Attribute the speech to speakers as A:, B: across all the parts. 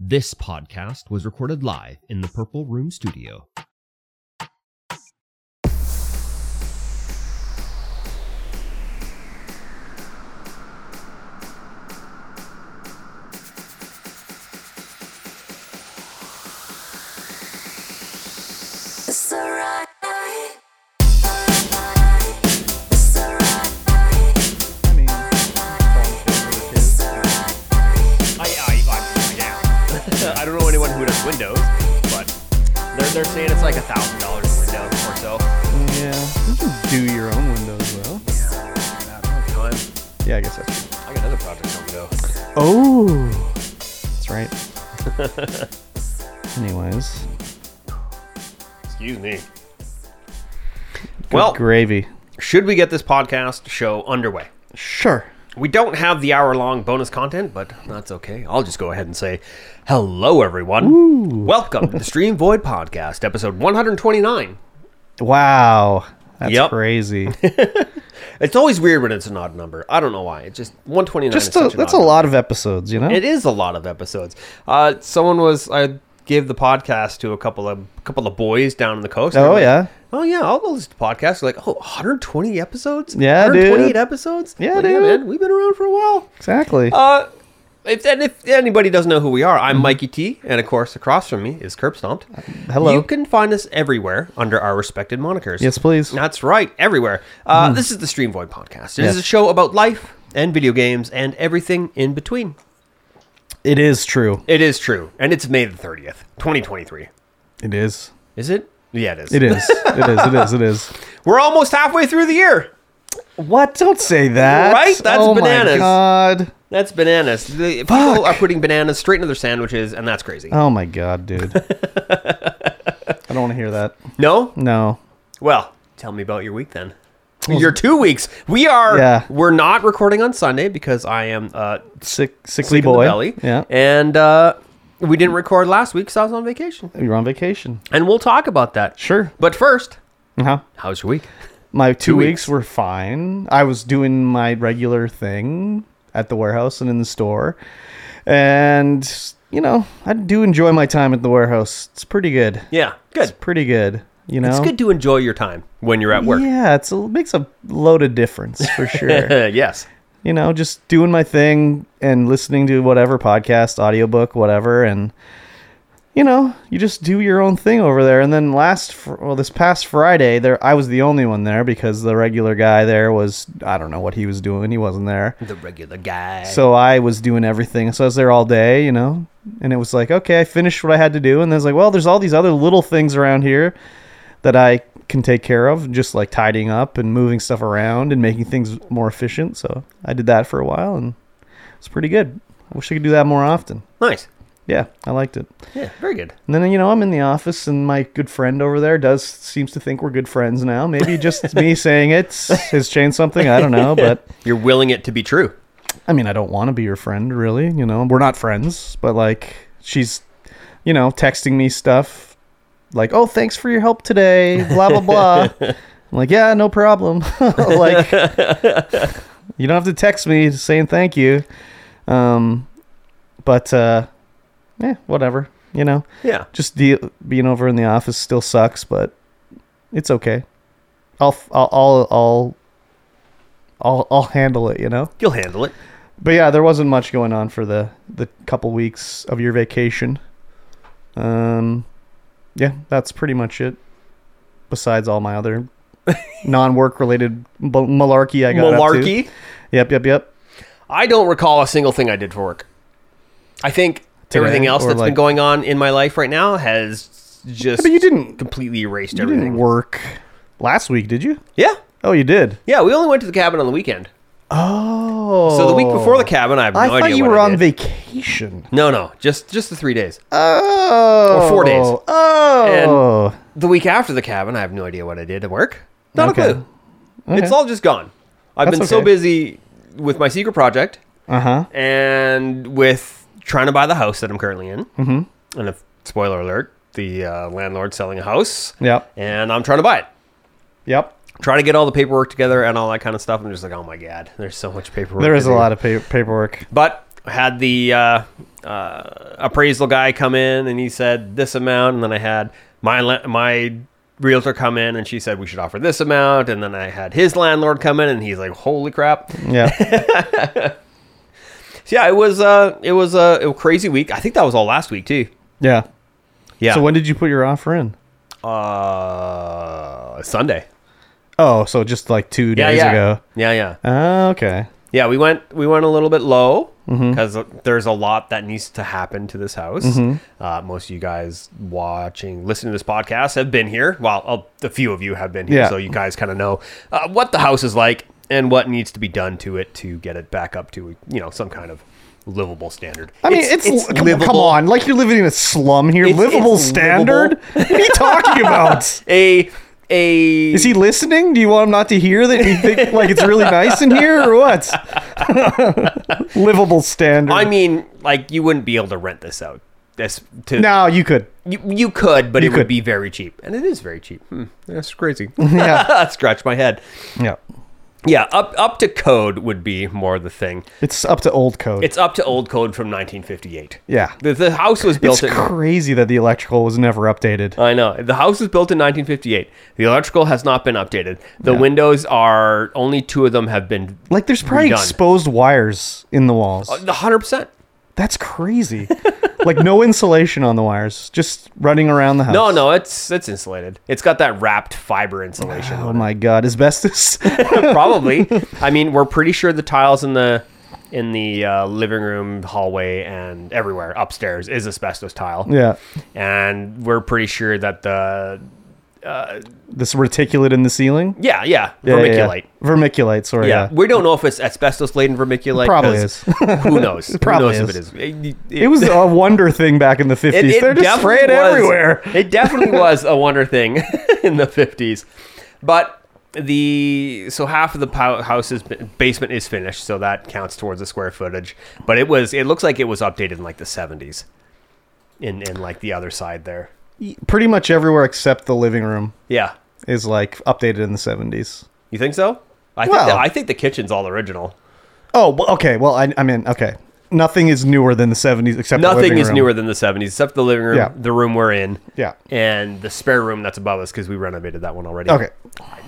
A: This podcast was recorded live in the Purple Room Studio.
B: It's alright. It's alright.
C: I mean, it's all good.
D: I, I, I, yeah. I don't know anyone who does Windows, but they're, they're saying it's like a thousand dollars a Windows or so.
C: yeah, you can do your own windows well.
D: Time.
C: Yeah, I guess that's true.
D: I got other projects on the go.
C: Oh, that's right. Anyways,
D: Excuse me.
C: good
D: Well-
C: gravy.
D: Should we get this podcast show underway?
C: Sure.
D: We don't have the hour long bonus content, but that's okay. I'll just go ahead and say hello, everyone. Welcome to the Stream Void Podcast, episode 129.
C: Wow, that's
D: Yep.
C: crazy.
D: It's always weird when it's an odd number. I don't know why. It's just 129.
C: Just
D: is
C: a,
D: such an
C: that's
D: odd
C: a
D: number.
C: lot of episodes, you know.
D: It is a lot of episodes. Uh, someone was I gave the podcast to a couple of couple of boys down on the coast.
C: Oh,
D: They're like,
C: yeah.
D: oh yeah, I'll go listen to podcasts. They're like oh, 120 episodes.
C: Yeah, dude.
D: 128 episodes.
C: Yeah,
D: Like,
C: dude.
D: man, we've been around for a while.
C: exactly.
D: Uh, if and if anybody doesn't know who we are,
C: Mm-hmm.
D: I'm Mikey T, and of course across from me is Curb Stomped.
C: Uh, hello.
D: You can find us everywhere under our respected monikers.
C: yes, please. Mm.
D: That's right, everywhere. Uh, This is the Stream Void podcast. It is
C: Yes.
D: a show about life and video games and everything in between.
C: It is true.
D: It is true, and it's May the thirtieth, twenty twenty-three.
C: It is.
D: Is it? Yeah, it is.
C: It is. It is. It is. It is.
D: We're almost halfway through the year.
C: What? Don't say that.
D: Right? That's
C: oh My
D: bananas.
C: God.
D: That's bananas. The, people are putting bananas straight into their sandwiches, and that's crazy.
C: Oh my god, dude. I don't want to hear that.
D: no?
C: No.
D: Well, tell me about your week then. Your two weeks. We are.
C: Yeah.
D: We're not recording on Sunday because I am uh,
C: Sick sickly
D: sick in
C: boy.
D: the belly.
C: Yeah.
D: And uh, we didn't record last week because I was on vacation,
C: You're on vacation.
D: and we'll talk about that.
C: Sure.
D: But first,
C: Uh-huh.
D: how's your week?
C: My two,
D: Two
C: weeks.
D: weeks.
C: were fine. I was doing my regular thing at the warehouse and in the store. And you know, I do enjoy my time at the warehouse. It's pretty good.
D: Yeah, good.
C: Pretty good. You know?
D: It's good to enjoy your time when you're at work.
C: Yeah, it's a, makes a load of difference for sure.
D: yes.
C: you know, just doing my thing and listening to whatever podcast, audiobook, whatever. And, you know, you just do your own thing over there. And then last, fr- well, this past Friday, there I was the only one there because the regular guy there was, I don't know what he was doing. He wasn't there.
D: The regular guy.
C: So I was doing everything. So I was there all day, you know, and it was like, okay, I finished what I had to do. And then it's like, well, there's all these other little things around here that I can take care of, just like tidying up and moving stuff around and making things more efficient. So I did that for a while and it's pretty good. I wish I could do that more often.
D: nice.
C: Yeah, I liked it.
D: Yeah, very good.
C: And then you know I'm in the office, and my good friend over there does seems to think we're good friends now. Maybe just me saying it has changed something. I don't know, but
D: You're willing it to be true.
C: I mean, I don't want to be your friend, really. You know, we're not friends, but like, she's, you know, texting me stuff like, oh, thanks for your help today, blah, blah, blah. I'm like, yeah, no problem. like, you don't have to text me saying thank you. Um, but, uh, yeah, whatever, you know,
D: Yeah.
C: just deal, being over in the office still sucks, but it's okay. I'll, f- I'll, I'll, I'll, I'll, I'll handle it, you know?
D: You'll handle it.
C: But yeah, there wasn't much going on for the the couple weeks of your vacation. Um, yeah, that's pretty much it. Besides all my other non-work related b- malarkey, I got up to.
D: Malarkey.
C: Yep, yep, yep.
D: I don't recall a single thing I did for work. I think
C: Today,
D: everything else
C: or
D: that's
C: like-
D: been going on in my life right now has just
C: But you didn't-
D: completely erased
C: You
D: everything.
C: didn't work last week, did you?
D: Yeah.
C: Oh, you did.
D: Yeah, we only went to the cabin on the weekend.
C: Oh.
D: So the week before the cabin, I have no
C: I
D: idea.
C: thought you
D: what
C: were
D: I
C: on
D: did.
C: vacation.
D: No, no, just just the three days.
C: Oh.
D: Or four days.
C: Oh.
D: the week after the cabin, I have no idea what I did at work. Not
C: Okay.
D: a clue. It's all just gone. I've
C: That's
D: been so
C: okay.
D: busy with my secret project
C: Uh huh.
D: and with trying to buy the house that I'm currently in. Mm-hmm. And a spoiler alert: the uh, landlord selling a house,
C: Yep.
D: and I'm trying to buy it.
C: Yep.
D: Trying to get all the paperwork together and all that kind of stuff. I'm just like, oh my god, there's so much paperwork.
C: There
D: to
C: is a
D: do.
C: lot of pa- paperwork.
D: but had the uh, uh, appraisal guy come in and he said this amount, and then I had my la- my realtor come in and she said we should offer this amount, and then I had his landlord come in and he's like, "Holy crap!"
C: Yeah.
D: So yeah, it was uh, it was uh, a crazy week. I think that was all last week too.
C: yeah.
D: Yeah.
C: So when did you put your offer in?
D: Uh, Sunday.
C: Oh, so just like two days
D: yeah.
C: ago.
D: Yeah, yeah.
C: Oh, okay.
D: Yeah, we went we went a little bit low
C: Mm-hmm.
D: because there's a lot that needs to happen to this house.
C: Mm-hmm.
D: Uh, most of you guys watching, listening to this podcast have been here. Well, a, a few of you have been here,
C: Yeah.
D: so you guys kind of know uh, what the house is like and what needs to be done to it to get it back up to you know some kind of livable standard.
C: I mean, it's, come, come on, like you're living in a slum here.
D: It's-
C: livable
D: it's
C: standard? What are you talking about?
D: A a
C: Is he listening? Do you want him not to hear that you think like it's really nice in here or what? Livable standard.
D: I mean, like you wouldn't be able to rent this out. This to
C: no, you could.
D: You, you could, but it would
C: could.
D: be very cheap, and it is very cheap. Hmm, that's crazy.
C: Yeah.
D: scratch my head.
C: Yeah.
D: Yeah, up up to code would be more the thing.
C: It's up to old code.
D: It's up to old code from 1958.
C: yeah.
D: The, the house was
C: It's
D: built in. Uh,
C: crazy that the electrical was never updated.
D: I know. The house was built in 1958. The electrical has not been updated. The windows are only two of them have been
C: Like there's probably
D: redone. Uh,
C: exposed wires in the walls.
D: 100%.
C: That's crazy. like no insulation on the wires, just running around the house.
D: No, no, it's it's insulated. It's got that wrapped fiber insulation.
C: Oh my god, asbestos.
D: probably. I mean, we're pretty sure the tiles in the in the uh, living room, hallway, and everywhere upstairs is asbestos tile.
C: yeah.
D: and we're pretty sure that the
C: This reticulate in the ceiling?
D: yeah, yeah,
C: Yeah, yeah, yeah.
D: vermiculite.
C: Vermiculite, sorry.
D: Yeah.
C: Yeah.
D: we don't know if it's asbestos laden vermiculite.
C: Probably
D: 'cause
C: is.
D: who knows?
C: probably
D: who knows
C: is.
D: if it is. It,
C: It was a wonder thing back in the 50s. They're just
D: definitely
C: spraying
D: was-
C: everywhere.
D: It definitely was a wonder thing in the fifties, but the so half of the pow- house is basement is finished, so that counts towards the square footage. But it was it looks like it was updated in like the seventies, in in like the other side there.
C: Pretty much everywhere except the living room
D: Yeah,
C: is like updated in the 70s.
D: you think so? I
C: Well-
D: think the, I think the kitchen's all original.
C: Oh, well, okay. Well, I, I mean, okay. Nothing is newer than the 70s except the
D: Nothing
C: living
D: is
C: room.
D: newer than the seventies except the living room,
C: Yeah.
D: the room we're in,
C: Yeah.
D: and the spare room that's above us because we renovated that one already.
C: Okay.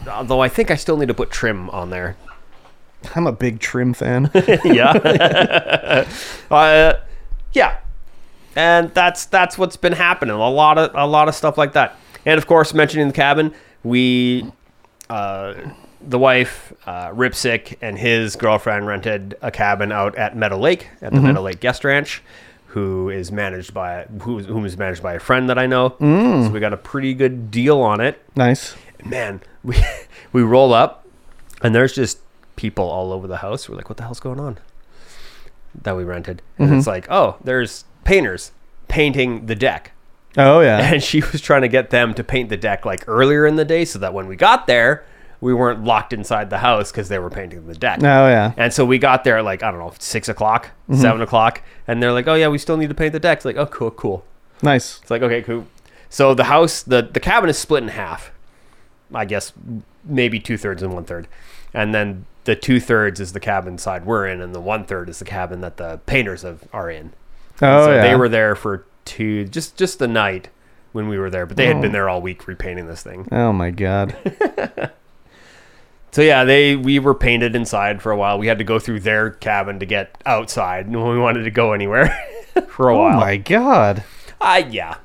D: Although I think I still need to put trim on there
C: I'm a big trim fan.
D: yeah. uh, yeah. And that's that's what's been happening. A lot of a lot of stuff like that. And of course, mentioning the cabin, we uh, the wife, uh, Ripsick, and his girlfriend rented a cabin out at Meadow Lake at the Meadow Lake Guest Ranch, who is managed by who is, whom is managed by a friend that I know. So we got a pretty good deal on it
C: nice.
D: man, we we roll up and there's just people all over the house. We're like, what the hell's going on? That we rented. And
C: Mm-hmm.
D: it's like, oh, there's painters painting the deck.
C: Oh, yeah.
D: And she was trying to get them to paint the deck like earlier in the day so that when we got there, we weren't locked inside the house because they were painting the deck.
C: Oh, yeah. Mm-hmm.
D: And so we got there at like, I don't know, six o'clock, seven o'clock, and they're like, Oh yeah, we still need to paint the deck. It's like, oh cool, cool.
C: Nice.
D: It's like, okay, cool. So the house, the, the cabin is split in half. I guess maybe two thirds and one third. And then the two thirds is the cabin side we're in, and the one third is the cabin that the painters have, are in.
C: Oh,
D: so
C: yeah.
D: they were there for two, just just the night when we were there, but they had been there all week repainting this thing.
C: Oh my god.
D: So yeah, they we were painted inside for a while. We had to go through their cabin to get outside when we wanted to go anywhere for a
C: Oh
D: while.
C: my god.
D: Uh, yeah.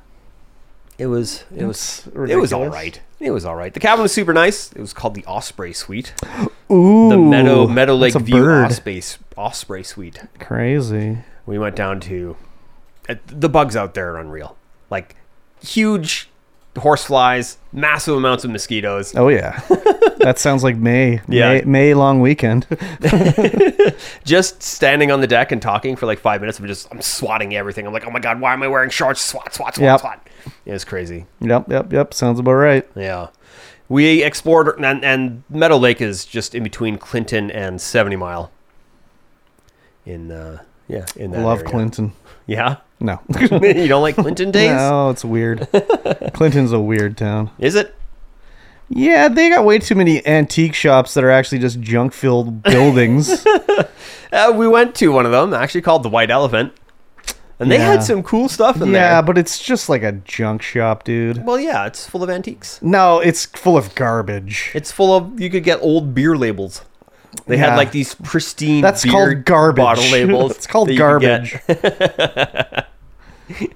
D: It was it was it was all
C: ridiculous.
D: right. It was all right. The cabin was super nice. It was called the Osprey Suite,
C: Ooh.
D: the Meadow Meadow Lake
C: that's a
D: View
C: bird.
D: Osprey Osprey Suite.
C: Crazy.
D: We went down to uh, the bugs out there are unreal. Like huge horseflies, massive amounts of mosquitoes.
C: Oh yeah. that sounds like May.
D: Yeah.
C: May, May long weekend.
D: Just standing on the deck and talking for like five minutes. I'm just I'm swatting everything. I'm like, oh my god, why am I wearing shorts? Swat, swat, swat,
C: Yep.
D: swat. It was crazy.
C: yep, yep, yep. Sounds about right.
D: Yeah. We explored, and, and Meadow Lake is just in between Clinton and 70 Mile. In, uh, yeah, in that
C: Love
D: area.
C: Clinton.
D: Yeah.
C: No.
D: you don't like Clinton days?
C: no, it's weird. Clinton's a weird town.
D: Is it?
C: Yeah, they got way too many antique shops that are actually just junk filled buildings.
D: Uh, we went to one of them, actually called the White Elephant, and they
C: Yeah.
D: had some cool stuff in
C: Yeah,
D: there.
C: but it's just like a junk shop, dude.
D: well, yeah, it's full of antiques.
C: No, it's full of garbage.
D: It's full of you could get old beer labels. They
C: Yeah.
D: had like these pristine
C: That's
D: beer
C: called garbage.
D: bottle labels.
C: it's called
D: that you could get.
C: garbage.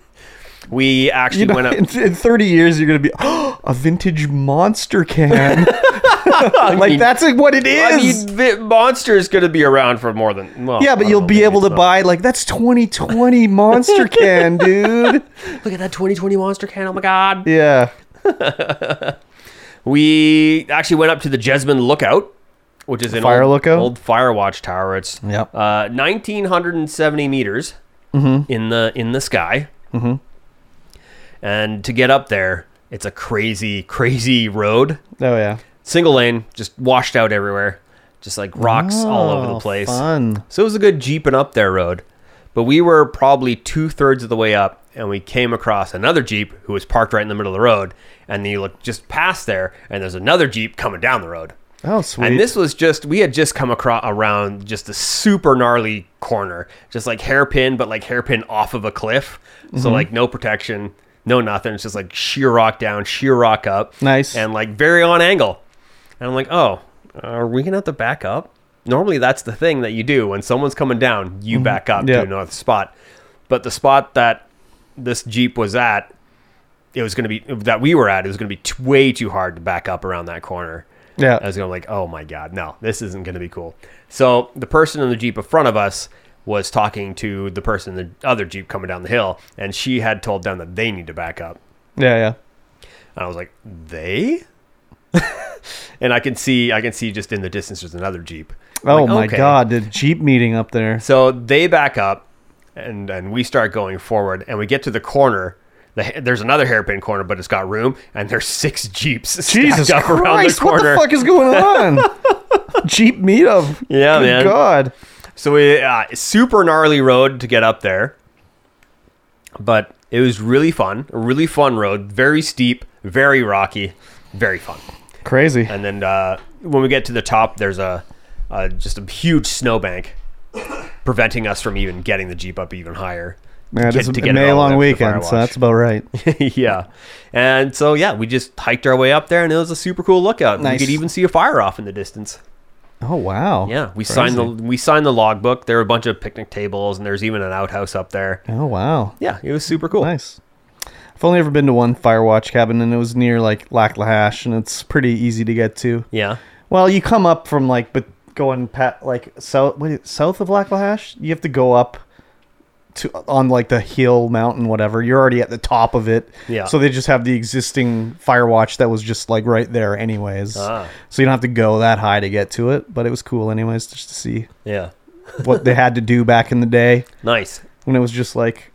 D: We actually
C: You know,
D: went up.
C: in, in 30 years, you're going to be a vintage monster can. like, that's like, what it
D: I
C: is.
D: mean, the Monster is going to be around for more than well.
C: yeah,
D: I
C: but
D: don't
C: you'll
D: know,
C: be
D: maybe
C: able to
D: it's not.
C: buy, like, that's 2020 monster can, dude.
D: Look at that 2020 Monster can. Oh my God.
C: Yeah.
D: We actually went up to the Jesmond Lookout, which is an
C: Fire
D: old,
C: lookout?
D: old fire watch tower. It's
C: Yep.
D: uh, 1970 meters
C: Mm-hmm.
D: in the in the sky, mm-hmm. and to get up there, it's a crazy, crazy road.
C: Oh, yeah.
D: Single lane, just washed out everywhere, just like rocks all over the
C: Oh,
D: place.
C: Fun.
D: So it was a good jeeping up there road, but we were probably two thirds of the way up, and we came across another jeep who was parked right in the middle of the road. And then you look just past there, and there's another jeep coming down the road.
C: Oh, sweet.
D: And this was just we had just come across around just a super gnarly corner, just like hairpin, but like hairpin off of a cliff.
C: Mm-hmm.
D: So like no protection, no nothing. It's just like sheer rock down, sheer rock up.
C: Nice.
D: And like very on angle. And I'm like, oh, are we gonna have to back up? Normally that's the thing that you do when someone's coming down, you back up
C: Mm-hmm. Yeah.
D: to another spot. But the spot that this jeep was at, it was gonna be that we were at, it was gonna be t- way too hard to back up around that corner.
C: yeah.
D: I was going to like, oh my god, no, this isn't going to be cool. So the person in the jeep in front of us was talking to the person in the other jeep coming down the hill, and she had told them that they need to back up.
C: yeah, yeah.
D: And I was like, they? and I can see, I can see just in the distance, there's another jeep. I'm
C: Oh,
D: like,
C: my
D: okay.
C: God. The Jeep meeting up there.
D: So they back up, and and we start going forward, and we get to the corner. The, there's another hairpin corner, but it's got room, and there's six jeeps
C: Jesus
D: stacked up around the
C: Christ, what
D: corner.
C: the fuck is going on? Jeep meetup.
D: Yeah,
C: Good
D: man.
C: God.
D: So we uh, super gnarly road to get up there, but it was really fun. A really fun road, very steep, very rocky, very fun.
C: Crazy.
D: And then uh, when we get to the top, there's a uh, just a huge snowbank preventing us from even getting the jeep up even higher.
C: Yeah, it
D: to
C: is a
D: to get it
C: May
D: all the way
C: long
D: up to the
C: weekend,
D: Firewatch.
C: so that's about right.
D: yeah. And so yeah, we just hiked our way up there, and it was a super cool lookout.
C: Nice.
D: We could even see a fire off in the distance.
C: Oh wow.
D: Yeah, we signed the
C: Crazy.
D: we signed the logbook. There were a bunch of picnic tables, and there's even an outhouse up there.
C: Oh wow.
D: Yeah, it was super cool.
C: Nice. I've only ever been to one Firewatch cabin, and it was near like Lac La Hache, and it's pretty easy to get to.
D: Yeah.
C: Well, you come up from like, but going pat like south, wait, south of Lac La Hache, you have to go up to on like the hill, mountain, whatever. You're already at the top of it.
D: Yeah.
C: So they just have the existing Firewatch that was just like right there, anyways.
D: Ah.
C: So you don't have to go that high to get to it, but it was cool, anyways, just to see
D: Yeah.
C: what they had to do back in the day
D: Nice.
C: when it was just like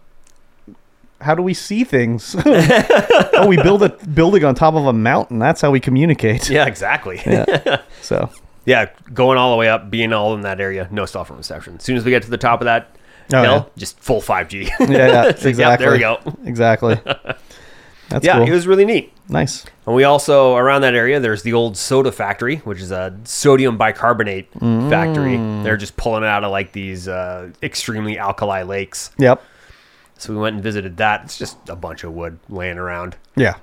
C: how do we see things oh we build a building on top of a mountain that's how we communicate
D: Yeah, exactly. Yeah.
C: Yeah. so oh,
D: going all the way up, being all in that area, no cell phone reception. As soon as we get to the top of that
C: Oh,
D: hill,
C: yeah.
D: just full 5G.
C: yeah, yeah
D: It's
C: exactly
D: like, yep, there we go.
C: exactly that's
D: yeah,
C: cool
D: it was really neat.
C: nice
D: And we also, around that area, there's the old soda factory, which is a sodium bicarbonate
C: Mm.
D: factory. They're just pulling it out of like these uh, extremely alkali lakes.
C: yep
D: So we went and visited that. It's just a bunch of wood laying around.
C: yeah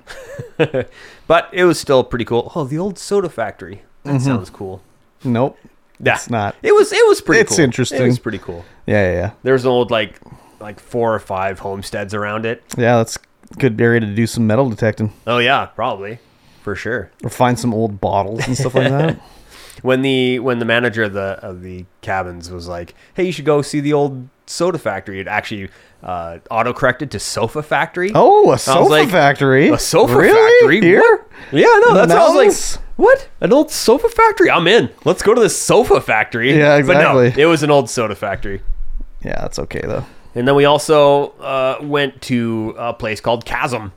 D: But it was still pretty cool. Oh, the old soda factory. That sounds cool.
C: nope
D: Yeah.
C: Mm-hmm. It's not.
D: It was it was pretty
C: It's
D: cool. It
C: interesting.
D: was pretty cool.
C: yeah yeah yeah
D: There's an old like like four or five homesteads around it.
C: yeah that's a good area to do some metal detecting
D: Oh yeah, probably. For sure.
C: or find some old bottles and stuff like that
D: When the when the manager of the of the cabins was like, "Hey, you should go see the old soda factory." It actually uh auto corrected to sofa factory.
C: oh a
D: I was
C: sofa
D: like,
C: factory
D: A sofa
C: really?
D: factory?
C: here
D: What? Yeah, no, that's what I was
C: Mountains?
D: like. What? An old sofa factory? I'm in. Let's go to this sofa factory.
C: Yeah,
D: But no,
C: exactly.
D: it was an old soda factory.
C: yeah that's okay though
D: And then we also uh, went to a place called Chasm.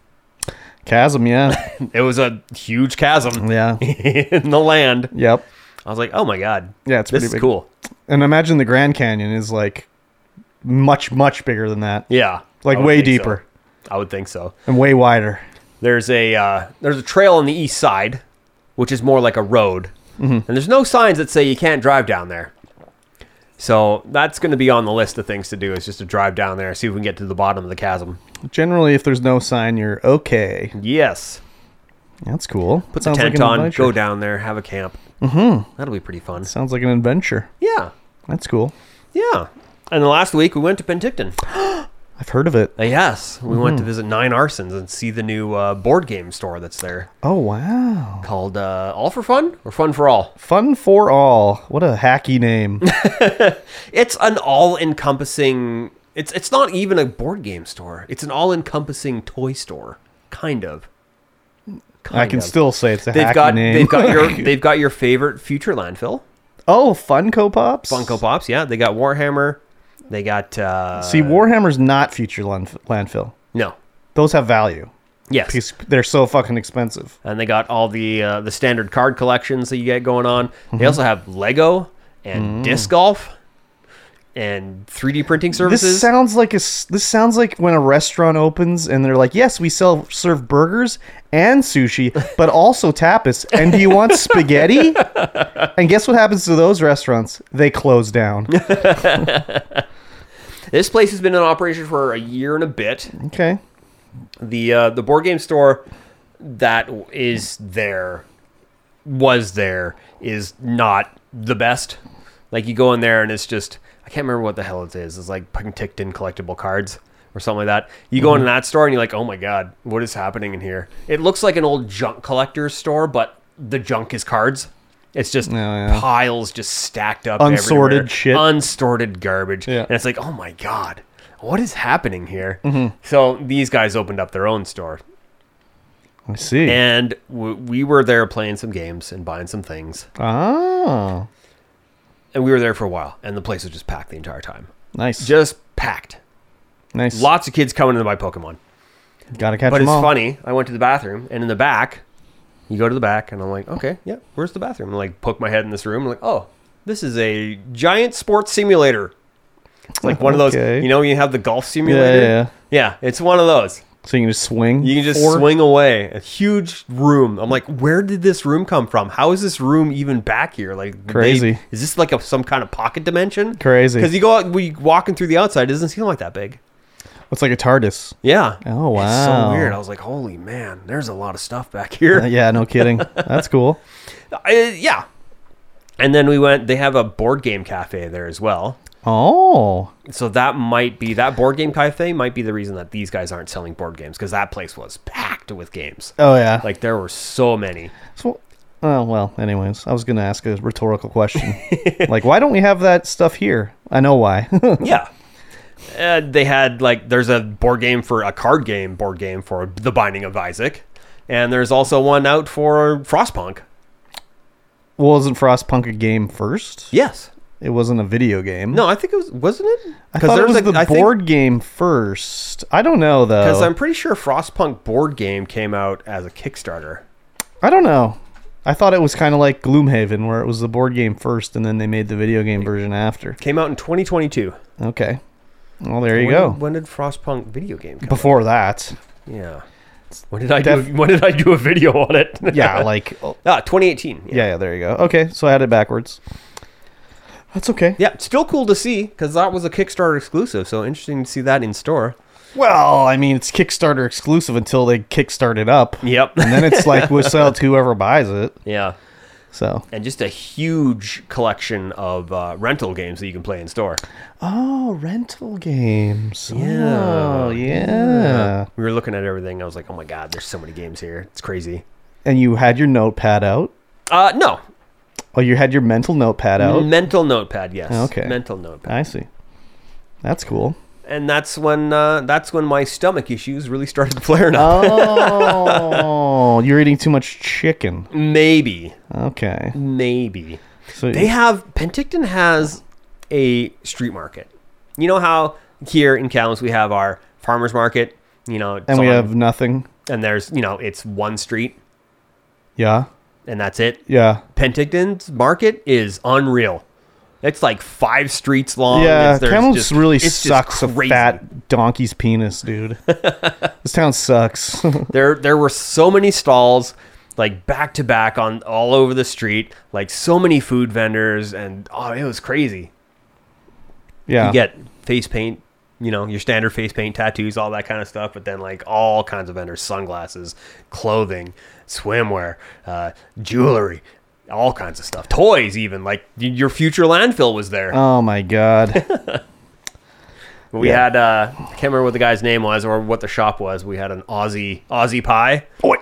C: chasm yeah
D: It was a huge chasm
C: yeah
D: in the land.
C: yep
D: I was like, oh my god,
C: Yeah, it's
D: this
C: pretty
D: is
C: big.
D: cool.
C: And imagine the Grand Canyon is like much, much bigger than that.
D: Yeah,
C: Like
D: I would
C: way
D: think so.
C: deeper
D: I would think so.
C: and way wider.
D: There's a uh, there's a trail on the east side,
C: Mm-hmm.
D: which is more like a road, and there's no signs that say you can't drive down there. So that's going to be on the list of things to do is just to drive down there, see if we can get to the bottom of the chasm.
C: Generally, if there's no sign, you're okay.
D: Yes.
C: That's cool.
D: Put the
C: Sounds like
D: tent
C: an
D: on,
C: adventure.
D: go down there, have a camp. Mm-hmm. That'll be pretty fun.
C: Sounds like an adventure.
D: Yeah.
C: That's cool.
D: Yeah. And the last week we went to Penticton.
C: I've heard of it.
D: Uh, yes. We went to visit Nine Arsons and see the new uh, board game store that's there
C: Oh wow!
D: called uh, All for Fun or Fun for All.
C: Fun for all. What a hacky name.
D: It's an all encompassing. It's, it's not even a board game store, it's an all encompassing toy store. Kind of.
C: I can
D: of.
C: still say it's a
D: They've
C: hacky
D: got
C: name.
D: they've got your they've got your favorite future landfill
C: oh Funko Pops.
D: Funko Pops. Yeah, they got Warhammer. They got uh,
C: See, Warhammer's not future landf- landfill.
D: no,
C: Those have value
D: yes,
C: because they're so fucking expensive.
D: and they got all the uh, the standard card collections that you get going on. They also have Lego and disc golf and 3D printing
C: This
D: services.
C: sounds like a s This sounds like when a restaurant opens and they're like, "Yes, we sell serve burgers and sushi, but also tapas. And do you want spaghetti?" And guess what happens to those restaurants? They close down.
D: this place has been in operation for a year and a bit.
C: Okay.
D: the uh, the board game store that is there was there is not the best. Like you go in there and it's just I can't remember what the hell it is. It's like Penticton collectible cards or something like that. You go
C: Mm-hmm.
D: into that store and you're like, oh my god, what is happening in here? It looks like an old junk collector's store, but the junk is cards. It's just
C: Oh, yeah.
D: piles just stacked up,
C: Unsorted
D: everywhere.
C: shit.
D: unsorted garbage,
C: Yeah.
D: and it's like, oh my god, what is happening here?
C: Mm-hmm.
D: So these guys opened up their own store,
C: I see.
D: and w- we were there playing some games and buying some things,
C: oh,
D: and we were there for a while, and the place was just packed the entire time,
C: nice.
D: just packed.
C: nice.
D: Lots of kids coming in to buy Pokemon,
C: Gotta catch
D: but
C: 'em
D: it's
C: all.
D: funny. I went to the bathroom, and in the back, you go to the back, and I'm like, okay, yeah, where's the bathroom? And like poke my head in this room, I'm like, oh, this is a giant sports simulator. It's like one of
C: Okay.
D: those, you know, you have the golf simulator.
C: yeah.
D: yeah it's one of those.
C: So you can just swing.
D: You can just
C: four?
D: swing away. A huge room. I'm like, where did this room come from? How is this room even back here? Like did they-
C: Crazy.
D: is this like a, some kind of pocket dimension?
C: Crazy.
D: Because you go out, we walking through the outside, it doesn't seem like that big.
C: It's like a TARDIS.
D: Yeah.
C: Oh,
D: It's so
C: wow.
D: weird. I was like, holy man, there's a lot of stuff back here.
C: Uh, yeah, no kidding. That's cool.
D: I- Uh, yeah. And then we went. They have a board game cafe there as well.
C: Oh,
D: So that might be that board game cafe might be the reason that these guys aren't selling board games because that place was packed with games.
C: oh yeah.
D: Like there were so many.
C: so, oh well. Anyways, I was gonna ask a rhetorical question. like, why don't we have that stuff here? I know why.
D: Yeah. Uh, they had like there's a board game for a card game board game for The Binding of Isaac, and there's also one out for Frostpunk.
C: well, wasn't Frostpunk a game first?
D: Yes.
C: It wasn't a video game.
D: No, I think it was wasn't it?
C: I thought it
D: there's
C: was
D: a-
C: the
D: I think-
C: board game first. I don't know
D: Because
C: though.
D: I'm pretty sure Frostpunk board game came out as a Kickstarter.
C: I don't know. I thought it was kind of like Gloomhaven, where it was the board game first, and then they made the video game version after.
D: Came out in 2022.
C: Okay. Well, there you
D: when,
C: go.
D: When did Frostpunk video game come?
C: Before that,
D: Yeah. When did I do? A, when did I do a video on it?
C: yeah, like oh,
D: ah, 2018. Yeah.
C: yeah, yeah. There you go. Okay, so I had it backwards. That's okay.
D: Yeah, still cool to see because that was a Kickstarter exclusive. So interesting to see that in store.
C: Well, I mean, it's Kickstarter exclusive until they kickstart it up.
D: Yep.
C: And then it's like we sell it to whoever buys it.
D: yeah.
C: So.
D: and just a huge collection of uh, rental games that you can play in store.
C: Oh, rental games.
D: Yeah.
C: Oh, yeah.
D: We were looking at everything. I was like, oh my god, there's so many games here. It's crazy.
C: And you had your notepad out.
D: Uh, no,
C: Oh, you had your mental notepad out.
D: mental notepad. Yes.
C: Oh, Okay. Uh,
D: Mental notepad.
C: I see. That's cool.
D: And that's when uh, that's when my stomach issues really started flaring up.
C: Oh, you're eating too much chicken.
D: maybe,
C: Okay.
D: maybe
C: So
D: they have Penticton has a street market. You know how here in Calamus we have our farmers market. You know,
C: and we
D: someone-
C: have nothing.
D: and there's you know it's one street
C: Yeah.
D: and that's it.
C: Yeah.
D: Penticton's market is unreal. It's like five streets long.
C: Yeah,
D: Um, It's- there's
C: Camels
D: just-
C: really
D: it's just
C: sucks a
D: crazy.
C: fat donkey's penis, dude. this town sucks.
D: There, there were so many stalls, like back to back on all over the street. Like so many food vendors, and oh, it was crazy.
C: Yeah.
D: You get face paint, you know, your standard face paint, tattoos, all that kind of stuff, but then like all kinds of vendors, sunglasses, clothing, swimwear, uh, jewelry, all kinds of stuff, toys, even like y- your future landfill was there.
C: oh my god.
D: we
C: yeah.
D: had uh, I can't remember what the guy's name was or what the shop was. We had an Aussie Aussie pie.
C: Oi.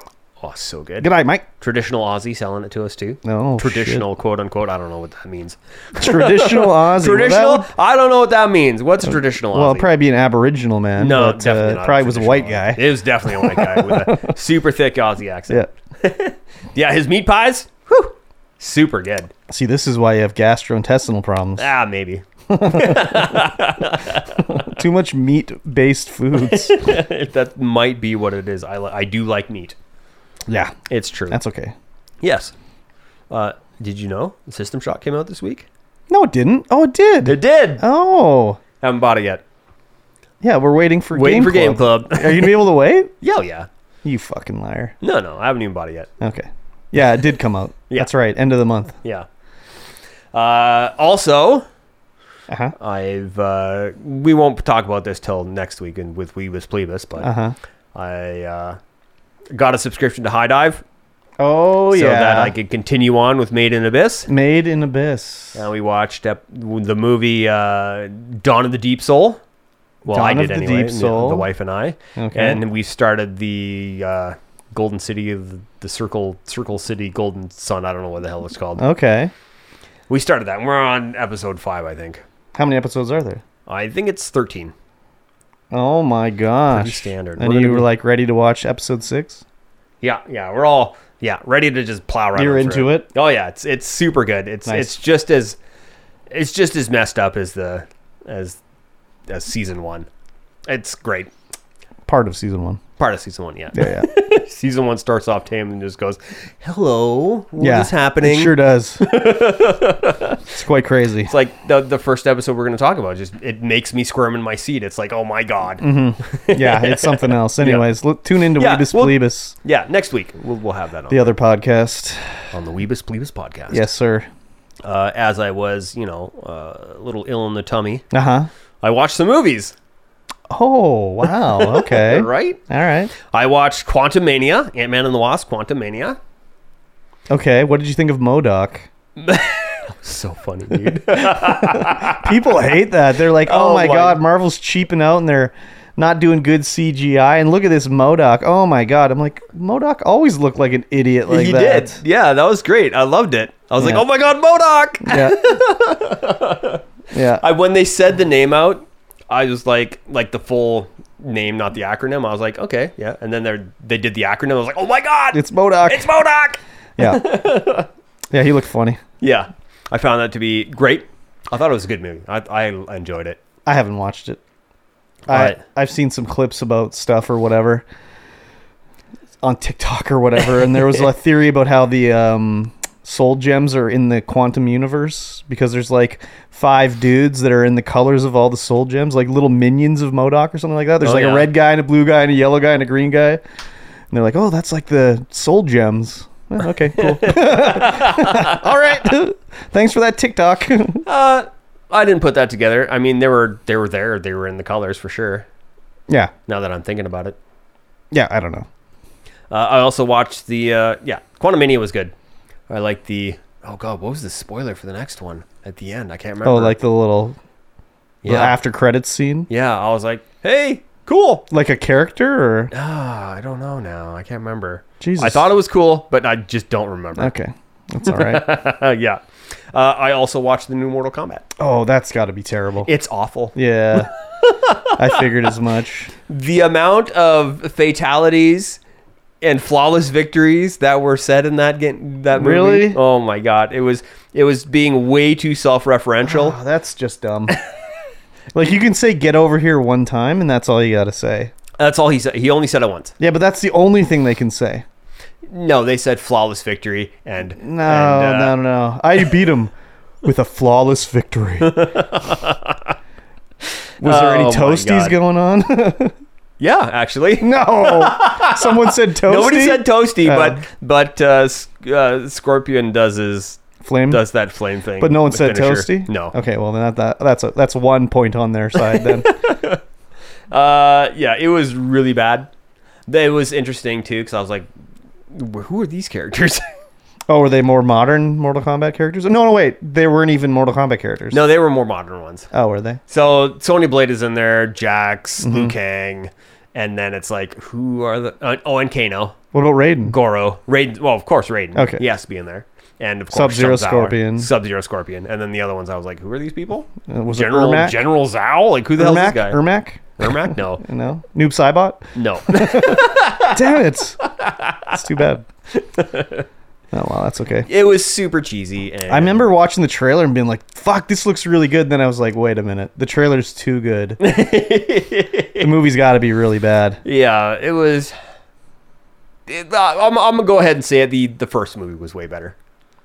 D: Oh, so good.
C: Good night, Mike.
D: Traditional Aussie selling it to us too.
C: Oh,
D: traditional quote unquote. I don't know what that means.
C: Traditional Aussie. Well, that
D: Traditional?
C: would-
D: I don't know what that means. What's a traditional?
C: Well,
D: Aussie?
C: it'd probably be an Aboriginal man.
D: No,
C: but,
D: definitely
C: uh,
D: not.
C: Probably was a
D: traditional
C: white
D: Aussie.
C: guy.
D: It was definitely a white guy with a super thick Aussie
C: Yeah.
D: accent. Yeah, his meat pies, whew, super good.
C: See, this is why you have gastrointestinal problems.
D: Ah, maybe
C: Too much meat-based foods.
D: if that might be what it is. I li- I do like meat.
C: yeah,
D: It's true.
C: that's okay.
D: yes. Uh, did you know System Shock came out this week?
C: No, it didn't. Oh, it did.
D: It did.
C: Oh,
D: Haven't bought it yet.
C: yeah. We're waiting for
D: Waiting
C: game
D: for Game
C: Club.
D: Club.
C: Are you gonna be able to wait?
D: yeah, oh, yeah.
C: You fucking liar.
D: No, no, I haven't even bought it yet.
C: Okay. Yeah, it did come out.
D: Yeah.
C: That's right. End of the month.
D: Yeah. Uh, also,
C: Uh
D: Uh-huh.
C: huh.
D: I've uh, we won't talk about this till next week and with We Was Plebus, but
C: Uh huh.
D: I uh, got a subscription to High Dive
C: Oh
D: so
C: yeah.
D: that I could continue on with Made in Abyss.
C: Made in Abyss.
D: And we watched ep- the movie uh, Dawn of the Deep Soul. Well, I
C: Dawn of
D: did
C: the
D: anyway.
C: Deep
D: the-
C: Soul.
D: The wife and I,
C: Okay.
D: and we started the uh, Golden City of the Circle Circle City Golden Sun. I don't know what the hell it's called.
C: Okay.
D: We started that. and We're on episode five, I think.
C: How many episodes are there?
D: I think it's thirteen.
C: Oh my gosh.
D: standard.
C: And
D: We're
C: you
D: gonna
C: were
D: be-
C: like ready to watch episode six?
D: Yeah, yeah, we're all yeah ready to just plow right.
C: You're
D: on
C: into
D: through
C: it?
D: Oh yeah, it's it's super good. It's
C: Nice.
D: it's just as it's just as messed up as the as as season one. It's great.
C: Part of season one.
D: Part of season one, yeah.
C: Yeah, yeah.
D: season one starts off tame and just goes, "Hello, what is
C: yeah.
D: happening?"
C: It sure does. it's quite crazy.
D: It's like the the first episode we're going to talk about. Just it makes me squirm in my seat. It's like, oh my god.
C: Yeah, it's something else. Anyways, look, tune into
D: Yeah,
C: Weebus
D: well-
C: Plebus,
D: Yeah, next week we'll we'll have that on
C: the other podcast.
D: on the Weebus Plebus podcast.
C: Yes, sir.
D: Uh, as I was, you know, uh, a little ill in the tummy,
C: Uh huh.
D: I watched some movies.
C: Oh wow. Okay.
D: Right.
C: All right.
D: I watched Quantum Mania, Ant Man and the Wasp, Quantum Mania.
C: Okay. What did you think of Modoc?
D: So funny, dude.
C: People hate that. They're like, oh,
D: Oh
C: my
D: my-
C: god, Marvel's cheaping out and they're not doing good CGI. And look at this Modoc. Oh my god. I'm like, Modoc always looked like an idiot like
D: he
C: that.
D: did. Yeah, that was great. I loved it. I was like,
C: Yeah.
D: oh my god, Modoc.
C: Yeah. yeah.
D: I when they said the name out, I was like, like the full name, not the acronym. I was like, okay, yeah. And then they are they did the acronym. I was like, oh my god,
C: it's Modoc.
D: it's Modoc.
C: yeah. Yeah, he looked funny.
D: Yeah, I found that to be great. I thought it was a good movie. I, I enjoyed it.
C: I haven't watched it.
D: Alright.
C: I I've seen some clips about stuff or whatever on TikTok or whatever, and there was a theory about how the um, soul gems are in the quantum universe because there's like five dudes that are in the colors of all the soul gems, like little minions of Modoc or something like that. There's
D: Oh,
C: like
D: yeah.
C: a red guy and a blue guy and a yellow guy and a green guy, and they're like, oh, that's like the soul gems. Eh, Okay, cool. all right. Thanks for that TikTok.
D: Uh, I didn't put that together. I mean, they were they were there. They were in the colors for sure.
C: yeah.
D: Now that I'm thinking about it.
C: Yeah, I don't know.
D: Uh, I also watched the uh, yeah, Quantumania was good. I like the oh god, what was the spoiler for the next one at the end? I can't remember.
C: Oh, like the little
D: yeah,
C: the after credits scene?
D: yeah. I was like, hey, cool.
C: Like a character or
D: Ah, I don't know now. I can't remember.
C: Jesus.
D: I thought it was cool, but I just don't remember.
C: Okay. That's all right.
D: yeah. Uh, I also watched the new Mortal Kombat.
C: oh, that's got to be terrible.
D: It's awful.
C: Yeah. I figured as much.
D: The amount of fatalities and flawless victories that were said in that game, that movie.
C: Really?
D: Oh my god, it was it was being way too self-referential.
C: Oh, that's just dumb. like you can say get over here one time and that's all you got to say.
D: That's all he said. He only said it once.
C: Yeah, but that's the only thing they can say.
D: No, they said flawless victory and uh,
C: No,
D: and,
C: no, no, no. I beat him with a flawless victory. Was there any
D: Oh my God.
C: toasties going on?
D: Yeah, actually,
C: no. Someone said toasty.
D: nobody said toasty,
C: Oh.
D: but but uh, S- uh, Scorpion does his
C: flame.
D: does that flame thing.
C: but no one said
D: finisher.
C: toasty.
D: No.
C: Okay, well then that, that that's a, that's one point on their side then.
D: Uh, yeah, it was really bad. It was interesting too because I was like, "Wh- who are these characters?
C: oh, were they more modern Mortal Kombat characters? No, no, wait, they weren't even Mortal Kombat characters.
D: no, they were more modern ones.
C: Oh, were they?
D: So Sony Blade is in there, Jax,
C: Mm-hmm.
D: Liu Kang, and then it's like, who are the? Uh, oh, and Kano,
C: What about Raiden?
D: Goro, Raiden. Well, of course Raiden.
C: Okay.
D: he has to be in there. And of course,
C: Sub-Zero Scorpion.
D: Sub Zero Scorpion, and then the other ones. I was like, who are these people?
C: Uh, was
D: General
C: it Ermac?
D: General Zhao? Like who the hell is this
C: Ermac?
D: guy?
C: Ermac?
D: Ermac? No,
C: No, Noob Saibot.
D: no.
C: Damn it! It's too bad. Oh well, that's okay.
D: it was super cheesy. And
C: I remember watching the trailer and being like, "Fuck, this looks really good." Then I was like, "Wait a minute, the trailer's too good. the movie's got to be really bad."
D: Yeah, it was. It, uh, I'm, I'm gonna go ahead and say it. The the first movie was way better.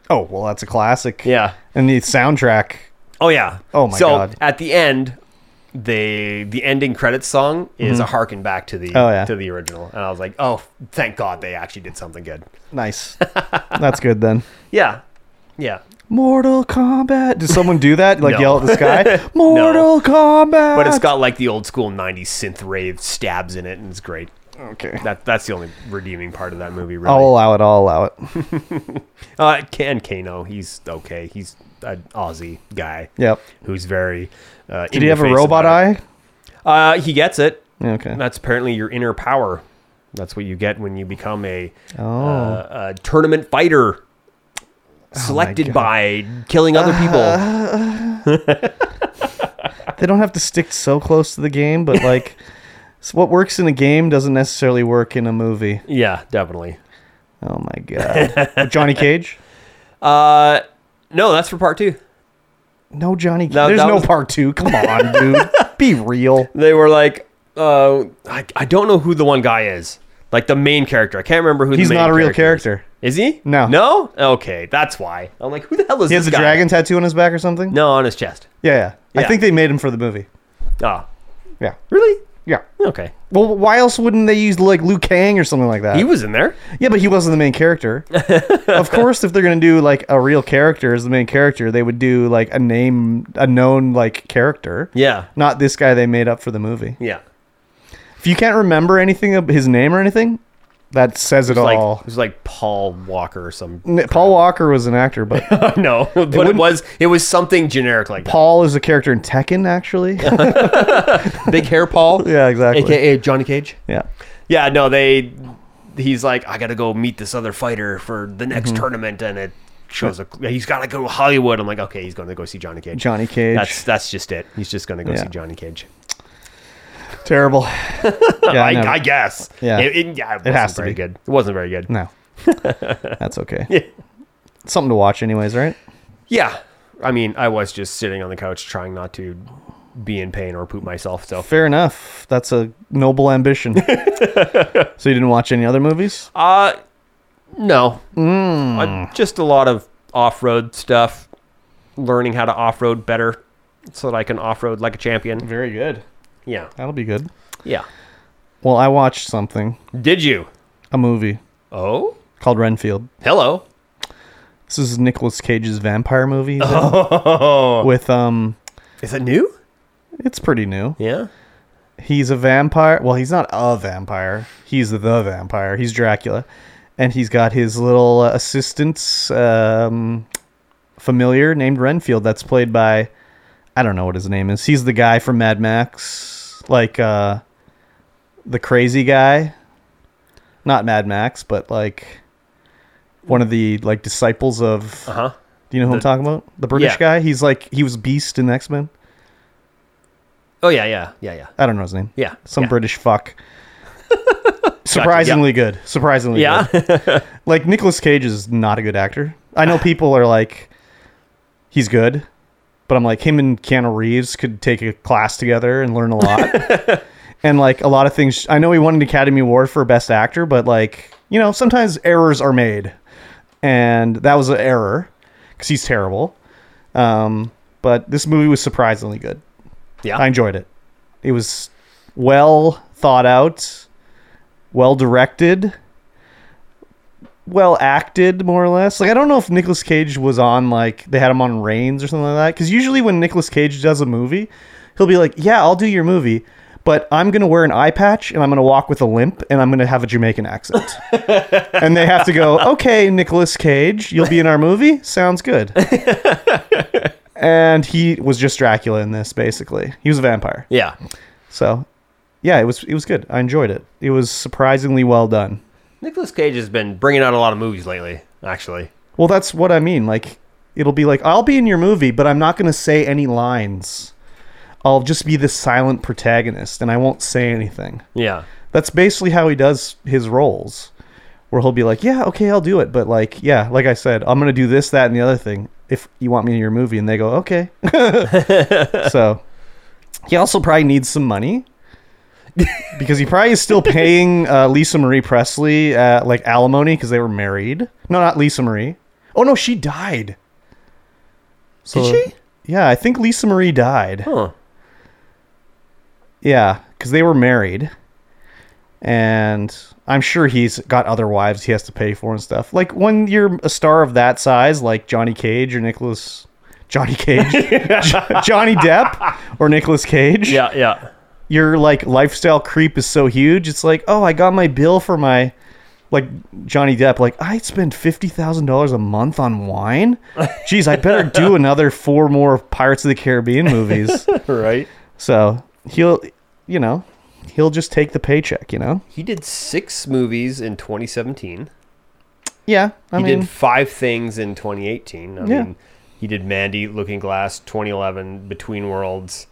C: Oh well, that's a classic.
D: Yeah.
C: and the soundtrack.
D: Oh yeah.
C: Oh my
D: so,
C: God.
D: at the end, they the ending credits song is a harken back to the
C: Mm-hmm. Oh, yeah.
D: to the original, and I was like, oh, thank God they actually did something good.
C: Nice. that's good then.
D: Yeah, yeah.
C: Mortal Kombat. Did someone do that? Like
D: No.
C: yell at the sky? Mortal Kombat.
D: But it's got like the old school '90s synth rave stabs in it, and it's great.
C: okay.
D: That that's the only redeeming part of that movie,
C: I'll
D: really.
C: allow it. I'll allow it.
D: Uh, and Kano, he's okay. He's an Aussie guy.
C: Yep.
D: Who's very. Uh,
C: Did he have a robot eye?
D: Uh, he gets it.
C: Okay.
D: That's apparently your inner power. That's what you get when you become a,
C: Oh.
D: uh, a tournament fighter, selected
C: God.
D: by killing other people.
C: they don't have to stick so close to the game, but like, s- what works in a game doesn't necessarily work in a movie.
D: Yeah, definitely.
C: Oh my god. Johnny Cage?
D: Uh, no, that's for part two.
C: No Johnny. Cage.
D: No,
C: There's
D: that
C: no
D: was-
C: part two. Come on, dude. Be real.
D: They were like, uh, I, I don't know who the one guy is. Like the main character. I can't remember who
C: He's
D: the main
C: not a real
D: character. is.
C: character.
D: Is he?
C: No.
D: No? Okay, that's why. I'm like, who the hell is
C: He
D: this
C: has a
D: guy?
C: dragon tattoo on his back or something.
D: No, on his chest.
C: Yeah, yeah.
D: Yeah.
C: I think they made him for the movie.
D: Ah,
C: Yeah.
D: really?
C: Yeah.
D: Okay.
C: Well, why else wouldn't they use like Liu Kang or something like that?
D: He was in there.
C: yeah, but he wasn't the main character. of course, if they're gonna do like a real character as the main character, they would do like a name, a known like character.
D: Yeah.
C: Not this guy they made up for the movie.
D: Yeah.
C: If you can't remember anything of his name or anything, that says it
D: like
C: all.
D: it was like Paul Walker or some
C: N- Paul Walker was an actor, but
D: no, but it,
C: wouldn't-
D: was it was something generic like Paul,
C: Paul is a character in Tekken, actually.
D: Big Hair Paul,
C: yeah, exactly.
D: aka Johnny Cage.
C: Yeah.
D: Yeah, no, they he's like I got to go meet this other fighter for the next
C: Mm-hmm.
D: tournament, and it shows a he's got to go to Hollywood. I'm like, okay, he's going to go see Johnny Cage.
C: Uh, Johnny Cage.
D: That's that's just it. He's just going to go
C: Yeah.
D: see Johnny Cage.
C: terrible. yeah,
D: I,
C: never-
D: I guess.
C: Yeah.
D: It, it- yeah, it, wasn't
C: has to
D: very
C: be.
D: good. It wasn't very good.
C: No. That's okay. Something to watch, anyways, right?
D: Yeah. I mean, I was just sitting on the couch trying not to be in pain or poop myself. So
C: Fair enough. That's a noble ambition. so you didn't watch any other movies?
D: Uh, no. Uh, just a lot of off road stuff, learning how to off road better so that I can off road like a champion.
C: Very good.
D: Yeah.
C: That'll be good.
D: Yeah.
C: Well, I watched something,
D: Did you?
C: a movie
D: Oh,
C: called Renfield.
D: hello.
C: This is Nicolas Cage's vampire movie he's in with um.
D: Is it new?
C: It's pretty new.
D: Yeah.
C: He's a vampire. Well, he's not a vampire. He's the vampire. He's Dracula, and he's got his little uh, assistant um, familiar named Renfield. That's played by I don't know what his name is. He's the guy from Mad Max, like uh, the crazy guy. Not Mad Max, but like one of the like disciples of.
D: Uh huh.
C: Do you know who I'm talking about? The British
D: yeah.
C: guy. He's like he was Beast in X Men.
D: Oh, yeah, yeah, yeah, yeah.
C: I don't know his name.
D: Yeah.
C: some
D: yeah.
C: British fuck. Surprisingly good. Surprisingly
D: Yeah.
C: good. Like Nicolas Cage is not a good actor. I know people are like he's good, but I'm like him and Keanu Reeves could take a class together and learn a lot. and like a lot of things I know he won an Academy Award for best actor, but like, you know, sometimes errors are made. And that was an error cuz he's terrible. Um, but this movie was surprisingly good.
D: yeah.
C: I enjoyed it. It was well thought out, well directed, well acted, more or less. Like I don't know if Nicolas Cage was on like they had him on Reigns or something like that. Because usually when Nicolas Cage does a movie, he'll be like, "Yeah, I'll do your movie." But I'm gonna wear an eye patch and I'm gonna walk with a limp and I'm gonna have a Jamaican accent. and they have to go, okay, Nicolas Cage, you'll be in our movie? Sounds good. and he was just Dracula in this, basically. He was a vampire.
D: Yeah.
C: So, yeah, it was it was good. I enjoyed it. It was surprisingly well done.
D: Nicolas Cage has been bringing out a lot of movies lately, actually.
C: Well, that's what I mean. Like, it'll be like I'll be in your movie, but I'm not going to say any lines. I'll just be the silent protagonist, and I won't say anything.
D: Yeah.
C: That's basically how he does his roles, where he'll be like, "Yeah, okay, I'll do it," but like, yeah, like I said, I'm going to do this, that, and the other thing. If you want me in your movie, and they go, "Okay," so he also probably needs some money. because he probably is still paying uh, Lisa Marie Presley uh, like alimony because they were married. No, not Lisa Marie. Oh no, she died. So,
D: she?
C: Yeah, I think Lisa Marie died.
D: Huh.
C: Yeah, because they were married, and I'm sure he's got other wives he has to pay for and stuff. Like when you're a star of that size, like Johnny Cage or Nicholas, Johnny Cage, Jo- Johnny Depp or Nicholas Cage
D: Yeah, yeah.
C: your like lifestyle creep is so huge. It's like, oh, I got my bill for my like Johnny Depp. Like I spend fifty thousand dollars a month on wine. Jeez, I better do another four more Pirates of the Caribbean movies.
D: Right.
C: so he'll, you know, he'll just take the paycheck. You know.
D: He did six movies in 2017.
C: Yeah, I
D: he
C: mean,
D: did five things in 2018. I
C: Yeah.
D: mean, he did Mandy, Looking Glass, 2011, Between Worlds,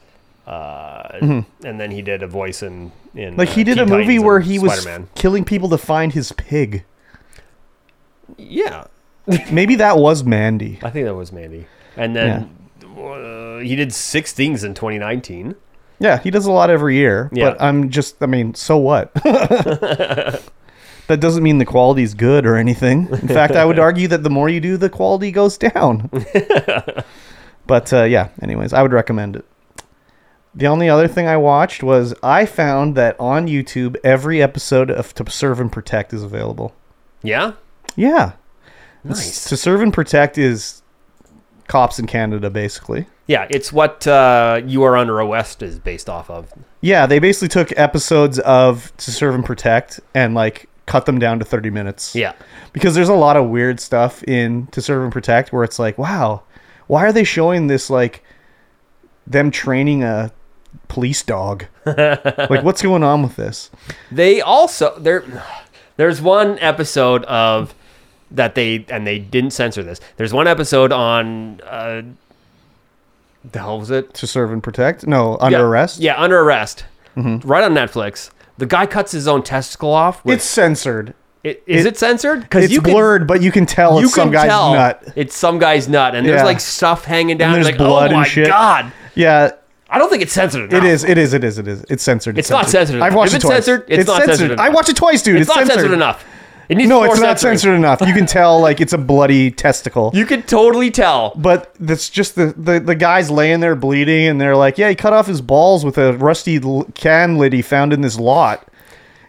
D: uh, and then he did a voice in. in
C: Mm-hmm. like he
D: uh,
C: did
D: Teen
C: a movie
D: Titans
C: where
D: and
C: he was
D: Spider-Man.
C: killing people to find his pig.
D: Yeah,
C: Maybe that was Mandy.
D: I think that was Mandy. And then uh, he did six things in 2019.
C: Yeah, he does a lot every year.
D: Yeah.
C: But I'm just, I mean, so what? that doesn't mean the quality's good or anything. In fact, I would argue that the more you do, the quality goes down. but uh, yeah, anyways, I would recommend it. The only other thing I watched was I found that on YouTube, every episode of To Serve and Protect is available.
D: Yeah,
C: Yeah.
D: nice.
C: To Serve and Protect is cops in Canada, basically.
D: Yeah, it's what uh, You Are Under Arrest is based off of.
C: Yeah, they basically took episodes of To Serve and Protect and like cut them down to 30 minutes.
D: Yeah,
C: Because there's a lot of weird stuff in To Serve and Protect where it's like, wow, why are they showing this like them training a police dog? like what's going on with this?
D: They also there there's one episode of that they and they didn't censor this. There's one episode on uh the hell was it?
C: To Serve and Protect? No, under
D: yeah,
C: arrest? Mm-hmm.
D: Yeah, under arrest. Right on Netflix. The guy cuts his own testicle off. With,
C: It's censored.
D: it, is
C: it-
D: it censored?
C: It's
D: you can-
C: blurred, but you can tell
D: you
C: it's some
D: can
C: guy's
D: tell
C: nut.
D: it's some guy's nut, and
C: Yeah.
D: there's like stuff hanging down.
C: And
D: It's
C: there's
D: like,
C: blood
D: oh
C: and
D: my
C: shit."
D: god!
C: Yeah,
D: I don't think it's censored.
C: It is. It is. It is. It is. It's censored.
D: Ah. It's not censored
C: I've
D: enough.
C: watched
D: If
C: it
D: it's
C: twice.
D: censored, it's not censored enough.
C: I watched it twice, dude.
D: It's,
C: It's,
D: not censored. enough. It needs
C: No,
D: more
C: it's not
D: censoring.
C: censored enough. You can tell, like, it's a bloody testicle.
D: You can totally tell.
C: but that's just the, the the guy's laying there bleeding, and they're like, "Yeah, he cut off his balls with a rusty l- can lid he found in this lot."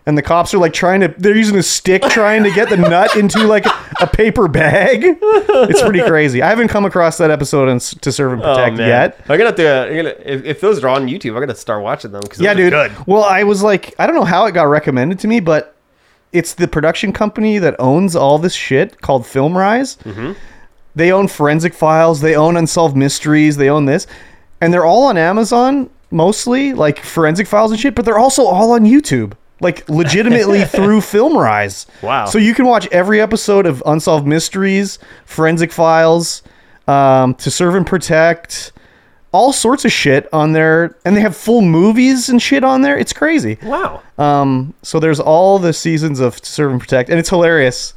C: And the cops are like trying to, they're using a stick trying to get the nut into like a paper bag. It's pretty crazy. I haven't come across that episode on, S- to serve and
D: Oh,
C: protect
D: man.
C: yet.
D: I'm gonna have to. I'm gonna, if, if those are on YouTube, I'm gonna start watching them because
C: yeah, dude.
D: Good.
C: Well, I was like, I don't know how it got recommended to me, but it's the production company that owns all this shit called FilmRise.
D: Mm-hmm.
C: They own Forensic Files. They own Unsolved Mysteries. They own this, and they're all on Amazon mostly, like Forensic Files and shit. But they're also all on YouTube, like legitimately through FilmRise.
D: Wow.
C: So you can watch every episode of Unsolved Mysteries, Forensic Files, um, To Serve and Protect, all sorts of shit on there, and they have full movies and shit on there. It's crazy.
D: Wow.
C: Um, so there's all the seasons of To Serve and Protect, and it's hilarious.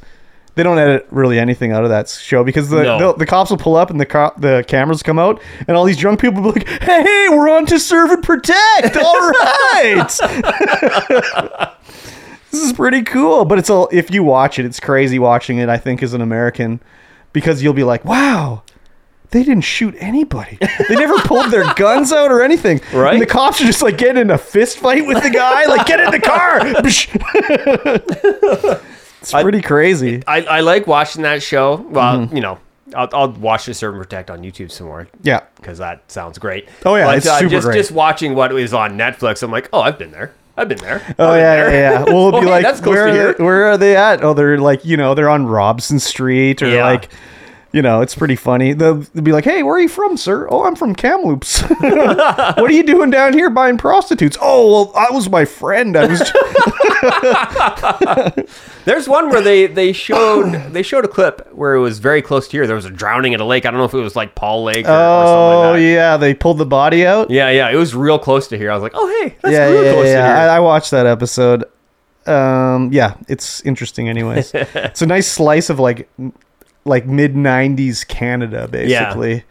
C: They don't edit really anything out of that show because the
D: No.
C: they'll- the cops will pull up and the co- the cameras come out, and all these drunk people will be like, "Hey, we're on To Serve and Protect, all right." this is pretty cool, but it's all if you watch it, it's crazy watching it. I think as an American, because you'll be like, "Wow." They didn't shoot anybody. They never pulled their guns out or anything.
D: Right.
C: And the cops are just like getting in a fist fight with the guy. Like, get in the car. Psh. It's pretty crazy.
D: I, I like watching that show. Well,
C: Mm-hmm.
D: you know, I'll, I'll watch the Serve and Protect on YouTube some more
C: yeah.
D: because that sounds great.
C: Oh, yeah, it's super
D: just,
C: great.
D: Just watching what is on Netflix, I'm like, oh, I've been there. I've been there.
C: Oh yeah, yeah, yeah. Well, it'll be
D: Okay,
C: like,
D: that's close
C: where
D: to
C: are,
D: here.
C: they, where are they at? Oh, they're like, you know, they're on Robson Street or
D: Yeah.
C: like, you know, it's pretty funny. They'll, they'll be like, hey, where are you from, sir? Oh, I'm from Kamloops. what are you doing down here buying prostitutes? Oh, well, I was my friend. I was.
D: There's one where they they showed they showed a clip where it was very close to here. There was a drowning in a lake. I don't know if it was like Paul Lake or, or something
C: oh
D: like that.
C: yeah, they pulled the body out.
D: Yeah, yeah, it was real close to here. I was like, oh hey, that's
C: yeah,
D: real
C: yeah,
D: close
C: yeah.
D: to here.
C: I, I watched that episode. Um, yeah, it's interesting. Anyways, it's a nice slice of like, m- like mid '90s Canada, basically.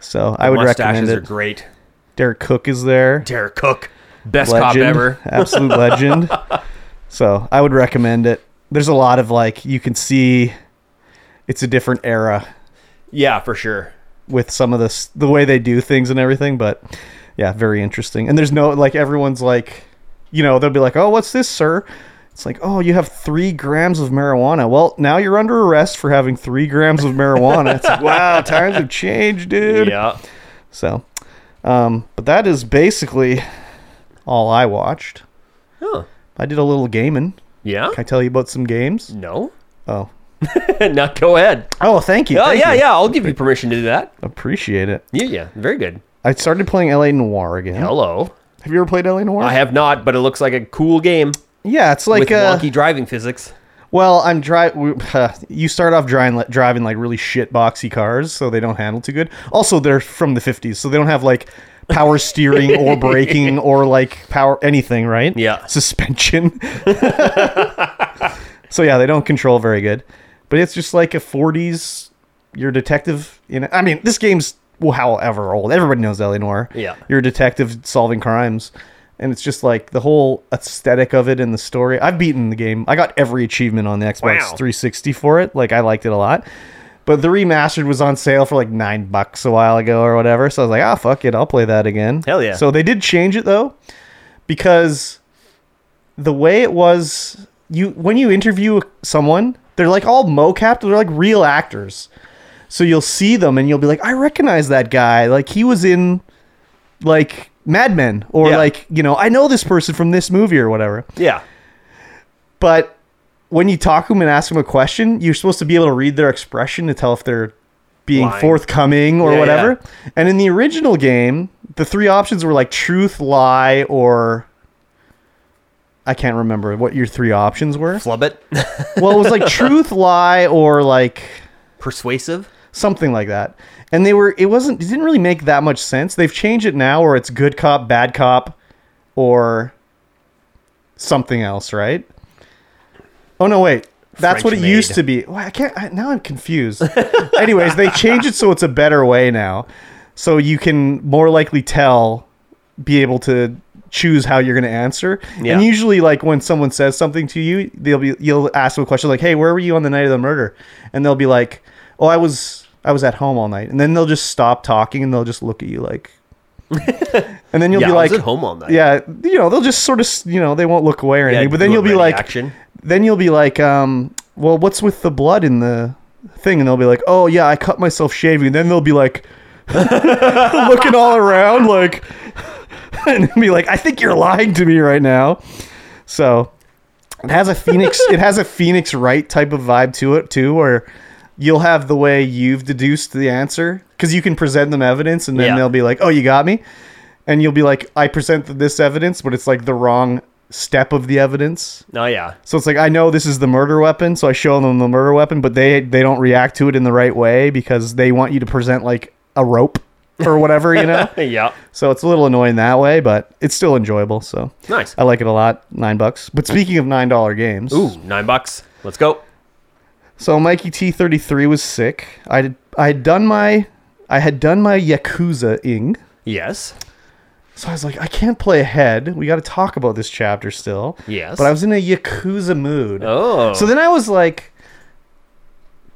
C: So I would recommend
D: Mustaches
C: it.
D: are great.
C: Derek Cook is there.
D: Derek Cook, best
C: legend,
D: cop ever.
C: absolute legend. So I would recommend it. There's a lot of like you can see, it's a different era
D: Yeah, for sure.
C: with some of this the way they do things and everything. But yeah, very interesting. And there's no like everyone's like, you know, they'll be like, oh, what's this, sir? It's like, oh, you have three grams of marijuana. Well, now you're under arrest for having three grams of marijuana. It's like, wow, times have changed, dude.
D: Yeah.
C: So, um, but that is basically all I watched.
D: Huh.
C: I did a little gaming.
D: Yeah.
C: Can I tell you about some games?
D: No.
C: Oh,
D: no. Go ahead.
C: oh, thank you.
D: Oh
C: thank
D: yeah,
C: you.
D: yeah. I'll give you permission to do that.
C: Appreciate it.
D: Yeah, yeah. Very good.
C: I started playing LA Noir again.
D: Hello.
C: Have you ever played LA Noir?
D: I have not, but it looks like a cool game
C: Yeah, it's like
D: with
C: uh,
D: wonky driving physics.
C: well, I'm driving. you start off driving driving like really shit boxy cars, so they don't handle too good. Also, they're from the 50s, so they don't have like power steering or braking or like power anything, right?
D: Yeah.
C: suspension. so yeah, they don't control very good, but it's just like a 40s. You're a detective. You know, I mean, this game's well, however old. Everybody knows L.A. Noir.
D: Yeah.
C: you're a detective solving crimes, and it's just like the whole aesthetic of it and the story. I've beaten the game. I got every achievement on the Xbox
D: Wow.
C: 360 for it. Like I liked it a lot. But the remastered was on sale for like nine bucks a while ago or whatever. So I was like, ah, fuck it, I'll play that again.
D: Hell yeah.
C: So they did change it though, because the way it was, you when you interview someone, they're like all mocapped. They're like real actors. So you'll see them and you'll be like, I recognize that guy. Like he was in like Mad Men or
D: Yeah.
C: like you know I know this person from this movie or whatever
D: Yeah.
C: but when you talk to them and ask them a question, you're supposed to be able to read their expression to tell if they're being
D: Lying.
C: forthcoming or
D: Yeah,
C: whatever. And in the original game, the three options were like truth, lie, or I can't remember what your three options were.
D: Flub it.
C: well, it was like truth, lie, or like
D: Persuasive.
C: something like that. And they were it wasn't it didn't really make that much sense. They've changed it now where it's good cop, bad cop, or something else, right? Oh no, wait. That's
D: French
C: what it
D: maid.
C: used to be. Well, I can't I, now I'm confused. Anyways, they changed it so it's a better way now. So you can more likely tell be able to choose how you're going to answer.
D: Yeah.
C: And usually, like when someone says something to you, they'll be you'll ask them a question like, "Hey, where were you on the night of the murder?" And they'll be like, "Oh, I was I was at home all night." And then they'll just stop talking and they'll just look at you like, and then you'll
D: Yeah,
C: be
D: I was
C: like,
D: at home all night.
C: "Yeah, you know, they'll just sort of s- you know they won't look away or anything." but then
D: do a
C: you'll be
D: ready
C: like,
D: action.
C: then you'll be like, um, well, what's with the blood in the thing? And they'll be like, oh yeah, I cut myself shaving. then they'll be like, looking all around, like, and be like, I think you're lying to me right now. So it has a phoenix. it has a phoenix right type of vibe to it too, where you'll have the way you've deduced the answer because you can present them evidence, and then
D: Yeah.
C: they'll be like, oh, you got me and you'll be like, I present this evidence, but it's like the wrong step of the evidence.
D: Oh yeah.
C: So it's like I know this is the murder weapon, so I show them the murder weapon, but they they don't react to it in the right way because they want you to present like a rope or whatever, you know.
D: Yeah.
C: So it's a little annoying that way, but it's still enjoyable. So
D: Nice.
C: I like it a lot. Nine bucks. But speaking of nine dollar games,
D: Ooh, nine bucks. Let's go.
C: so Mikey T thirty three was sick. I did, I had done my I had done my Yakuza ing.
D: Yes.
C: So I was like, I can't play ahead. We got to talk about this chapter still.
D: Yes.
C: But I was in a Yakuza mood.
D: Oh.
C: So then I was like,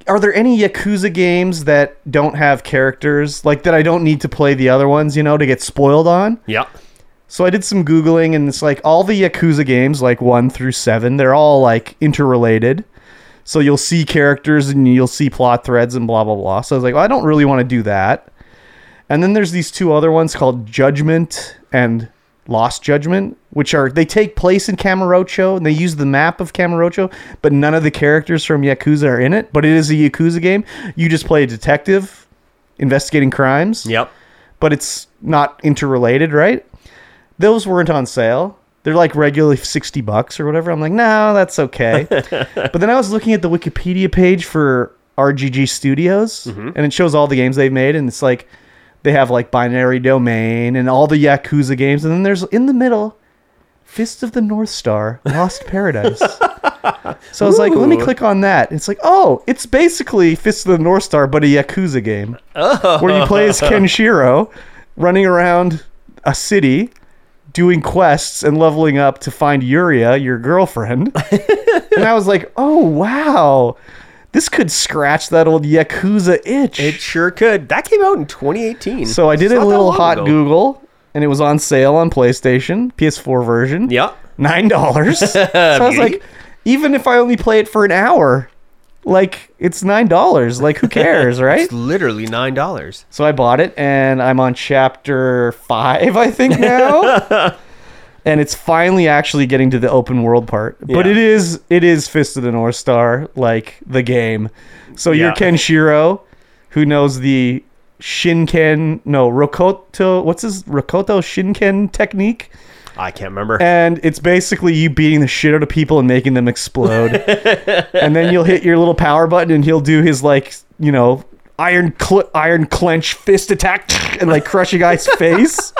C: are there any Yakuza games that don't have characters? Like, that I don't need to play the other ones, you know, to get spoiled on?
D: Yeah.
C: So I did some Googling, and it's like all the Yakuza games, like one through seven, they're all like interrelated. So you'll see characters and you'll see plot threads and blah blah blah. So I was like, well, I don't really want to do that. And then there's these two other ones called Judgment and Lost Judgment, which are they take place in Camarocho and they use the map of Camarocho, but none of the characters from Yakuza are in it. But it is a Yakuza game. You just play a detective investigating crimes
D: Yep.
C: but it's not interrelated, right? Those weren't on sale. They're like regularly 60 bucks or whatever. I'm like, no, that's okay. but then I was looking at the Wikipedia page for RGG Studios, and it shows all the games they've made, and it's like they have like Binary Domain and all the Yakuza games, and then there's in the middle Fist of the North Star, Lost Paradise. so I was like, let me
D: Ooh.
C: click on that. It's like, oh, it's basically Fist of the North Star, but a Yakuza game
D: Oh.
C: where you play as Kenshiro running around a city doing quests and leveling up to find Yuria, your girlfriend. and I was like, oh, wow. This could scratch that old Yakuza itch.
D: It sure could. That came out in 2018.
C: so I did
D: It's
C: a
D: not that
C: little
D: long
C: hot
D: ago.
C: Google and it was on sale on PlayStation, PS4 version.
D: Yep.
C: Nine dollars. so I was
D: Beauty.
C: like, even if I only play it for an hour, like it's nine dollars. Like who cares, right?
D: It's literally nine dollars.
C: So I bought it, and I'm on chapter five, I think now. and it's finally actually getting to the open world part. But
D: Yeah.
C: it is it is Fist of the North Star, like the game. So you're
D: Yeah.
C: Kenshiro, who knows the Shinken, no Rokoto. What's his Rokoto Shinken technique?
D: I can't remember.
C: and it's basically you beating the shit out of people and making them explode. and then you'll hit your little power button, and he'll do his like you know iron cl- iron clench fist attack and like crush a guy's face.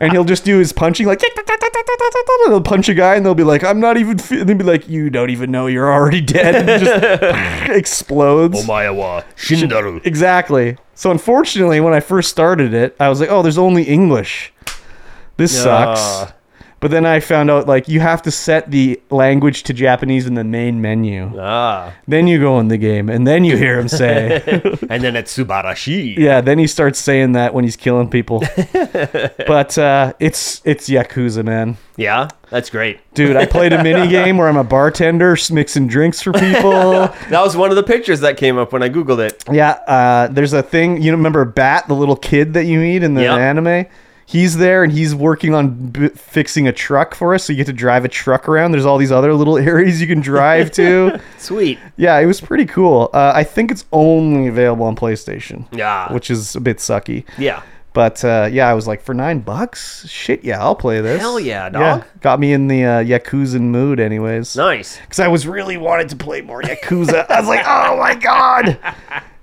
C: And he'll just do his punching, like and he'll punch a guy, and they'll be like, "I'm not even." Fe-. And they'll be like, "You don't even know you're already dead." And it just explodes.
D: Oh Omayawa Shindaru.
C: Exactly. So unfortunately, when I first started it, I was like, "Oh, there's only English. This
D: Yeah.
C: sucks." But then I found out like you have to set the language to Japanese in the main menu.
D: Ah,
C: Then you go in the game, and then you hear him say,
D: and then it's Subarashi.
C: "Yeah." Then he starts saying that when he's killing people. but uh, it's it's yakuza, man.
D: Yeah, that's great.
C: Dude, I played a mini game where I'm a bartender s- mixing drinks for people.
D: That was one of the pictures that came up when I googled it.
C: Yeah, uh, there's a thing. You remember Bat, the little kid that you meet in the
D: Yeah.
C: anime? He's there and he's working on b- fixing a truck for us. So you get to drive a truck around. There's all these other little areas you can drive to.
D: Sweet.
C: yeah, it was pretty cool. Uh, I think it's only available on PlayStation.
D: Yeah.
C: Which is a bit sucky.
D: Yeah.
C: But uh, yeah, I was like, for nine bucks? Shit, yeah, I'll play this.
D: Hell yeah, dog.
C: got me in the uh, Yakuza mood, anyways
D: Nice.
C: because I was really wanted to play more Yakuza. I was like, oh my god,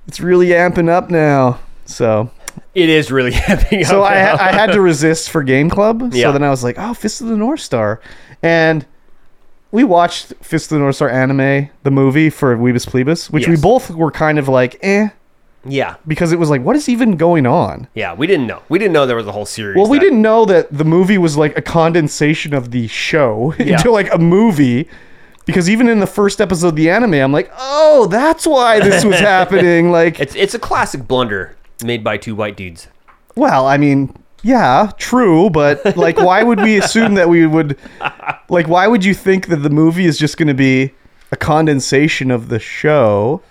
C: it's really amping up now. So,
D: It is really happy.
C: so I, ha- I had to resist for Game Club.
D: Yeah.
C: So then I was like, oh, Fist of the North Star, and we watched Fist of the North Star anime, the movie for Weebus Plebus, which we
D: Yes.
C: both were kind of like, eh,
D: yeah.
C: because it was like, what is even going on?
D: Yeah. We didn't know. We didn't know there was a whole series.
C: Well, we
D: that-
C: didn't know that the movie was like a condensation of the show into like a movie. Because even in the first episode of the anime, I'm like, oh, that's why this was happening. Like,
D: It's it's a classic blunder made by two white dudes.
C: well, I mean, yeah, true, but like, why would we assume that we would, like, why would you think that the movie is just going to be a condensation of the show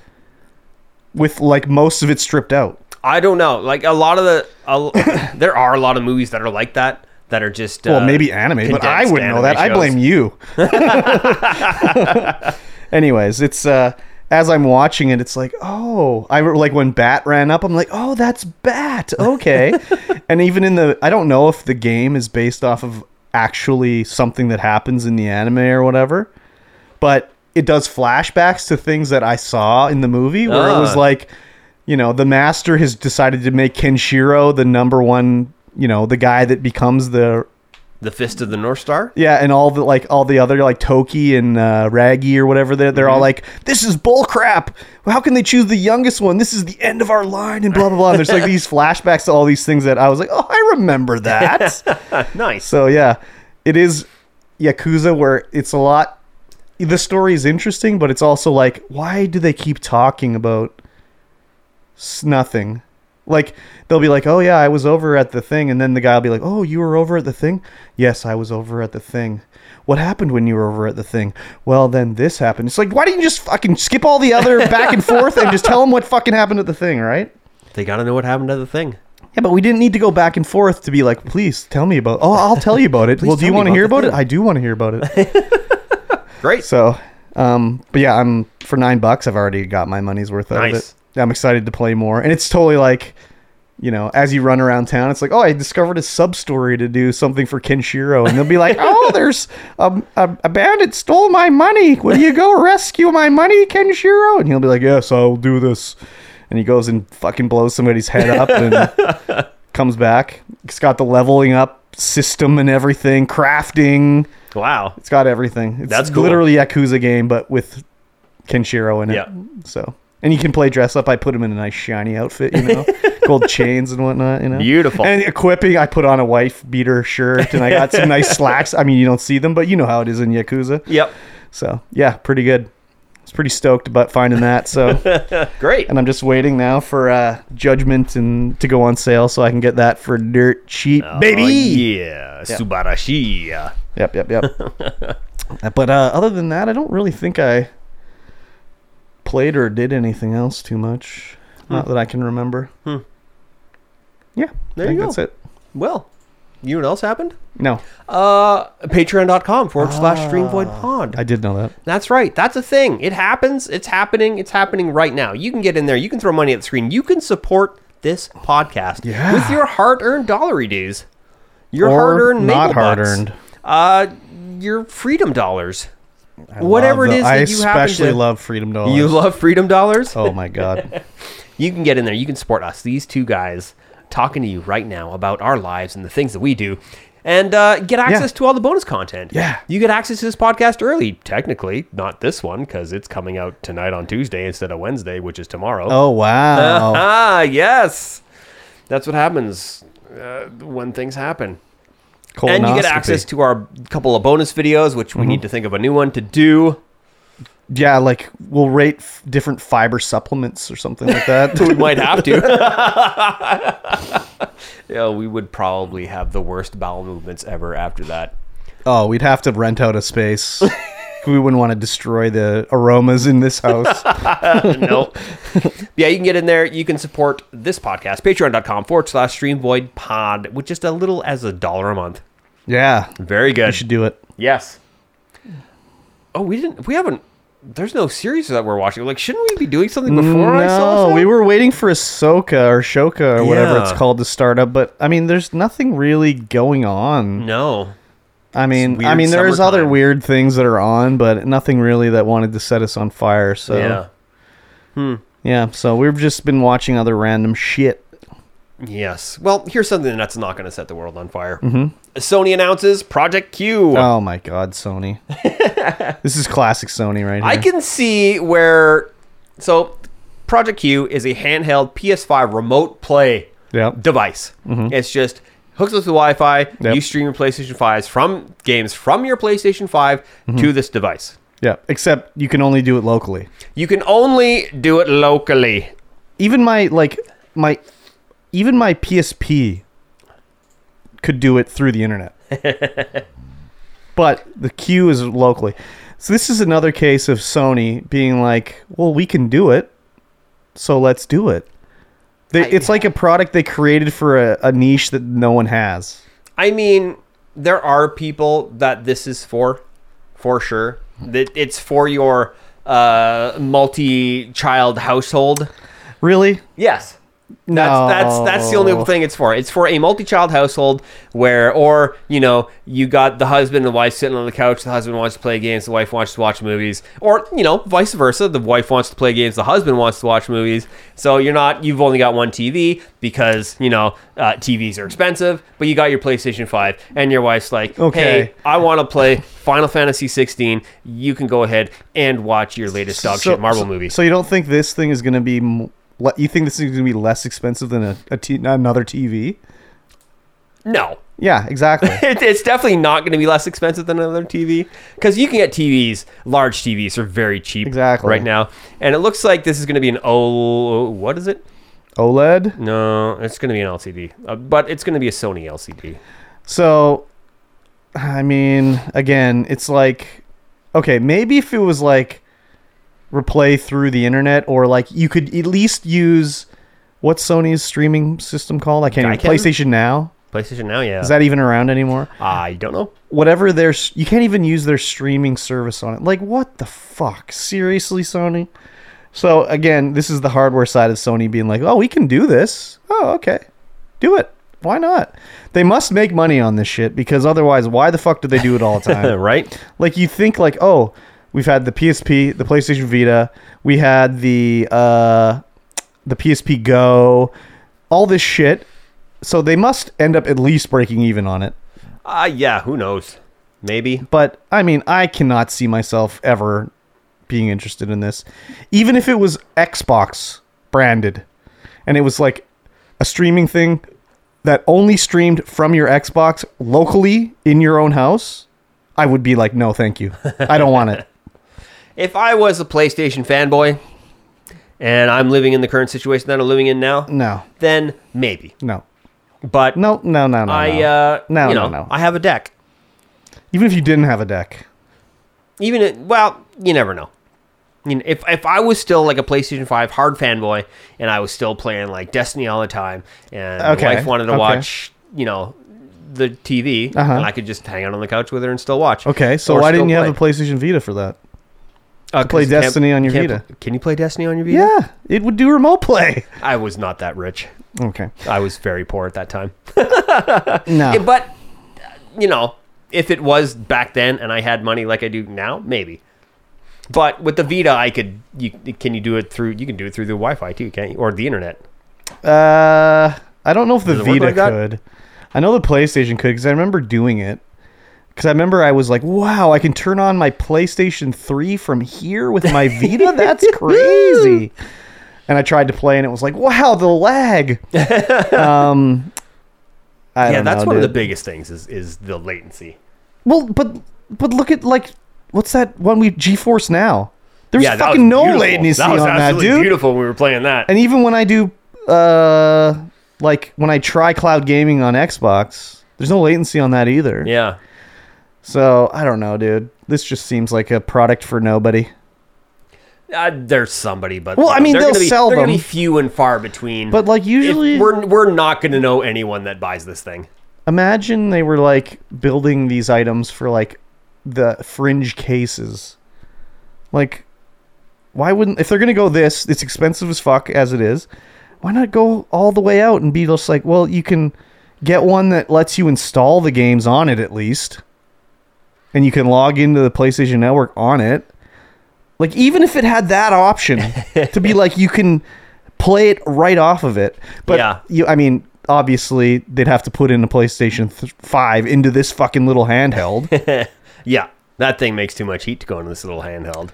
C: with like most of it stripped out?
D: I don't know. Like a lot of the, a l- there are a lot of movies that are like that. That are just uh,
C: Well, maybe anime, but I
D: condensed
C: wouldn't know
D: anime
C: that. I
D: shows.
C: blame you. Anyways, it's uh as I'm watching it, it's like, oh, I re- like when Bat ran up. I'm like, oh, that's Bat. Okay, and even in the, I don't know if the game is based off of actually something that happens in the anime or whatever, but it does flashbacks to things that I saw in the movie where it was
D: Ah.
C: like, you know, the master has decided to make Kenshiro the number one, you know, the guy that becomes the
D: the Fist of the North Star.
C: yeah, and all the like all the other like Toki and uh, Raggy or whatever they're they're all like, This is bull crap. How can they choose the youngest one? This is the end of our line and blah blah blah. And there's like these flashbacks to all these things that I was like, Oh, I remember that.
D: Nice.
C: so yeah. It is Yakuza where it's a lot the story is interesting, but it's also like, why do they keep talking about s- nothing? Like they'll be like, "Oh yeah, I was over at the thing," and then the guy'll be like, "Oh, you were over at the thing?" "Yes, I was over at the thing." "What happened when you were over at the thing?" "Well, then this happened." It's like, why didn't you just fucking skip all the other back and forth and just tell them what fucking happened at the thing, right?
D: They got to know what happened to the thing.
C: Yeah, but we didn't need to go back and forth to be like, "Please tell me about." "Oh, I'll tell you about it." well, do
D: tell
C: you
D: me
C: want to
D: about
C: hear
D: the
C: about it?
D: thing.
C: I do want to hear about it.
D: Great.
C: So, um, but yeah, I'm for nine bucks. I've already got my money's worth out
D: Nice.
C: of it. I'm excited to play more, and it's totally like, you know, as you run around town, it's like, oh, I discovered a sub story to do something for Kenshiro, and they'll be like, oh, there's a, a, a bandit stole my money. Will you go rescue my money, Kenshiro? And he'll be like, yes, I'll do this, and he goes and fucking blows somebody's head up and comes back. It's got the leveling up system and everything, crafting.
D: wow.
C: It's got everything. It's
D: That's cool.
C: literally a Yakuza game, but with Kenshiro in it.
D: Yeah.
C: So, and you can play dress up. I put him in a nice shiny outfit, you know, gold chains and whatnot, you know.
D: Beautiful.
C: And equipping, I put on a wife beater shirt and I got some nice slacks. I mean, you don't see them, but you know how it is in Yakuza.
D: Yep.
C: So, yeah, pretty good. I was pretty stoked about finding that. So,
D: Great.
C: and I'm just waiting now for uh, Judgment and to go on sale so I can get that for dirt cheap, baby.
D: Oh, yeah. Subarashi.
C: Yep, yep, yep. Uh, but uh, other than that, I don't really think I played or did anything else too much.
D: Hmm.
C: Not that I can remember. Yeah,
D: There
C: I think
D: you go.
C: that's it.
D: Well, you know what else happened?
C: No,
D: Uh, Patreon.com forward slash
C: Ah.
D: StreamVoid Pod.
C: I did know that.
D: That's right. That's a thing. It happens. It's happening. It's happening right now. You can get in there. You can throw money at the screen. You can support this podcast
C: Yeah.
D: with your hard-earned dollar dues, your
C: Or
D: hard-earned
C: not
D: Maple
C: hard-earned.
D: bucks, uh, your freedom dollars, whatever
C: Love
D: it
C: the-
D: is
C: I
D: that you happen
C: especially
D: to.
C: love Freedom Dollars.
D: you love freedom dollars.
C: oh my god,
D: You can get in there. You can support us. These two guys talking to you right now about our lives and the things that we do. And uh, get access to all the bonus content.
C: Yeah.
D: You get access to this podcast early, technically, not this one, because it's coming out tonight on Tuesday instead of Wednesday, which is tomorrow.
C: oh wow,
D: Ah, yes. That's what happens uh, when things happen. And you get
C: Colonoscopy.
D: access to our couple of bonus videos, which
C: Mm-hmm.
D: we need to think of a new one to do.
C: yeah, like we'll rate f- different fiber supplements or something like that.
D: we might have to. yeah, we would probably have the worst bowel movements ever after that.
C: Oh, we'd have to rent out a space. we wouldn't want to destroy the aromas in this house.
D: no. yeah, you can get in there. You can support this podcast, patreon.com forward slash stream void pod, with just a little as a dollar a month.
C: yeah,
D: Very good.
C: we should do it.
D: yes. Oh, we didn't, we haven't, there's no series that we're watching. Like, shouldn't we be doing something before I saw
C: No,
D: that?
C: we were waiting for Ahsoka or Shoka or whatever it's
D: Yeah.
C: called to start up, but I mean, there's nothing really going on.
D: No.
C: I mean, I
D: weird
C: mean, there's other
D: summertime.
C: weird things that are on, but nothing really that wanted to set us on fire. So
D: Yeah.
C: yeah, so we've just been watching other random shit.
D: Yes. Well, here's something that's not going to set the world on fire. Sony announces Project Q. I
C: Oh my god, Sony! this is classic Sony right here.
D: can see where. So, Project Q is a handheld PS5 remote play
C: Yep.
D: device. It's just hooks up to Wi Fi.
C: Yep.
D: You stream your PlayStation 5s from games from your PlayStation 5 to this device.
C: yeah, except you can only do it locally.
D: You can only do it locally.
C: even my like my even my PSP could do it through the internet. but the queue is locally. So this is another case of Sony being like, "Well, we can do it, so let's do it." They, it's like a product they created for a, a niche that no one has.
D: I mean, there are people that this is for, for sure. That it's for your uh, multi-child household.
C: Really?
D: Yes. That's, that's that's the only thing it's for. It's for a multi-child household where, or you know, you got the husband and wife sitting on the couch. The husband wants to play games. The wife wants to watch movies, or you know, vice versa. The wife wants to play games. The husband wants to watch movies. So you're not. You've only got one TV because you know uh, TVs are expensive. But you got your PlayStation Five, and your wife's like,
C: Okay.
D: "Hey, I want to play Final Fantasy 16. You can go ahead and watch your latest dog shit Marvel movie."
C: So you don't think this thing is going to be? m- le- You think this is going to be less expensive than a, a t- another TV?
D: no,
C: Yeah, exactly.
D: it, it's definitely not going to be less expensive than another TV because you can get TVs, large TVs, are very cheap
C: Exactly.
D: right now. And it looks like this is going to be an oh, what is it?
C: OLED.
D: No, it's going to be an LCD, uh, but it's going to be a Sony LCD.
C: So, I mean, again, it's like, okay, maybe if it was like replay through the internet, or like you could at least use what's Sony's streaming system called? I can't. Uh, Even,
D: Gaiken?
C: PlayStation Now
D: PlayStation Now, yeah.
C: is that even around anymore?
D: I don't know.
C: Whatever their s- you can't even use their streaming service on it. Like, what the fuck? Seriously, Sony. So again, this is the hardware side of Sony being like, oh, we can do this. Oh, okay, do it. Why not? They must make money on this shit because otherwise, why the fuck do they do it all the time?
D: Uh, right?
C: like you think like oh we've had the psp the playstation vita we had the uh the psp go all this shit so they must end up at least breaking even on it
D: Uh, yeah, who knows? Maybe.
C: but i mean i cannot see myself ever being interested in this even if it was xbox branded and it was like a streaming thing that only streamed from your xbox locally in your own house i would be like no thank you i don't want it
D: If I was a PlayStation fanboy and I'm living in the current situation that I'm living in now,
C: no
D: then maybe.
C: No.
D: But
C: No, no, no, no.
D: I,
C: no.
D: uh,
C: No,
D: you
C: no,
D: know,
C: no.
D: I have a deck.
C: Even if you didn't have a deck.
D: even it, well, you never know. I mean, if if I was still like a PlayStation Five hard fanboy and I was still playing like Destiny all the time, and
C: Okay,
D: my wife wanted to
C: okay.
D: watch, you know, the TV,
C: Uh-huh.
D: and I could just hang out on the couch with her and still watch.
C: Okay, so
D: Or
C: why
D: still
C: didn't you have a
D: play.
C: PlayStation Vita for that?
D: Uh, 'cause
C: play
D: you can't-
C: Destiny on your
D: can't
C: Vita?
D: pl- Can you play Destiny on your Vita?
C: Yeah, it would do remote play.
D: I was not that rich.
C: Okay.
D: I was very poor at that time.
C: No.
D: Eh, But uh, you know, if it was back then and I had money like I do now, maybe. But with the Vita, I could. You can you do it through? You can do it through the Wi-Fi too, can't you? Or the internet.
C: uh, I don't know if the
D: Does it work
C: Vita
D: like that?
C: could. I know the PlayStation could because I remember doing it. Because I remember I was like, wow, I can turn on my PlayStation 3 from here with my Vita? That's crazy. And I tried to play and it was like, wow, the lag. um, I
D: yeah,
C: don't
D: that's
C: know,
D: one of
C: dude.
D: the biggest things is is the latency.
C: Well, but but look at like what's that one we GeForce now? There's
D: yeah, that was
C: fucking no
D: beautiful.
C: latency
D: that was
C: on that,
D: absolutely
C: dude.
D: Beautiful when we were playing that.
C: And even when I do uh like when I try cloud gaming on Xbox, there's no latency on that either.
D: yeah,
C: So I don't know, dude. This just seems like a product for nobody.
D: uh, there's somebody, but
C: Well, I mean,
D: they're
C: they'll
D: gonna be,
C: sell
D: they're Gonna be
C: them.
D: few and far between.
C: But like
D: If-
C: usually
D: we're we're not gonna know anyone that buys this thing.
C: imagine they were like building these items for like the fringe cases like why wouldn't if they're gonna go this it's expensive as fuck as it is why not go all the way out and be just like well you can get one that lets you install the games on it at least and you can log into the playstation network on it like even if it had that option to be like you can play it right off of it but
D: Yeah.
C: you i mean obviously they'd have to put in a playstation th- 5 into this fucking little handheld
D: Yeah, that thing makes too much heat to go into this little handheld.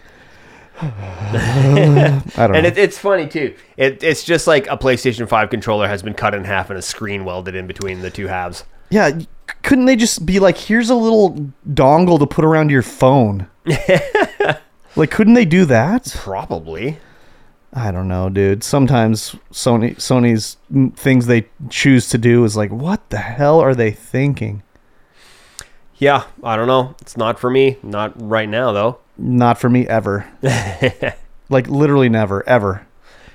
C: i don't
D: And
C: know
D: it, it's funny too. It, it's just like a PlayStation 5 controller has been cut in half and a screen welded in between the two halves.
C: Yeah, c- couldn't they just be like, here's a little dongle to put around your phone? like, couldn't they do that?
D: Probably.
C: I don't know, dude. Sometimes Sony Sony's mm, things they choose to do is like, what the hell are they thinking?
D: Yeah, I don't know. It's not for me. Not right now though.
C: Not for me ever. like literally never ever.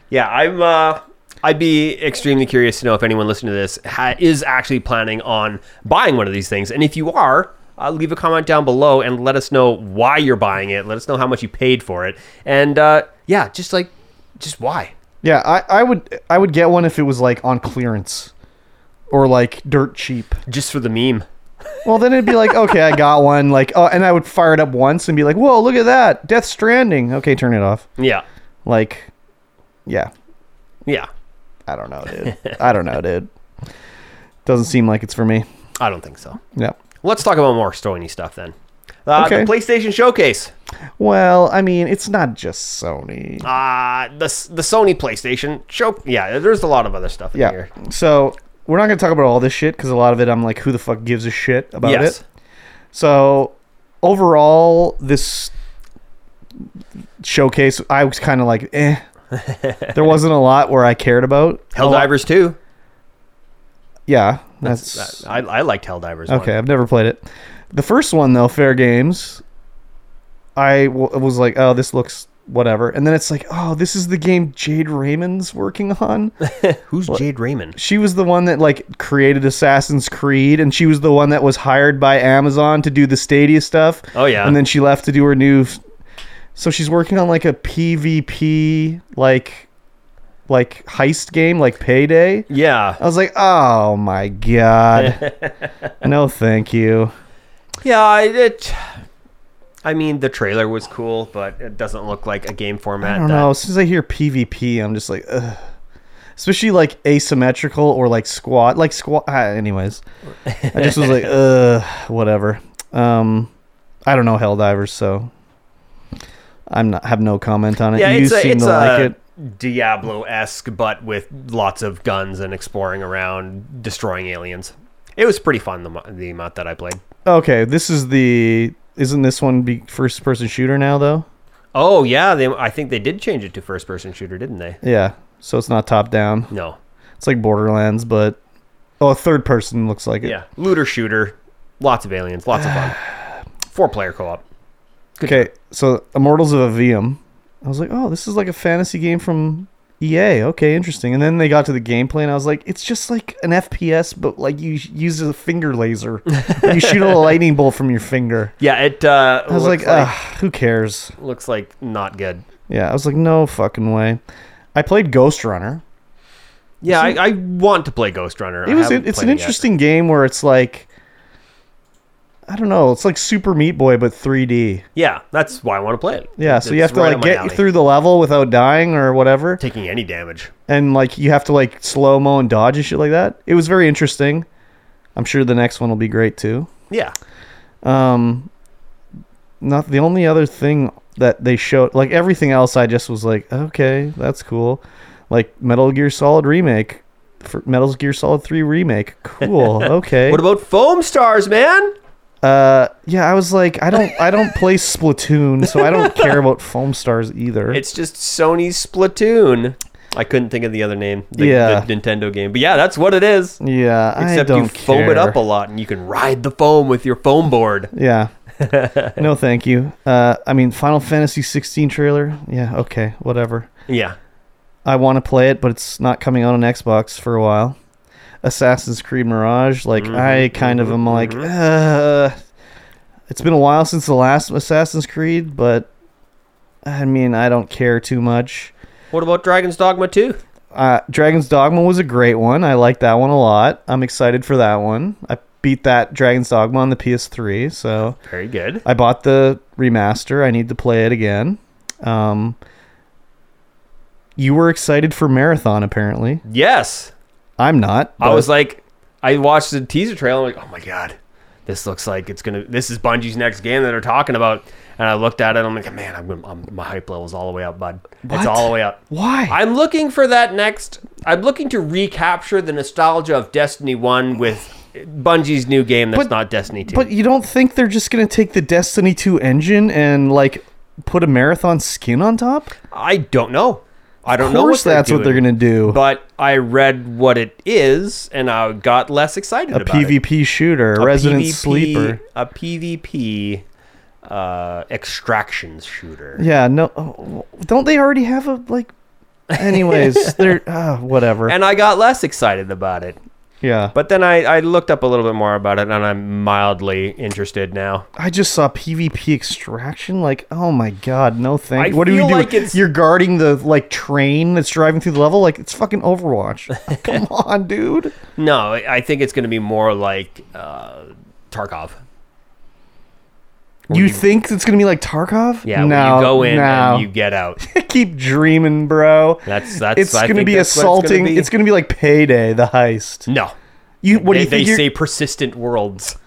D: Yeah, I'm. Uh, I'd be extremely curious to know if anyone listening to this ha- is actually planning on buying one of these things. And if you are, uh, leave a comment down below and let us know why you're buying it. Let us know how much you paid for it. And uh, yeah, just like, just why?
C: Yeah, I, I would I would get one if it was like on clearance or like dirt cheap.
D: Just for the meme.
C: Well, then it'd be like, okay, I got one. Like, oh, and I would fire it up once and be like, whoa, look at that, Death Stranding. Okay, turn it off.
D: Yeah,
C: Like, yeah,
D: yeah.
C: I don't know, dude. I don't know, dude. Doesn't seem like it's for me.
D: I don't think so.
C: Yeah.
D: Let's talk about more Sony stuff then. Uh,
C: Okay.
D: The PlayStation Showcase.
C: Well, I mean, it's not just Sony.
D: Uh, the the Sony PlayStation Show. Yeah, there's a lot of other stuff in
C: Yeah.
D: here.
C: So we're not gonna talk about all this shit because a lot of it, I'm like, who the fuck gives a shit about
D: yes.
C: it? So overall, this showcase, I was kind of like, eh. there wasn't a lot where I cared about.
D: Helldivers too.
C: Yeah, that's,
D: That's, I, I liked Helldivers.
C: okay. I've never played it. The first one though, Fair Games. I w- was like, oh, this looks whatever, and then it's like, oh, this is the game Jade Raymond's working on.
D: One. Who's Jade Raymond?
C: she was the one that like created Assassin's Creed, and she was the one that was hired by Amazon to do the Stadia stuff.
D: Oh, yeah.
C: and then she left to do her new. f- So she's working on like a PvP like like heist game, like Payday.
D: Yeah.
C: I was like, oh my god, no, thank you.
D: Yeah. I- It. I mean, the trailer was cool, but it doesn't look like a game format.
C: I don't
D: that,
C: know. As soon as I hear PvP, I'm just like, ugh. Especially like asymmetrical or like squat, like squat. Ah, anyways, I just was like, ugh, whatever. Um, I don't know Helldivers, so I'm not have no comment on it.
D: Yeah,
C: you
D: it's a,
C: seem
D: it's
C: to
D: a
C: like it.
D: Diablo esque, but with lots of guns and exploring around, destroying aliens. It was pretty fun the, mo- the amount that I played.
C: Okay, this is the. Isn't this one be first person shooter now though?
D: Oh yeah, they, I think they did change it to first person shooter, didn't they?
C: Yeah, so it's not top down.
D: No.
C: It's like Borderlands, but oh, third person looks like it.
D: Yeah, looter shooter, lots of aliens, lots of fun. Four player co op.
C: Okay, so Immortals of Avium. I was like, oh, this is like a fantasy game from EA. Okay, interesting. And then they got to the gameplay, and I was like, it's just like an FPS, but like you sh- use a finger laser. you shoot a lightning bolt from your finger.
D: Yeah, it. Uh,
C: I was
D: looks
C: like, Ugh, who cares?
D: looks like not good.
C: Yeah, I was like, no fucking way. I played Ghost Runner.
D: Yeah, I, I want to play Ghost Runner. I
C: It was
D: haven't
C: it's
D: played
C: an
D: it yet.
C: interesting game where it's like I don't know, it's like Super Meat Boy but 3D.
D: Yeah, that's why I want to play it.
C: Yeah, so you
D: It's
C: have to
D: right
C: like
D: up my
C: get
D: alley.
C: through the level without dying or whatever.
D: taking any damage.
C: and like you have to like slow mo and dodge and shit like that. It was very interesting. I'm sure the next one will be great too.
D: Yeah,
C: Um, not the only other thing that they showed, like everything else, I just was like, okay, that's cool. Like Metal Gear Solid remake, for Metal Gear Solid Three remake, cool. Okay.
D: What about Foam Stars, man?
C: uh, yeah, I was like, I don't, I don't play Splatoon, so I don't care about Foam Stars either.
D: It's just Sony's Splatoon. I couldn't think of the other name. The,
C: Yeah.
D: the Nintendo game. But yeah, that's what it is.
C: yeah, I
D: Except
C: don't
D: you foam
C: care.
D: it up a lot and you can ride the foam with your foam board.
C: Yeah. no, thank you. Uh, I mean, Final Fantasy 16 trailer. Yeah, okay, whatever.
D: Yeah.
C: I want to play it, but it's not coming out on Xbox for a while. Assassin's Creed Mirage. Like, I kind of am like, uh, it's been a while since the last Assassin's Creed, but I mean, I don't care too much.
D: What about Dragon's Dogma 2?
C: Uh, Dragon's Dogma was a great one. I like that one a lot. I'm excited for that one. I beat that Dragon's Dogma on the PS3, so.
D: Very good.
C: I bought the remaster. I need to play it again. Um, you were excited for Marathon, apparently.
D: Yes.
C: I'm not.
D: I was like, I watched the teaser trailer. I'm like, oh my god, this looks like it's gonna. This is Bungie's next game that they're talking about. And I looked at it. I'm like, man, I'm, gonna- I'm my hype level's all the way up, bud. It's
C: What?
D: all the way up.
C: Why?
D: I'm looking for that next. I'm looking to recapture the nostalgia of Destiny One with Bungie's new game that's
C: But-
D: not Destiny Two.
C: but you don't think they're just gonna take the Destiny 2 engine and like put a Marathon skin on top?
D: I don't know. I don't
C: Of
D: know.
C: course,
D: what
C: that's what they're
D: doing,
C: gonna do.
D: But I read what it is, and I got less excited
C: a
D: about it.
C: PvP shooter,
D: a
C: Resident
D: PvP
C: Sleeper.
D: A PvP uh, extractions shooter.
C: Yeah, no. oh, Don't they already have a like? Anyways, they're uh, whatever.
D: And I got less excited about it.
C: yeah,
D: But then I, I looked up a little bit more about it and I'm mildly interested now.
C: I just saw PvP extraction. Like, oh my god, no thank.
D: I
C: what do you
D: feel
C: do?
D: like it's-
C: You're guarding the like train that's driving through the level. Like, it's fucking Overwatch. Come on, dude.
D: No, I I think it's going to be more like uh, Tarkov.
C: You think it's gonna be like Tarkov?
D: Yeah,
C: no,
D: when you go in
C: no.
D: and you get out.
C: keep dreaming, bro.
D: That's that's.
C: It's
D: I
C: gonna
D: think
C: be
D: that's what
C: assaulting.
D: It's
C: It's gonna be like Payday, the heist.
D: gonna be. no.
C: You what
D: they,
C: do you think?
D: they
C: you're-
D: say persistent worlds.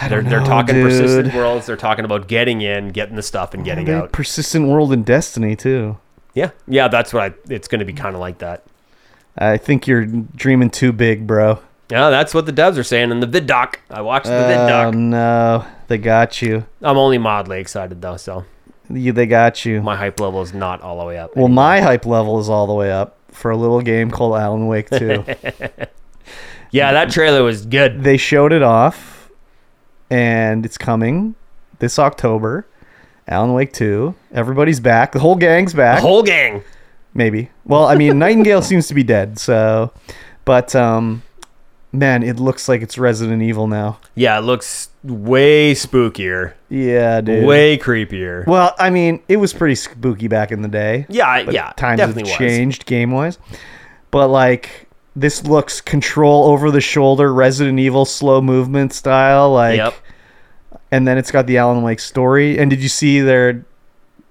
D: They're,
C: don't
D: they're
C: know,
D: talking persistent
C: dude.
D: worlds. They're talking about getting in, getting the stuff, and getting
C: They
D: out.
C: persistent world in Destiny too.
D: Yeah, yeah, that's what I. It's going to be kind of like that.
C: I think you're dreaming too big, bro.
D: Yeah, that's what the devs are saying in the vid doc. I watched the vid
C: Oh
D: doc.
C: no, they got you.
D: I'm only mildly excited though, so
C: You, they got you.
D: My hype level is not all the way up.
C: well, my hype level is all the way up for a little game called Alan Wake 2.
D: yeah, that trailer was good.
C: they showed it off, and it's coming this October. Alan Wake 2. Everybody's back. The whole gang's
D: The
C: back.
D: whole gang.
C: Maybe. Well, I mean, Nightingale seems to be dead, so. But, um, man, it looks like it's Resident Evil now.
D: Yeah, it looks way spookier,
C: Yeah, dude.
D: way creepier.
C: Well, I mean, it was pretty spooky back in the day.
D: yeah, I-
C: but
D: yeah,
C: times have
D: definitely was.
C: changed game wise. But like this looks control over the shoulder, Resident Evil slow movement style, like
D: Yep.
C: and then it's got the Alan Wake story. And did you see their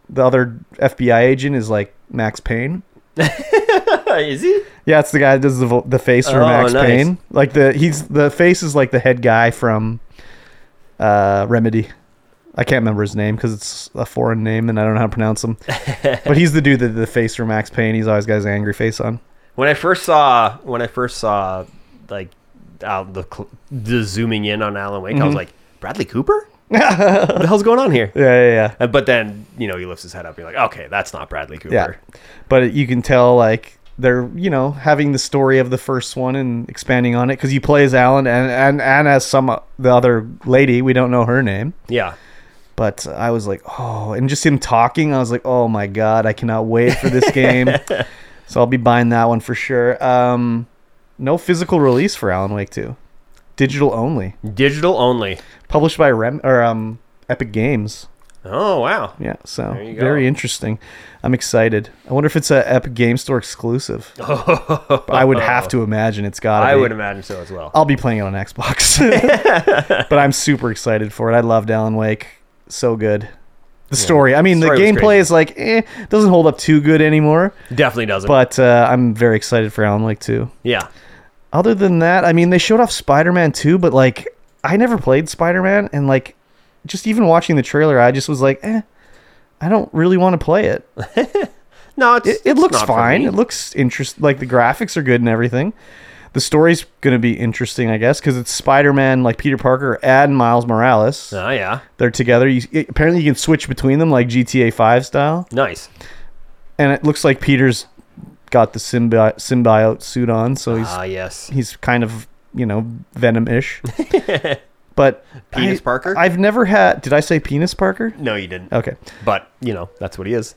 C: the other FBI agent is like Max Payne?
D: Is he?
C: Yeah, it's the guy that does the vo- the face for
D: Oh,
C: Max
D: nice.
C: Payne. Like the he's the face is like the head guy from uh Remedy. I can't remember his name because it's a foreign name and I don't know how to pronounce him. but he's the dude that did the face for Max Payne. He's always got his angry face on.
D: When I first saw, when I first saw, like, out the cl- the zooming in on Alan Wake, I
C: Mm-hmm.
D: was like, Bradley Cooper. what the hell's going on here?
C: Yeah, yeah, yeah.
D: Uh, But then you know he lifts his head up. You're like, okay, that's not Bradley Cooper.
C: Yeah. But you can tell like they're you know having the story of the first one and expanding on it because you play as Alan and and and as some o- the other lady we don't know her name.
D: Yeah.
C: but I was like, oh, and just him talking, I was like, oh my god, I cannot wait for this game. so I'll be buying that one for sure. Um, no physical release for Alan Wake 2, digital only,
D: Digital only.
C: published by Rem or um, Epic Games.
D: Oh wow.
C: Yeah, so
D: you go.
C: very interesting. I'm excited. I wonder if it's a Epic Game Store exclusive. I would have to imagine it's got.
D: I
C: be. Uh,
D: would imagine so as well.
C: I'll be playing it on Xbox. but I'm super excited for it. I loved Alan Wake. So good. The story. I mean,
D: Story
C: the
D: was
C: gameplay
D: crazy.
C: is like, eh, doesn't hold up too good anymore.
D: Definitely doesn't.
C: But uh, I'm very excited for Alan Wake 2.
D: yeah.
C: Other than that, I mean, they showed off Spider Man 2, but like, I never played Spider Man. And like, just even watching the trailer, I just was like, eh, I don't really want to play it.
D: No, it's,
C: It, it
D: it's
C: looks
D: not for
C: fine.
D: me.
C: It looks interest Like the graphics are good and everything. The story's going to be interesting, I guess, because it's Spider-Man, like Peter Parker and Miles Morales.
D: Oh yeah.
C: They're together. You, it- apparently, you can switch between them, like GTA Five style.
D: Nice.
C: And it looks like Peter's got the symbi- symbiote suit on, so he's
D: Ah yes.
C: he's kind of you know Venom-ish. but
D: Penis
C: I-
D: Parker?
C: I've never had. Did I say penis Parker?
D: No, you didn't.
C: Okay,
D: But you know that's what he is.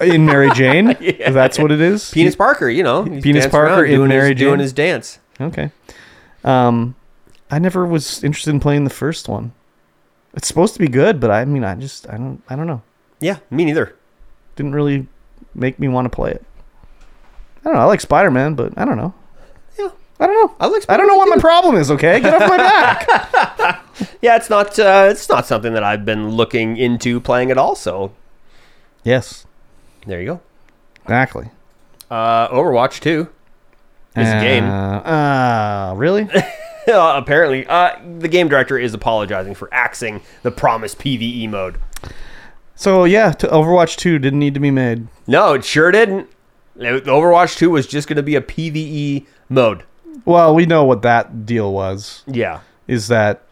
C: in Mary Jane, that's what it is.
D: Penis Parker. You know. he's
C: Penis
D: dancing
C: Parker
D: around
C: in
D: doing
C: Mary
D: his, doing
C: Jane.
D: his dance.
C: Okay. Um, I never was interested in playing the first one. It's supposed to be good, but I mean, I just I don't I don't know.
D: Yeah. Me neither.
C: Didn't really make me want to play it. I don't know. I like Spider Man, but I don't know.
D: Yeah.
C: I don't know.
D: I like
C: I don't know what my problem is. Okay, get off my back.
D: Yeah, it's not. Uh, it's not something that I've been looking into playing at all. So
C: yes,
D: there you
C: exactly.
D: go. Uh, Overwatch two. It's a game.
C: Uh, uh, really?
D: Uh, apparently, uh, the game director is apologizing for axing the promised PVE mode.
C: so yeah, to Overwatch Two didn't need to be made.
D: No, it sure didn't. It- Overwatch 2 was just going to be a PVE mode.
C: Well, we know what that deal was.
D: Yeah.
C: is that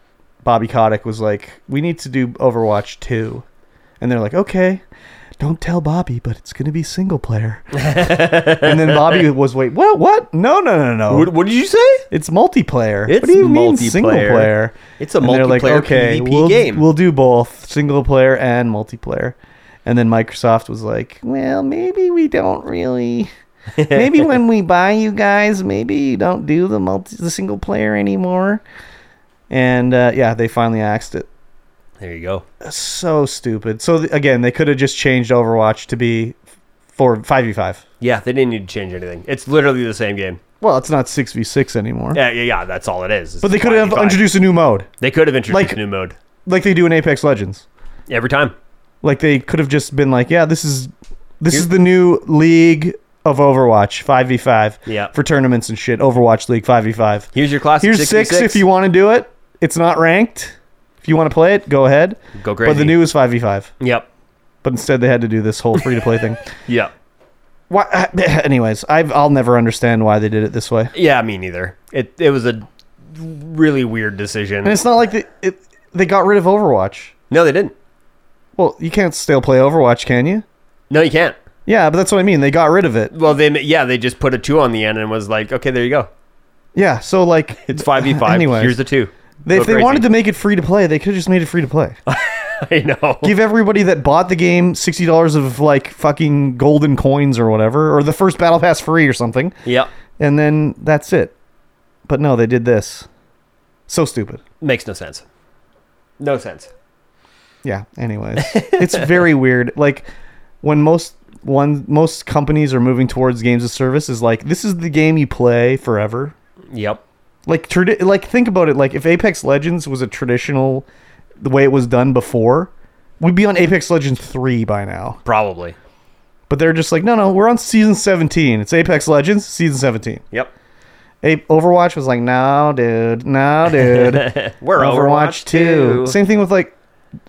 C: Bobby Kotick was like, "We need to do Overwatch 2." And they're like, "Okay. Don't tell Bobby, but it's going to be single player." and then Bobby was, "Wait, what? What? No, no, no, no.
D: What, what did you say?
C: it's multiplayer.
D: It's
C: what do you mean single
D: multiplayer.
C: player?
D: It's a
C: And they're
D: multiplayer PvP
C: we'll,
D: game."
C: We'll do both, single player and multiplayer." And then Microsoft was like, "Well, maybe we don't really maybe when we buy you guys, maybe you don't do the multi the single player anymore." And uh, yeah, they finally axed it.
D: There you go.
C: So stupid. So th- again, they could have just changed Overwatch to be for five v five.
D: Yeah, they didn't need to change anything. It's literally the same game.
C: Well, it's not six v six anymore.
D: Yeah, yeah, yeah that's all it is. It's
C: But they could have
D: 5v5.
C: introduced a new mode,
D: They could have introduced
C: like-
D: a new mode
C: like they do in Apex Legends.
D: every time.
C: Like they could have just been like, yeah, this is this is the new league of Overwatch, five v five.
D: Yeah.
C: For tournaments and shit, Overwatch League five v five.
D: Here's your classic
C: Here's six if you want to do it. It's not ranked. If you want to play it, go ahead.
D: Go
C: But the
D: crazy.
C: new is five v five.
D: Yep.
C: But instead, they had to do this whole free to play thing.
D: Yep.
C: Why, anyways, I've, I'll never understand why they did it this way.
D: Yeah, me neither. It it was a really weird decision.
C: And it's not like they, it, they got rid of Overwatch.
D: No, they didn't.
C: Well, you can't still play Overwatch, can you?
D: No, you can't.
C: Yeah, but that's what I mean. They got rid of it.
D: Well, they ma- yeah, they just put a two on the end and was like, okay, there you go.
C: Yeah, so like
D: It's five v five.
C: Anyways.
D: here's the two.
C: they,
D: Go
C: if they
D: crazy. Oh.
C: wanted to make it free to play, they could have just made it free to play.
D: I know.
C: Give everybody that bought the game sixty dollars of like fucking golden coins or whatever, or the first battle pass free or something,
D: Yep.
C: and then that's it. But no, they did this. So stupid.
D: Makes no sense. No sense.
C: Yeah. Anyways, it's very weird. Like when most one most companies are moving towards games of service is like this is the game you play forever.
D: Yep.
C: Like tradi- like think about it. Like if Apex Legends was a traditional, the way it was done before, we'd be on Apex Legends three by now.
D: Probably.
C: But they're just like, no, no, we're on season seventeen. It's Apex Leggens season seventeen.
D: Yep.
C: A- Overwatch was like, no, dude, no, dude.
D: We're Overwatch, two.
C: Same thing with like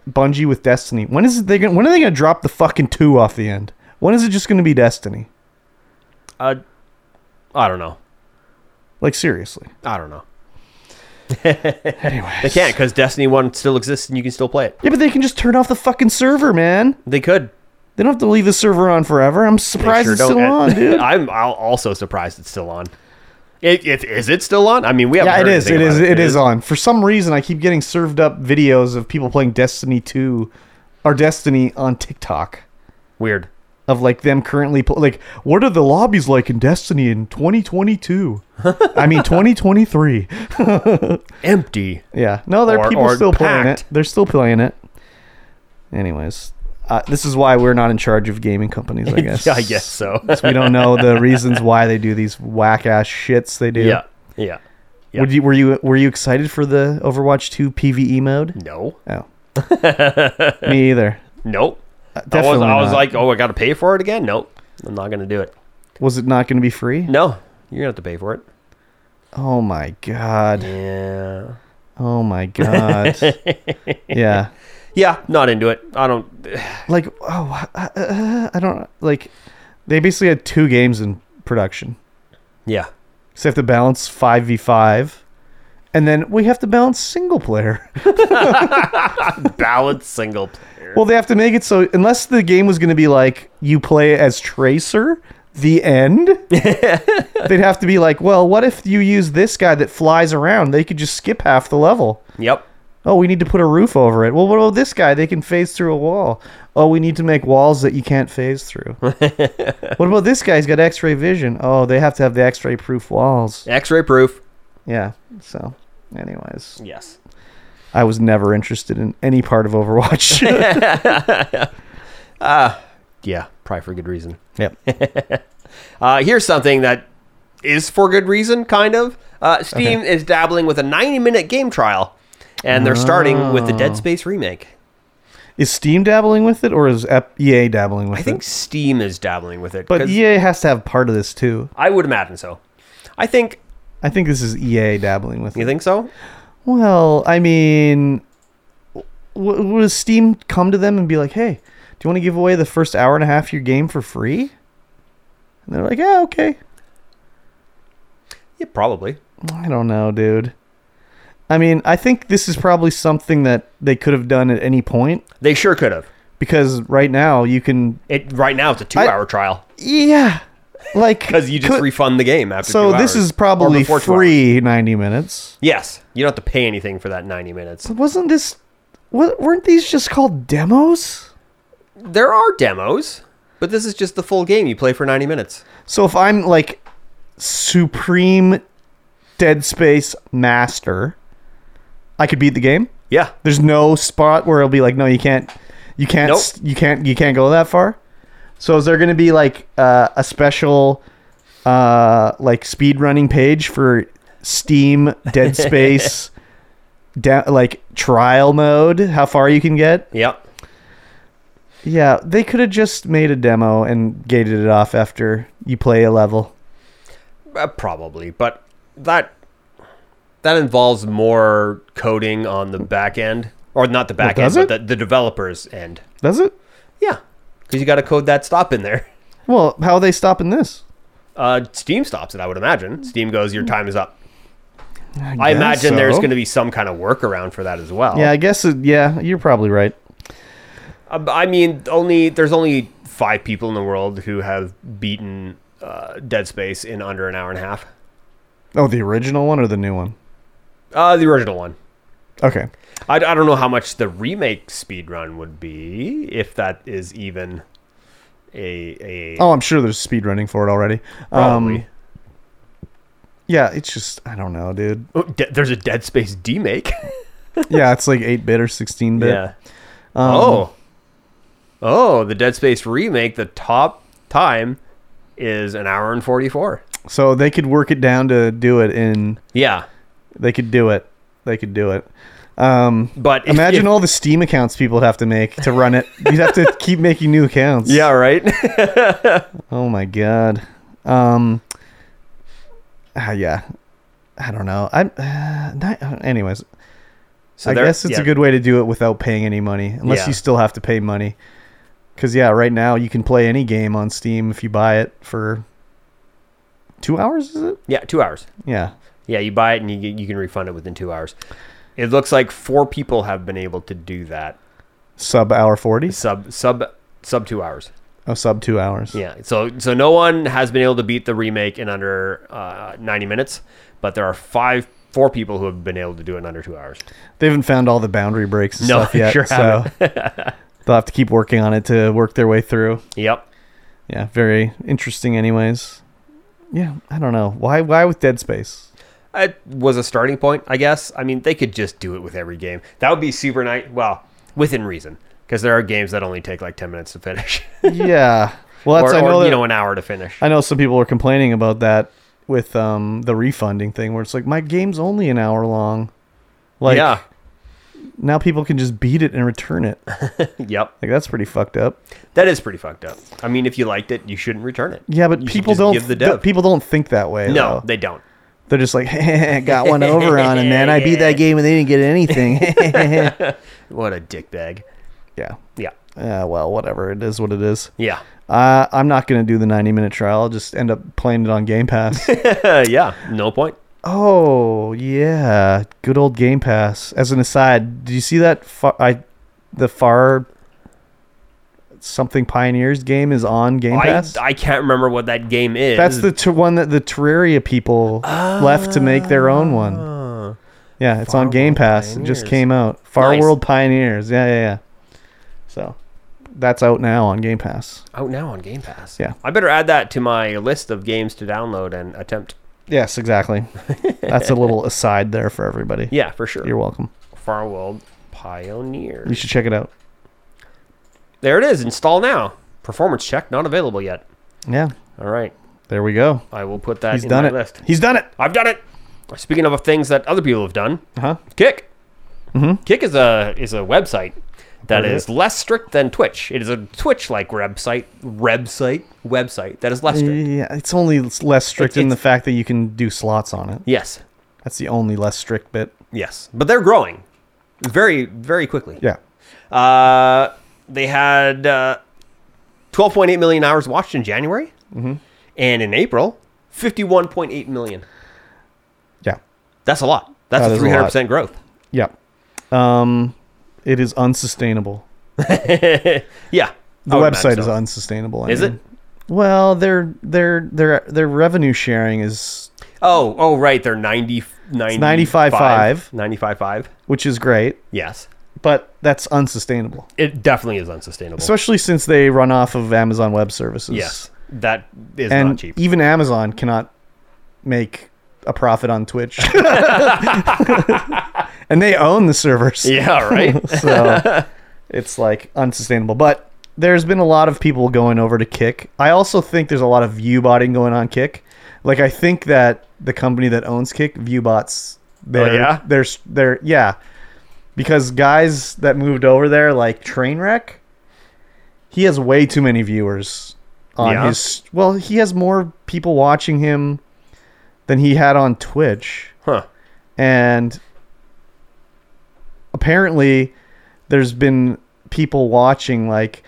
C: Bungie with Destiny. When is it they gonna, when are they going to drop the fucking 2 off the end? When is it just going to be Destiny?
D: Uh, I don't know.
C: Like seriously.
D: I don't know.
C: Anyway.
D: They can't because Destiny One still exists and you can still play it.
C: Yeah, but they can just turn off the fucking server, man.
D: They could.
C: They don't have to leave the server on forever. I'm
D: They
C: surprised
D: sure
C: it's still
D: don't-
C: on, dude.
D: I'm I'll also surprised it's still on. It, it is it still on? I mean, we haven't.
C: yeah, it
D: heard
C: is. It
D: anything
C: is.
D: about
C: It is on. For some reason, I keep getting served up videos of people playing Destiny 2 or Destiny on TikTok.
D: Weird.
C: of like them currently pl- like what are the lobbies like in Destiny in 2022? I mean 2023.
D: Empty.
C: Yeah. No, there are
D: Or-
C: people
D: or
C: still playing it.
D: packed.
C: They're still playing it. Anyways, uh, this is why we're not in charge of gaming companies, I guess.
D: Yeah, I guess so.
C: 'Cause we don't know the reasons why they do these whack ass shits they do.
D: yeah. Yeah. yeah.
C: Would you were you were you excited for the Overwatch 2 PvE E mode?
D: No.
C: Oh. Me either.
D: Nope. I was,
C: Definitely
D: I was
C: not.
D: like, oh, I got to pay for it again? Nope. I'm not going to do it.
C: was it not going to be free?
D: No. You're going to have to pay for it.
C: Oh my god.
D: Yeah.
C: Oh my god. yeah.
D: Yeah. Not into it. I don't.
C: Like oh uh, uh, I don't like they basically had two games in production.
D: Yeah.
C: So they have to balance 5v5 and then we have to balance single player.
D: Ballad single player.
C: well, they have to make it so unless the game was going to be like you play as Tracer the end they'd have to be like well what if you use this guy that flies around they could just skip half the level
D: Yep.
C: Oh, we need to put a roof over it. Well, what about this guy? They can phase through a wall. Oh, we need to make walls that you can't phase through. what about this guy? He's got x ray vision. Oh, they have to have the x ray proof walls.
D: X ray proof.
C: Yeah. So, anyways,
D: Yes.
C: I was never interested in any part of Overwatch.
D: Ah, Yeah. Probably for good reason.
C: yep.
D: Uh, here's something that is for good reason, kind of. Uh, Steam is dabbling with a 90 minute game trial, and they're starting with the
C: Oh.
D: Dead Space remake.
C: Is Steam dabbling with it or is Ep- EA dabbling with
D: I think
C: it?
D: Steam is dabbling with it.
C: But
D: 'cause
C: EA has to have part of this too.
D: I would imagine so. I think.
C: I think this is EA dabbling with
D: You
C: it.
D: think so?
C: Well, I mean, w- would Steam come to them and be like, "Hey, do you want to give away the first hour and a half of your game for free?" And they're like, "Yeah, okay."
D: Yeah, probably.
C: I don't know, dude. I mean, I think this is probably something that they could have done at any point
D: They sure could have.
C: because right now you can,
D: It right now it's a two hour trial
C: yeah, like
D: because you just
C: could-
D: refund the game after.
C: so
D: two
C: this
D: hours.
C: is
D: Or
C: probably
D: before two hours.
C: free ninety minutes.
D: Yes, you don't have to pay anything for that ninety minutes.
C: Wasn't this? wa- Weren't these just called demos?
D: There are demos, but this is just the full game you play for ninety minutes.
C: So if I'm like supreme Dead Space master, I could beat the game.
D: Yeah,
C: There's no spot where it'll be like, no, you can't, you can't,
D: Nope.
C: you can't, you can't go that far. So is there going to be like uh, a special, uh, like speed running page for Steam Dead Space, da- like trial mode? How far you can get?
D: yep.
C: Yeah, they could have just made a demo and gated it off after you play a level.
D: Uh, probably, but that that involves more coding on the back end, or not the back
C: does
D: end,
C: it?
D: but the, the developers end.
C: Does it?
D: Yeah, because you got to code that stop in there.
C: Well, how are they stopping this?
D: Uh, Steam stops it, I would imagine. Steam goes, your time is up. I imagine there's going to be some kind of workaround for that as well.
C: Yeah, I guess. It, yeah, you're probably right.
D: Uh, I mean, only there's only five people in the world who have beaten uh, Dead Space in under an hour and a half.
C: Oh, the original one or the new one?
D: Uh, the original one.
C: Okay.
D: I, I don't know how much the remake speed run would be, if that is even a a
C: Oh, I'm sure there's speed running for it already.
D: probably.
C: Um, yeah, it's just I don't know, dude.
D: Oh, de- there's a Dead Space demake.
C: Yeah, it's like eight bit or sixteen bit.
D: yeah.
C: Um,
D: oh. Oh, the Dead Space remake. The top time is an hour and forty four.
C: So they could work it down to do it in.
D: Yeah,
C: They could do it. They could do it. Um,
D: but if-
C: imagine
D: if-
C: all the Steam accounts people would have to make to run it. You'd have to keep making new accounts.
D: Yeah, right.
C: Oh my god. Um. ah, yeah. I don't know. I'm. Uh, not, anyways,
D: so
C: I
D: there-
C: guess it's
D: yeah.
C: a good way to do it without paying any money, unless
D: Yeah.
C: you still have to pay money. Because yeah, right now you can play any game on Steam if you buy it for two hours. Is it?
D: Yeah, two hours.
C: Yeah.
D: Yeah, you buy it and you get- you can refund it within two hours. It looks like four people have been able to do that.
C: Sub hour forty.
D: Sub sub sub two hours.
C: Oh, sub two hours.
D: Yeah. So so no one has been able to beat the remake in under uh, ninety minutes, but there are five four people who have been able to do it in under two hours.
C: They haven't found all the boundary breaks and
D: No,
C: stuff
D: they
C: yet.
D: sure
C: so they'll have to keep working on it to work their way through.
D: Yep.
C: Yeah, very interesting. Anyways, yeah, I don't know why. Why with Dead Space?
D: It was a starting point, I guess. I mean, they could just do it with every game. That would be super nice. Well, within reason, because there are games that only take like ten minutes to finish,
C: yeah. Well, that's
D: or,
C: I know.
D: or
C: that-
D: you know, an hour to finish.
C: I know some people were complaining about that with um, the refunding thing, where it's like my game's only an hour long. Like
D: yeah.
C: now, people can just beat it and return it. Like
D: Yep.
C: that's pretty fucked up.
D: That is pretty fucked up. I mean, if you liked it, you shouldn't return it.
C: Yeah, but
D: You should
C: people
D: just
C: don't.
D: give the
C: th-
D: dev.
C: people don't think that way.
D: no,
C: though.
D: they don't.
C: They're just like, got one over on him, man. I beat that game and they didn't get anything.
D: What a dickbag.
C: yeah.
D: Yeah.
C: Uh, well, whatever. It is what it is.
D: Yeah.
C: Uh, I'm not going to do the 90 minute trial. I'll just end up playing it on Game Pass.
D: Uh, yeah. No point.
C: oh, yeah. Good old Game Pass. As an aside, did you see that? Far, I, the Far something Pioneers game is on Game
D: I,
C: Pass?
D: I can't remember what that game is. Ah.
C: That's the ter- one that the Terraria people left to make their own one.
D: Uh,
C: Yeah, it's on
D: Far
C: Game
D: World
C: Pass. It
D: Pioneers.
C: just came out. Far
D: Nice.
C: World Pioneers. Yeah, yeah, yeah. So that's out now on Game Pass.
D: out now on Game Pass.
C: Yeah.
D: I better add that to my list of games to download and attempt.
C: Yes, exactly. That's a little aside there for everybody.
D: Yeah, for sure.
C: You're welcome.
D: Farworld Pioneer.
C: You should check it out.
D: There it is. Install now. Performance check not available yet.
C: Yeah.
D: All right.
C: There we go.
D: I will put that
C: He's
D: in
C: done
D: my
C: it.
D: list.
C: He's done it.
D: I've done it. Speaking of things that other people have done,
C: Huh?
D: Kick.
C: Mm-hmm.
D: Kick is a is a website that
C: Heard of
D: is less strict than Twitch. It is a Twitch like website, website, website that is less strict.
C: Yeah, it's only s- less strict in the
D: it's-
C: fact that you can do slots on it.
D: Yes,
C: That's the only less strict bit.
D: yes, but they're growing very very quickly.
C: Yeah.
D: Uh, they had uh, 12.8 million hours watched in January,
C: Mm-hmm.
D: and in April, 51.8 million.
C: Yeah.
D: That's a lot. That's
C: That
D: a
C: is a lot.
D: 300 percent growth.
C: Yeah. Um, it is unsustainable.
D: Yeah,
C: The
D: I would imagine
C: website is Mm-hmm.
D: so.
C: unsustainable. I
D: Is
C: mean.
D: it?
C: Well, their their their their revenue sharing is,
D: Oh, oh, right. They're 90,
C: 95.5.
D: 95.5.
C: which is great,
D: Yes.
C: but that's unsustainable.
D: It definitely is unsustainable.
C: Especially since they run off of Amazon Web Services.
D: yes. That is not
C: and
D: cheap.
C: even Amazon cannot make a profit on Twitch, and they own the servers.
D: yeah, right?
C: so it's like unsustainable. But there's been a lot of people going over to Kick. I also think there's a lot of view botting going on Kick. Like I think that the company that owns Kick, Viewbots, they're
D: Oh, yeah?
C: they're they're yeah, because guys that moved over there like Trainwreck, he has way too many viewers on
D: Yeah.
C: his. Well, he has more people watching him than he had on Twitch
D: huh.
C: and apparently there's been people watching like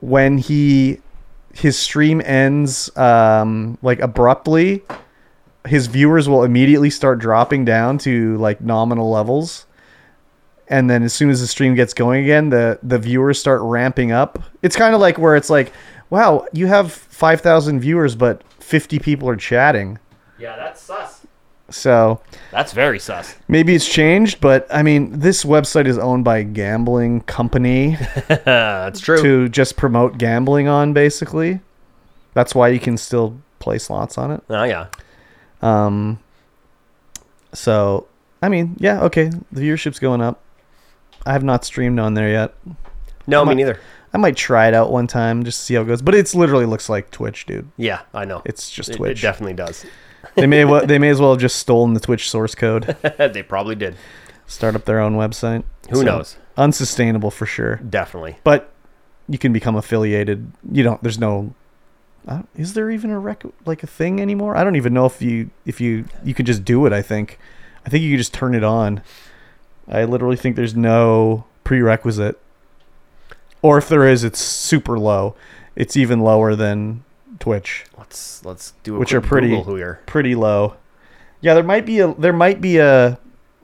C: when he his stream ends um like abruptly his viewers will immediately start dropping down to like nominal levels and then as soon as the stream gets going again, the the viewers start ramping up. It's kind of like where it's like, wow, you have five thousand viewers, but fifty people are chatting.
D: Yeah, that's sus.
C: So
D: That's very sus.
C: maybe it's changed, but I mean, this website is owned by a gambling company
D: that's true.
C: to just promote gambling on, basically. That's why you can still play slots on it. Um,
D: Oh yeah.
C: So, I mean, yeah, okay, the viewership's going up. I have not streamed on there yet.
D: No, me
C: Come on.
D: neither.
C: I might try it out one time just to see how it goes. But it's literally looks like Twitch, dude.
D: Yeah, I know.
C: It's just
D: It-
C: Twitch.
D: It, definitely does.
C: they may well, they may as well have just stolen the Twitch source code,
D: they probably did.
C: start up their own website.
D: Who knows?
C: Unsustainable for sure.
D: Definitely.
C: But you can become affiliated. You don't. There's no. I don't- Is there even a rec like a thing anymore? I don't even know if you if you you can just do it. I think, I think you can just turn it on. I literally think there's no prerequisite, or if there is, it's super low. It's even lower than Twitch.
D: Let's let's do a
C: Which
D: quick
C: are pretty-
D: Google here.
C: pretty low. Yeah, there might be a there might be a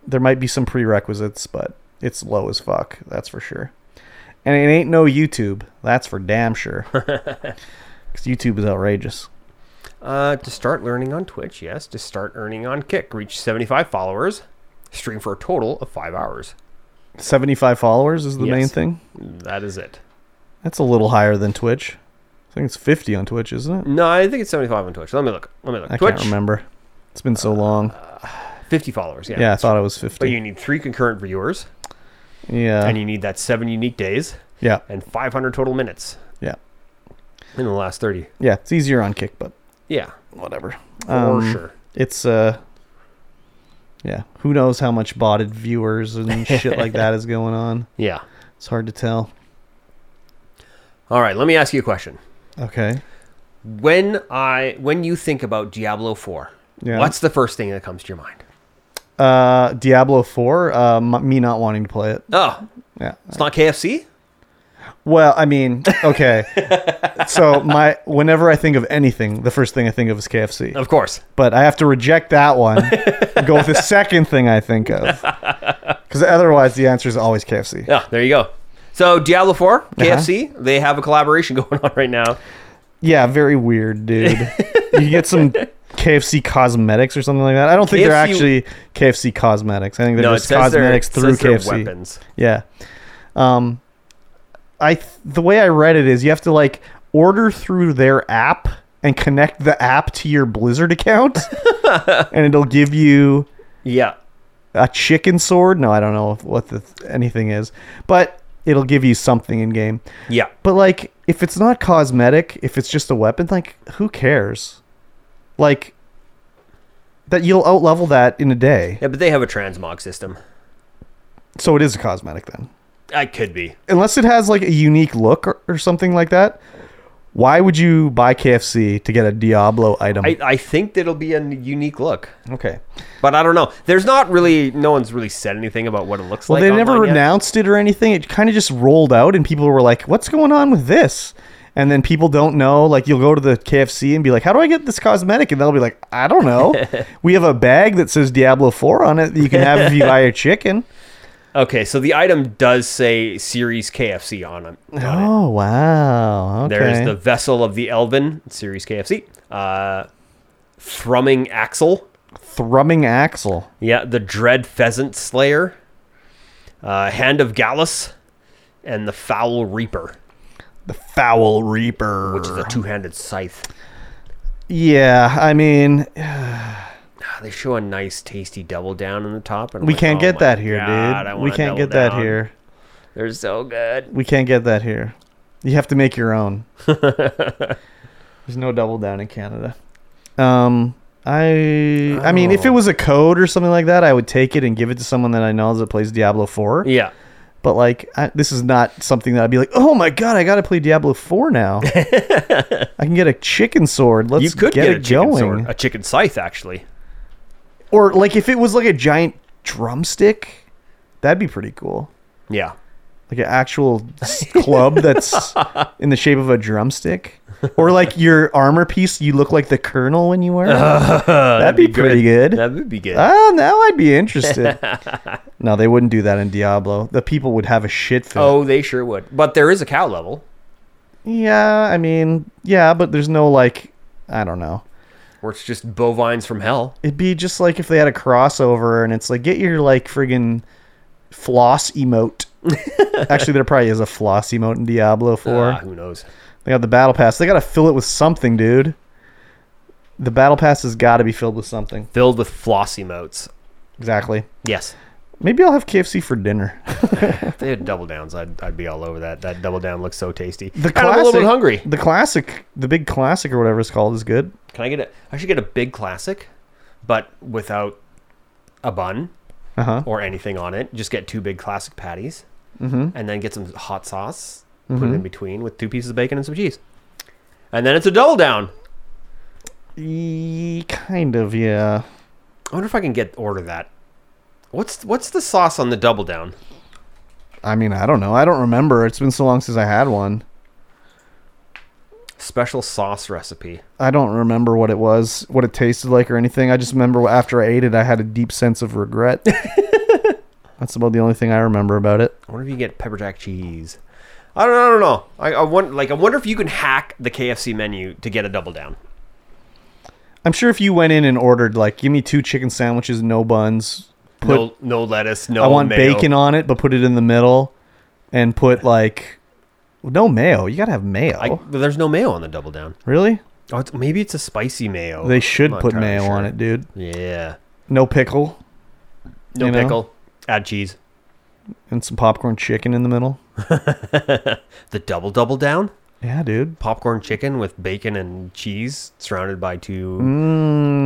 C: there might be some prerequisites, but it's low as fuck. That's for sure. And it ain't no YouTube. That's for damn sure. Because YouTube is outrageous.
D: Uh, to start learning on Twitch, yes. To start earning on Kick, reach 75 followers, stream for a total of five hours.
C: Seventy five followers is the
D: Yes.
C: main thing.
D: That is it.
C: That's a little higher than Twitch. I think it's fifty on Twitch, isn't it?
D: No, I think it's 75 on Twitch. Let me look. Let me look.
C: I
D: Twitch,
C: can't remember. It's been so long.
D: 50 followers. Yeah.
C: yeah, I thought it was
D: But
C: fifty.
D: you need three concurrent viewers,
C: yeah,
D: and you need that seven unique days
C: yeah,
D: and 500 total minutes
C: yeah,
D: in the last 30.
C: yeah. It's easier on Kick, but
D: Yeah,
C: whatever. Um,
D: for sure.
C: it's uh yeah who knows how much botted viewers and shit like that is going on
D: Yeah.
C: it's hard to tell
D: All right. Let me ask you a question.
C: okay
D: When I when you think about Diablo 4,
C: Yeah.
D: what's the first thing that comes to your mind?
C: uh diablo 4 uh m- me not wanting to play it
D: Oh,
C: yeah
D: it's not KFC.
C: well i mean okay so my whenever i think of anything the first thing i think of is kfc
D: Of course.
C: but I have to reject that one. and go with the second thing I think of, because otherwise the answer is always KFC.
D: Yeah, there you go. So Diablo 4,
C: Uh-huh.
D: KFC, they have a collaboration going on right now.
C: Yeah, very weird, dude. you can get some KFC cosmetics or something like that. I don't think they're
D: KFC
C: actually KFC cosmetics. I think they're
D: no, it
C: just
D: says they're, it
C: cosmetics through
D: says they're
C: KFC.
D: weapons.
C: Yeah. Um, I th- the way I read it is you have to like order through their app and connect the app to your Blizzard account, and it'll give you
D: Yeah.
C: a chicken sword. No, I don't know if, what the, anything is, but it'll give you something in game.
D: Yeah.
C: But like, if it's not cosmetic, if it's just a weapon, like who cares? Like that you'll outlevel that in a day.
D: Yeah, but they have a transmog system.
C: So it is a cosmetic then,
D: I could be.
C: unless it has like a unique look or, or something like that. Why would you buy KFC to get a Diablo item?
D: I, I think that'll be a n- unique look.
C: okay.
D: But I don't know. There's not really no one's really said anything about what it looks
C: Well,
D: like.
C: they never
D: online yet.
C: announced it or anything. It kind of just rolled out, and people were like, "What's going on with this?" And then people don't know. Like, you'll go to the KFC and be like, "How do I get this cosmetic?" And they'll be like, "I don't know. we have a bag that says Diablo Four on it that you can have if you buy a chicken."
D: Okay, so the item does say Series KFC on it. on it.
C: Oh wow! Okay.
D: There's the vessel of the Elven Series KFC. Uh, thrumming Axel.
C: thrumming axle.
D: Yeah, the Dread Pheasant Slayer, uh, Hand of Gallus, and the Foul Reaper,
C: The foul reaper.
D: which is a two-handed scythe.
C: yeah, I mean,
D: Oh Ah, They show a nice, tasty double down in the top, and I'm
C: we
D: like,
C: can't
D: "Oh
C: get
D: my
C: that here,
D: God, I
C: dude. We
D: want a
C: can't
D: double
C: get that
D: down.
C: here.
D: They're so good.
C: We can't get that here. You have to make your own. There's no double down in Canada. Um, I I mean,
D: Oh.
C: if it was a code or something like that, I would take it and give it to someone that I know that plays Diablo Four.
D: Yeah,
C: But like, I, this is not something that I'd be like, oh my god, I got to play Diablo Four now. I can get a chicken sword. Let's
D: you could
C: get,
D: get, a
C: it
D: chicken
C: going.
D: sword, a chicken scythe actually.
C: Or like, if it was like a giant drumstick, that'd be pretty cool.
D: Yeah,
C: like an actual s- club that's in the shape of a drumstick, or like your armor piece. You look like the colonel when you wear it. That'd be, pretty good.
D: That would be good.
C: Ah, now I'd be interested. no, they wouldn't do that in Diablo. The people would have a shit fit.
D: oh, they sure would. But there is a cow level
C: Yeah, I mean, yeah, but there's no like, I don't know.
D: where it's just bovines from hell.
C: It'd be just like if they had a crossover and it's like get your like friggin' floss emote. Actually, there probably is a floss emote in Diablo Four.
D: Ah, who knows?
C: They got the battle pass. They got to fill it with something, dude. The battle pass has got to be filled with something.
D: Filled with flossy motes.
C: Exactly.
D: Yes.
C: Maybe I'll have KFC for dinner.
D: If they had double downs, I'd, I'd be all over that. That double down looks so tasty.
C: The
D: And I'm a little bit hungry.
C: The classic, the big classic or whatever it's called, is good.
D: Can I get a? I should get a big classic, but without a bun
C: Uh huh.
D: or anything on it. Just get two big classic patties, mm-hmm. and then get some hot sauce.
C: Mm-hmm.
D: Put it in between with two pieces of bacon and some cheese, and then it's a double down.
C: Kind of, yeah.
D: I wonder if I can get order that. What's what's the sauce on the double down?
C: I mean, I don't know. I don't remember. It's been so long since I had one.
D: Special sauce recipe.
C: I don't remember what it was, what it tasted like, or anything. I just remember after I ate it, I had a deep sense of regret. That's about the only thing I remember about it.
D: I wonder if you can get pepper jack cheese. I don't know. I don't know. I, I want like I wonder if you can hack the KFC menu to get a double down.
C: I'm sure if you went in and ordered, like, give me two chicken sandwiches, no buns. Put
D: no, no lettuce. No.
C: I want
D: mayo.
C: bacon on it, but put it in the middle, and put like no mayo. You gotta have mayo.
D: I, but there's no mayo on the double down.
C: really?
D: Oh, it's, maybe it's a spicy mayo.
C: They should
D: Oh, I'm not
C: put
D: entirely
C: mayo
D: sure.
C: on it, dude.
D: Yeah.
C: No pickle
D: No
C: You know?
D: pickle. Add cheese.
C: and some popcorn chicken in the middle.
D: The double double down
C: Yeah, dude.
D: popcorn chicken with bacon and cheese, surrounded by two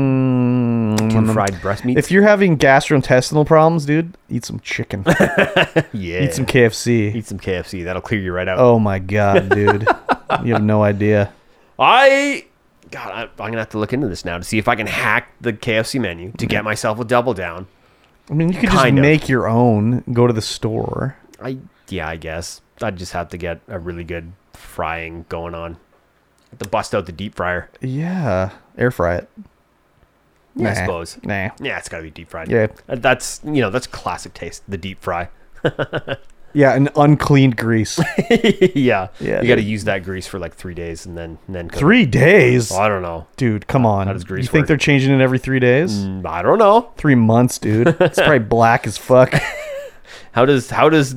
D: two
C: Mm,
D: fried breast meats.
C: If you're having gastrointestinal problems, dude, eat some chicken.
D: yeah.
C: eat some KFC.
D: Eat some KFC. That'll clear you right out.
C: oh my god, dude. you have no idea.
D: I. God, I, I'm gonna have to look into this now to see if I can hack the KFC menu to get myself a double down.
C: I mean, you could
D: Kind
C: just
D: of.
C: make your own, go to the store.
D: I yeah, I guess I'd just have to get a really good frying going on. Have to bust out the deep fryer.
C: Yeah, air fry it.
D: Yeah, I
C: Nah.
D: suppose.
C: Nah.
D: Yeah, it's gotta be deep fried.
C: Yeah.
D: Uh, that's you know that's classic taste. The deep fry.
C: Yeah, an uncleaned grease.
D: yeah,
C: Yeah,
D: You got to
C: dude.
D: use that grease for like three days and then and then cook.
C: Three days.
D: I don't know.
C: Dude, come on.
D: does grease
C: you think
D: work?
C: they're changing it every three days?
D: Mm, I don't know.
C: Three months, dude. It's probably black as fuck.
D: How does how does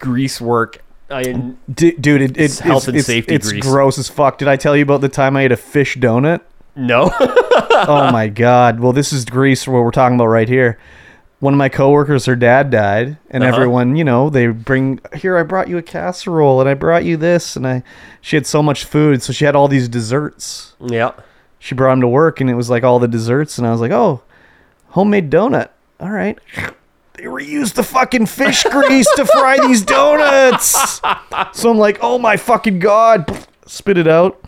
D: grease work? I
C: D- dude, it, it, it's
D: health and
C: it's-
D: safety
C: it's
D: grease.
C: gross as fuck. Did I tell you about the time I ate a fish donut?
D: no.
C: oh my god. Well, this is Greece, what we're talking about right here. One of my coworkers, her dad died, and
D: Uh-huh.
C: everyone, you know, they bring here. I brought you a casserole, and I brought you this, and I. She had so much food, so she had all these desserts.
D: yeah.
C: She brought them to work, and it was like all the desserts, and I was like, oh, homemade donut. All right. They reused the fucking fish grease to fry these donuts. So I'm like, oh my fucking god, spit it out.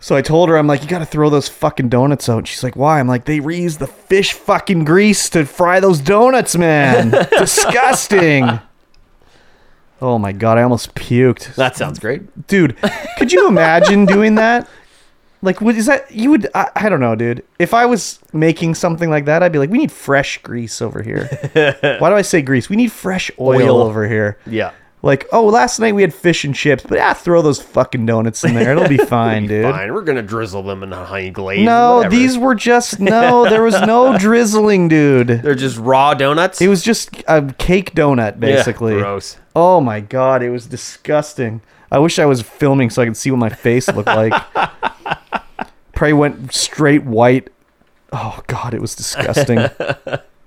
C: So I told her, I'm like, you gotta throw those fucking donuts out. She's like, why? I'm like, they reuse the fish fucking grease to fry those donuts, man. Disgusting. Oh my god, I almost puked,
D: That sounds great.
C: dude. Could you imagine doing that? Like, what is that? You would, I, I don't know, dude. If I was making something like that, I'd be like, we need fresh grease over here. why do I say grease? We need fresh
D: Oil.
C: oil. over here.
D: Yeah.
C: Like, oh, last night we had fish and chips, but ah, throw those fucking donuts in there. It'll be fine, dude.
D: Fine. We're gonna drizzle them in a honey glaze.
C: No,
D: whatever.
C: these were just no. There was no drizzling, dude.
D: they're just raw donuts.
C: It was just a cake donut,
D: Yeah,
C: basically.
D: gross.
C: oh my god, it was disgusting. I wish I was filming so I could see what my face looked like. Probably went straight white. Oh god, it was disgusting.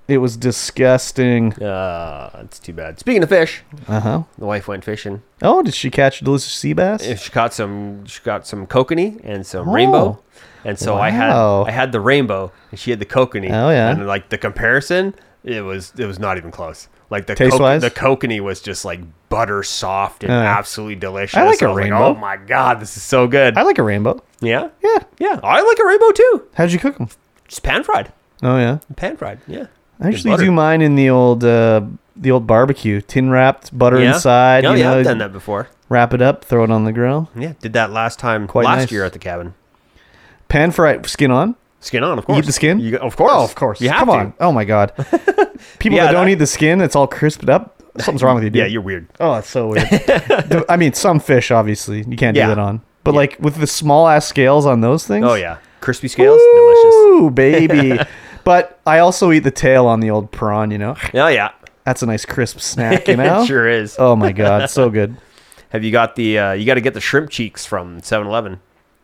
C: it was disgusting.
D: Uh, it's too bad. Speaking of fish,
C: Uh huh.
D: the wife went fishing.
C: Oh, did she catch a delicious sea bass?
D: Yeah, She caught some. She got some kokanee and some rainbow. And so I had
C: Oh. Wow.
D: I had the rainbow, and she had the kokanee.
C: Oh, yeah.
D: And like the comparison, it was it was not even close. Like the
C: Taste-wise?
D: the kokanee was just like butter soft and
C: Yeah.
D: absolutely delicious.
C: I like a
D: was
C: rainbow.
D: oh my god, this is so good.
C: I like a rainbow.
D: yeah,
C: Yeah.
D: yeah. I like a rainbow too.
C: How'd you cook them?
D: Just pan fried,
C: Oh yeah.
D: pan fried. Yeah.
C: I
D: In
C: usually
D: butter.
C: do mine in the old uh, the old barbecue, tin wrapped, butter
D: yeah.
C: inside.
D: Oh,
C: you
D: yeah,
C: know,
D: I've done that before.
C: Wrap it up, throw it on the grill.
D: Yeah, did that last time
C: Quite
D: last
C: nice.
D: year at the cabin.
C: Pan fry skin on.
D: Skin on, of
C: You
D: course.
C: eat the skin?
D: You, of course,
C: Oh, of course.
D: You have
C: Come
D: to.
C: on. Oh my god. People
D: Yeah,
C: that don't
D: that-
C: eat the skin, it's all crisped up. Something's wrong with you, dude.
D: Yeah, you're weird.
C: Oh, that's so weird. Do- I mean, some fish obviously you can't
D: Yeah.
C: do that on, but like with the small ass scales on those things.
D: Oh yeah, crispy scales, delicious.
C: Ooh, baby. but I also eat the tail on the old prawn. You know,
D: Oh yeah,
C: that's a nice crisp snack. You know.
D: it sure is.
C: Oh my god, so good.
D: Have you got the? Uh, you got to get the shrimp cheeks from 7-Eleven.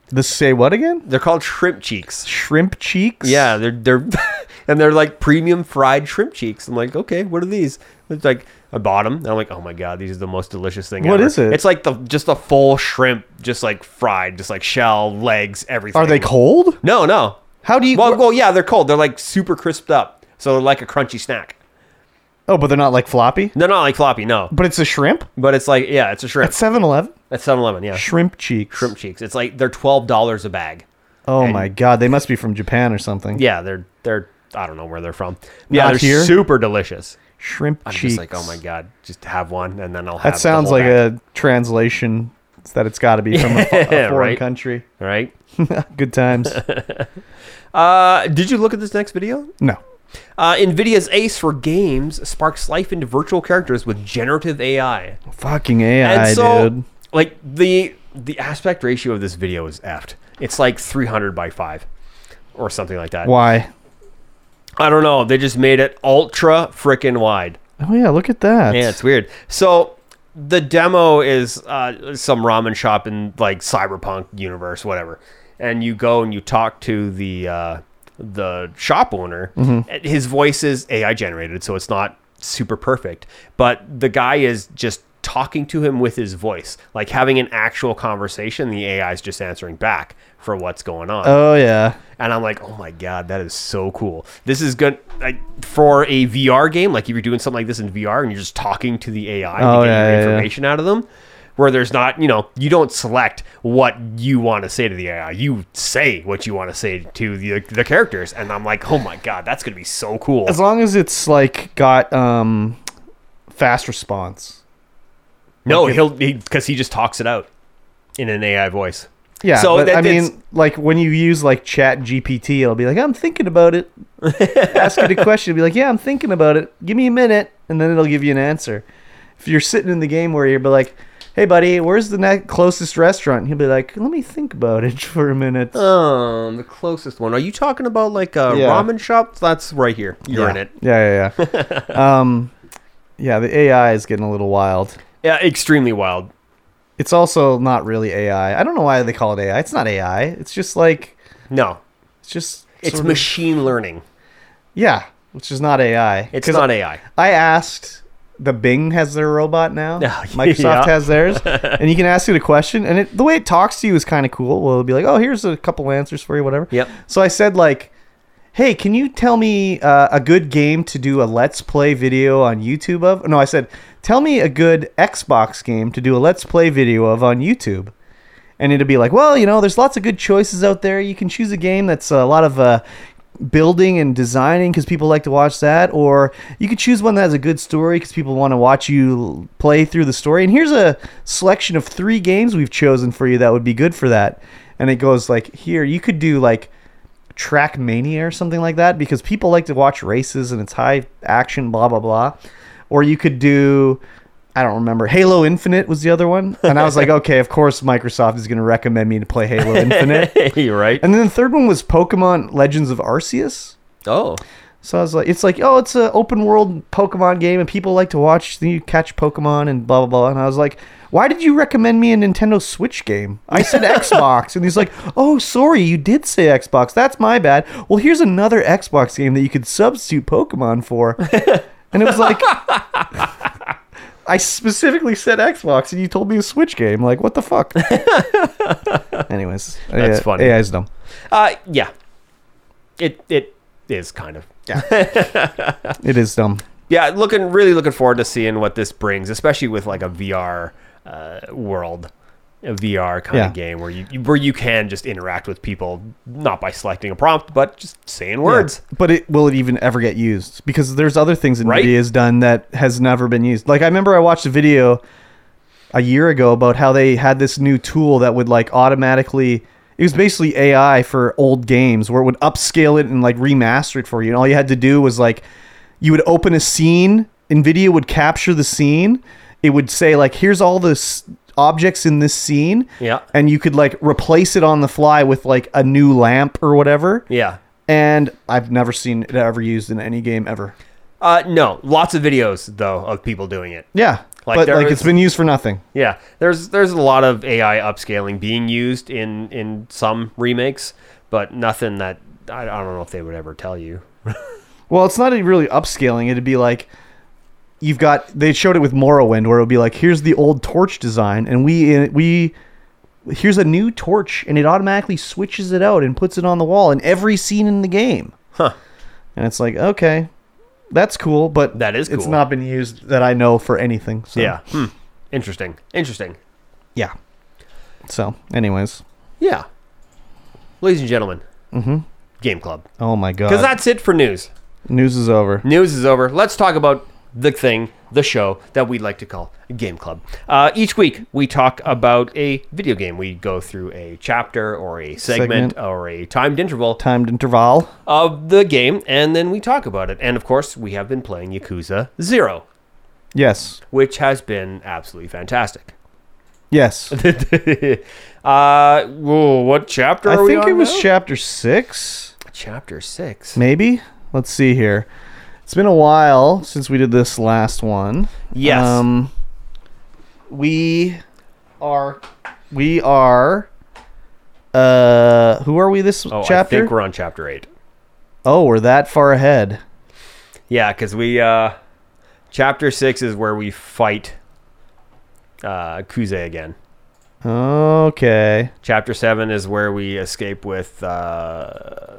C: The say what again?
D: They're called shrimp cheeks.
C: Shrimp cheeks.
D: Yeah, they're they're and they're like premium fried shrimp cheeks. I'm like, okay, what are these? It's like I bought them. And I'm like, oh my god, these are the most delicious thing.
C: What
D: ever.
C: is it?
D: It's like the just a full shrimp, just like fried, just like shell, legs, everything.
C: Are they cold?
D: No, no.
C: How do you?
D: Well, well, yeah, they're cold. They're like super crisped up, so they're like a crunchy snack.
C: oh, but they're not like floppy.
D: No, not like floppy. No,
C: But it's a shrimp.
D: but it's like yeah, it's a shrimp.
C: At 7-Eleven?
D: That's 7-Eleven. Yeah,
C: Shrimp cheeks.
D: shrimp cheeks. It's like they're twelve dollars a bag.
C: Oh my god, they must be from Japan or something.
D: Yeah, they're they're I don't know where they're from. Yeah, they're
C: here?
D: super delicious.
C: Shrimp
D: I'm
C: cheeks.
D: just like, oh my god, just have one, and then I'll have
C: That sounds like a translation that it's got to be from a, fo- a
D: Yeah,
C: foreign
D: right.
C: country.
D: a right.
C: Good times.
D: Uh, did you look at this next video?
C: no.
D: Uh, Nvidia's ace for games sparks life into virtual characters with generative AI.
C: Fucking
D: And
C: AI,
D: so,
C: dude.
D: like the the aspect ratio of this video is effed. It's like 300 by five, or something like that.
C: Why?
D: I don't know. They just made it ultra freaking wide.
C: Oh yeah, look at that.
D: Yeah, it's weird. So the demo is uh, some ramen shop in like cyberpunk universe, whatever. And you go and you talk to the uh, the shop owner. And His voice is AI generated, so it's not super perfect. But the guy is just talking to him with his voice, like having an actual conversation. The AI is just answering back for what's going on
C: Oh yeah.
D: and I'm like, oh my god, that is so cool. This is good like for a VR game. Like if you're doing something like this in VR and you're just talking to the AI
C: Oh,
D: to get
C: yeah,
D: your
C: yeah, yeah.
D: information out of them, where there's not, you know, you don't select what you want to say to the AI. You say what you want to say to the the characters, and I'm like, oh my god, that's gonna be so cool.
C: As long as it's like got um fast response.
D: No, he'll because he just talks it out in an AI voice.
C: Yeah.
D: So
C: So
D: that-
C: I
D: that's-
C: mean, like when you use like Chat GPT, it'll be like, "I'm thinking about it." Ask it a question, it'll be like, "Yeah, I'm thinking about it. Give me a minute," and then it'll give you an answer. If you're sitting in the game where you'll be like, "Hey, buddy, where's the next closest restaurant?" And he'll be like, "Let me think about it for a minute."
D: Um, the closest one. Are you talking about like a
C: Yeah.
D: ramen shop? That's right here. You're in it.
C: Yeah, yeah, yeah. um, yeah, the AI is getting a little wild.
D: Yeah, extremely wild.
C: It's also not really AI. I don't know why they call it AI. It's not AI. It's just like
D: No,
C: it's just
D: It's
C: sort of-
D: machine learning.
C: yeah, which is not AI.
D: It's
C: 'Cause
D: not AI.
C: I asked the Bing has their robot now.
D: Yeah.
C: Microsoft has theirs, and you can ask it a question, and it, the way it talks to you is kind of cool. Well, it'll be like, "Oh, here's a couple answers for you, whatever."
D: Yep.
C: So I said like, "Hey, can you tell me uh, a good game to do a Let's Play video on YouTube of?" No, I said, "Tell me a good Xbox game to do a Let's Play video of on YouTube." and it'll be like, well, you know, there's lots of good choices out there. You can choose a game that's a lot of uh, building and designing because people like to watch that, or you could choose one that has a good story because people want to watch you play through the story. And here's a selection of three games we've chosen for you that would be good for that. And it goes like, here, you could do like track mania or something like that because people like to watch races and it's high action blah blah blah or you could do i don't remember halo infinite was the other one and i was like okay of course microsoft is going to recommend me to play halo infinite
D: You're right.
C: and then the third one was pokemon legends of arceus
D: Oh,
C: so i was like it's like oh it's an open world pokemon game and people like to watch you catch pokemon and blah blah blah and i was like why did you recommend me a nintendo switch game i said xbox and he's like oh sorry you did say xbox that's my bad well here's another xbox game that you could substitute pokemon for and it was like i specifically said xbox and you told me a switch game like what the fuck anyways
D: That's
C: AI
D: funny.
C: ai is dumb
D: uh, yeah. It it is kind of.
C: it is dumb
D: Yeah, looking really looking forward to seeing what this brings, especially with like a VR uh, world. a VR kind
C: Yeah.
D: of game where you, you where you can just interact with people not by selecting a prompt, but just saying words.
C: Yeah. But it will it even ever get used? Because there's other things that
D: Right.
C: NVIDIA has done that has never been used. Like I remember I watched a video a year ago about how they had this new tool that would like automatically it was basically AI for old games where it would upscale it and like remaster it for you. And all you had to do was like you would open a scene, NVIDIA would capture the scene, it would say like here's all the s- objects in this scene.
D: Yeah.
C: And you could like replace it on the fly with like a new lamp or whatever
D: Yeah.
C: and I've never seen it ever used in any game ever.
D: Uh, no, lots of videos though of people doing it.
C: Yeah,
D: Like,
C: but
D: there
C: like
D: is-
C: it's been used for nothing.
D: Yeah, there's there's a lot of AI upscaling being used in in some remakes, but nothing that I, I don't know if they would ever tell you.
C: Well, it's not really upscaling. It'd be like you've got they showed it with Morrowind, where it would be like here's the old torch design, and we uh, we here's a new torch, and it automatically switches it out and puts it on the wall in every scene in the game.
D: Huh.
C: And it's like okay, that's cool, but
D: That is
C: it's
D: cool.
C: not been used that I know for anything. So
D: Yeah. Hmm. Interesting. Interesting.
C: yeah. So, anyways,
D: Yeah. Ladies and gentlemen, mm-hmm. Uh, Game Club.
C: oh my god,
D: Because that's it for news.
C: news is over.
D: News is over. Let's talk about the thing, the show that we like to call Game Club. Uh, each week, we talk about a video game. We go through a chapter or a segment,
C: Segment.
D: or a timed interval
C: Timed interval.
D: of the game, and then we talk about it. And of course, we have been playing Yakuza Zero,
C: Yes.
D: which has been absolutely fantastic.
C: Yes.
D: uh, whoa, what chapter are
C: I
D: we
C: think
D: on
C: it was
D: now?
C: chapter six,
D: chapter six.
C: maybe. Let's see here. It's been a while since we did this last one.
D: Yes.
C: Um, we are. We are. Uh, who are we this
D: oh, I
C: chapter?
D: think we're on chapter eight.
C: oh, we're that far ahead.
D: Yeah, because we uh, chapter six is where we fight uh, Kuze again.
C: Okay.
D: Chapter seven is where we escape with uh,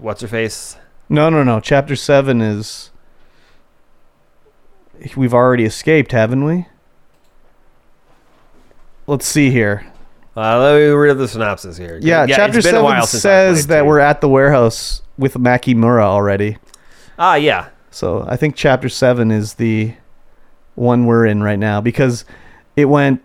D: what's her face.
C: No, no, no. Chapter seven is. We've already escaped, haven't we? Let's see here.
D: Uh, let me read the synopsis here.
C: Yeah,
D: it's
C: chapter
D: been a
C: seven
D: while since I
C: says
D: played
C: that
D: too.
C: we're at the warehouse with Makimura already.
D: ah yeah
C: So I think chapter seven is the one we're in right now because it went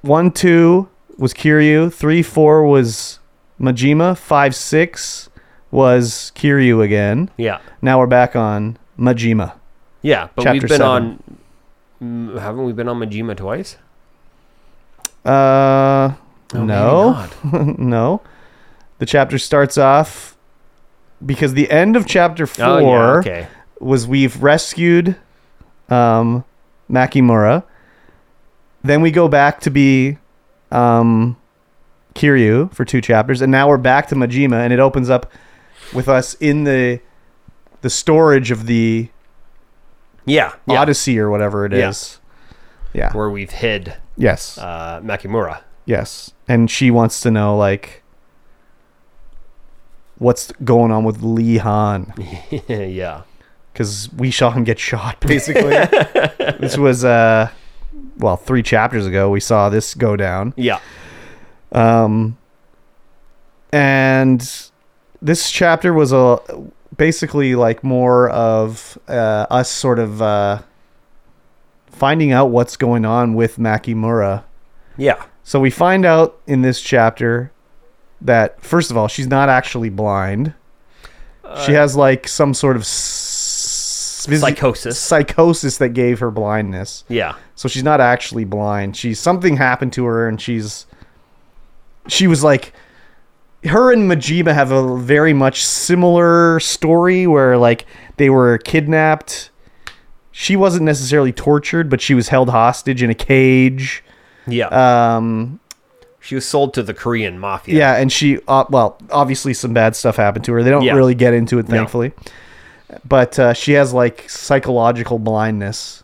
C: one, two was Kiryu, three, four was Majima, five, six was Kiryu again.
D: yeah
C: Now we're back on Majima.
D: yeah. But
C: Chapter
D: we've been
C: seven.
D: on. mm, Haven't we been on Majima twice?
C: Uh,
D: Oh, maybe
C: no,
D: not.
C: no. The chapter starts off because the end of chapter four.
D: Oh yeah. Okay.
C: was we've rescued um, Makimura. Then we go back to be um, Kiryu for two chapters, and now we're back to Majima, and it opens up with us in the the storage of the
D: Yeah. yeah.
C: Odyssey or whatever it
D: Yeah.
C: is. Yeah.
D: Where we've hid
C: Yes.
D: uh, Makimura.
C: yes. And she wants to know like what's going on with Lee Han.
D: yeah.
C: because we saw him get shot basically this was uh well three chapters ago we saw this go down
D: Yeah.
C: um and this chapter was a basically like more of uh, us sort of uh finding out what's going on with makimura
D: Yeah.
C: so we find out in this chapter that first of all, she's not actually blind. she has like some sort of s- visi-
D: Psychosis.
C: psychosis that gave her blindness.
D: Yeah.
C: So she's not actually blind. She's something happened to her, and she's she was like her and Majima have a very much similar story where like they were kidnapped. She wasn't necessarily tortured, but she was held hostage in a cage.
D: Yeah.
C: Um,
D: she was sold to the Korean mafia.
C: yeah, and she, uh, well, obviously some bad stuff happened to her. They don't
D: Yeah.
C: really get into it, thankfully. But uh, she has like psychological blindness,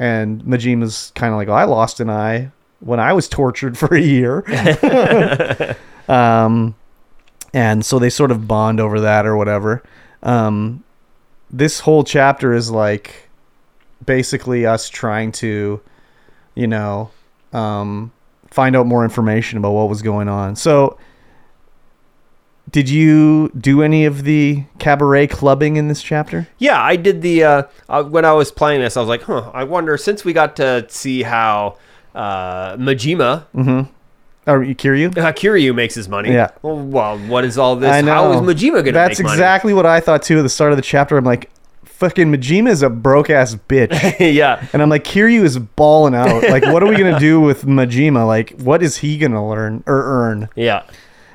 C: and Majima's kind of like, oh, I lost an eye when I was tortured for a year. um, and so they sort of bond over that or whatever. Um, this whole chapter is like basically us trying to, you know, um, find out more information about what was going on. So, did you do any of the cabaret clubbing in this chapter?
D: Yeah, I did the uh, uh, when I was playing this, I was like, huh. I wonder since we got to see how uh, Majima
C: Or you Kiryu?
D: uh, Kiryu makes his money.
C: Yeah.
D: Well, well, what is all this? How is Majima going to make money?
C: That's exactly what I thought too at the start of the chapter. I'm like, fucking Majima is a broke ass bitch.
D: yeah.
C: And I'm like, Kiryu is balling out. Like, what are we gonna do with Majima? Like, what is he gonna learn or earn?
D: Yeah.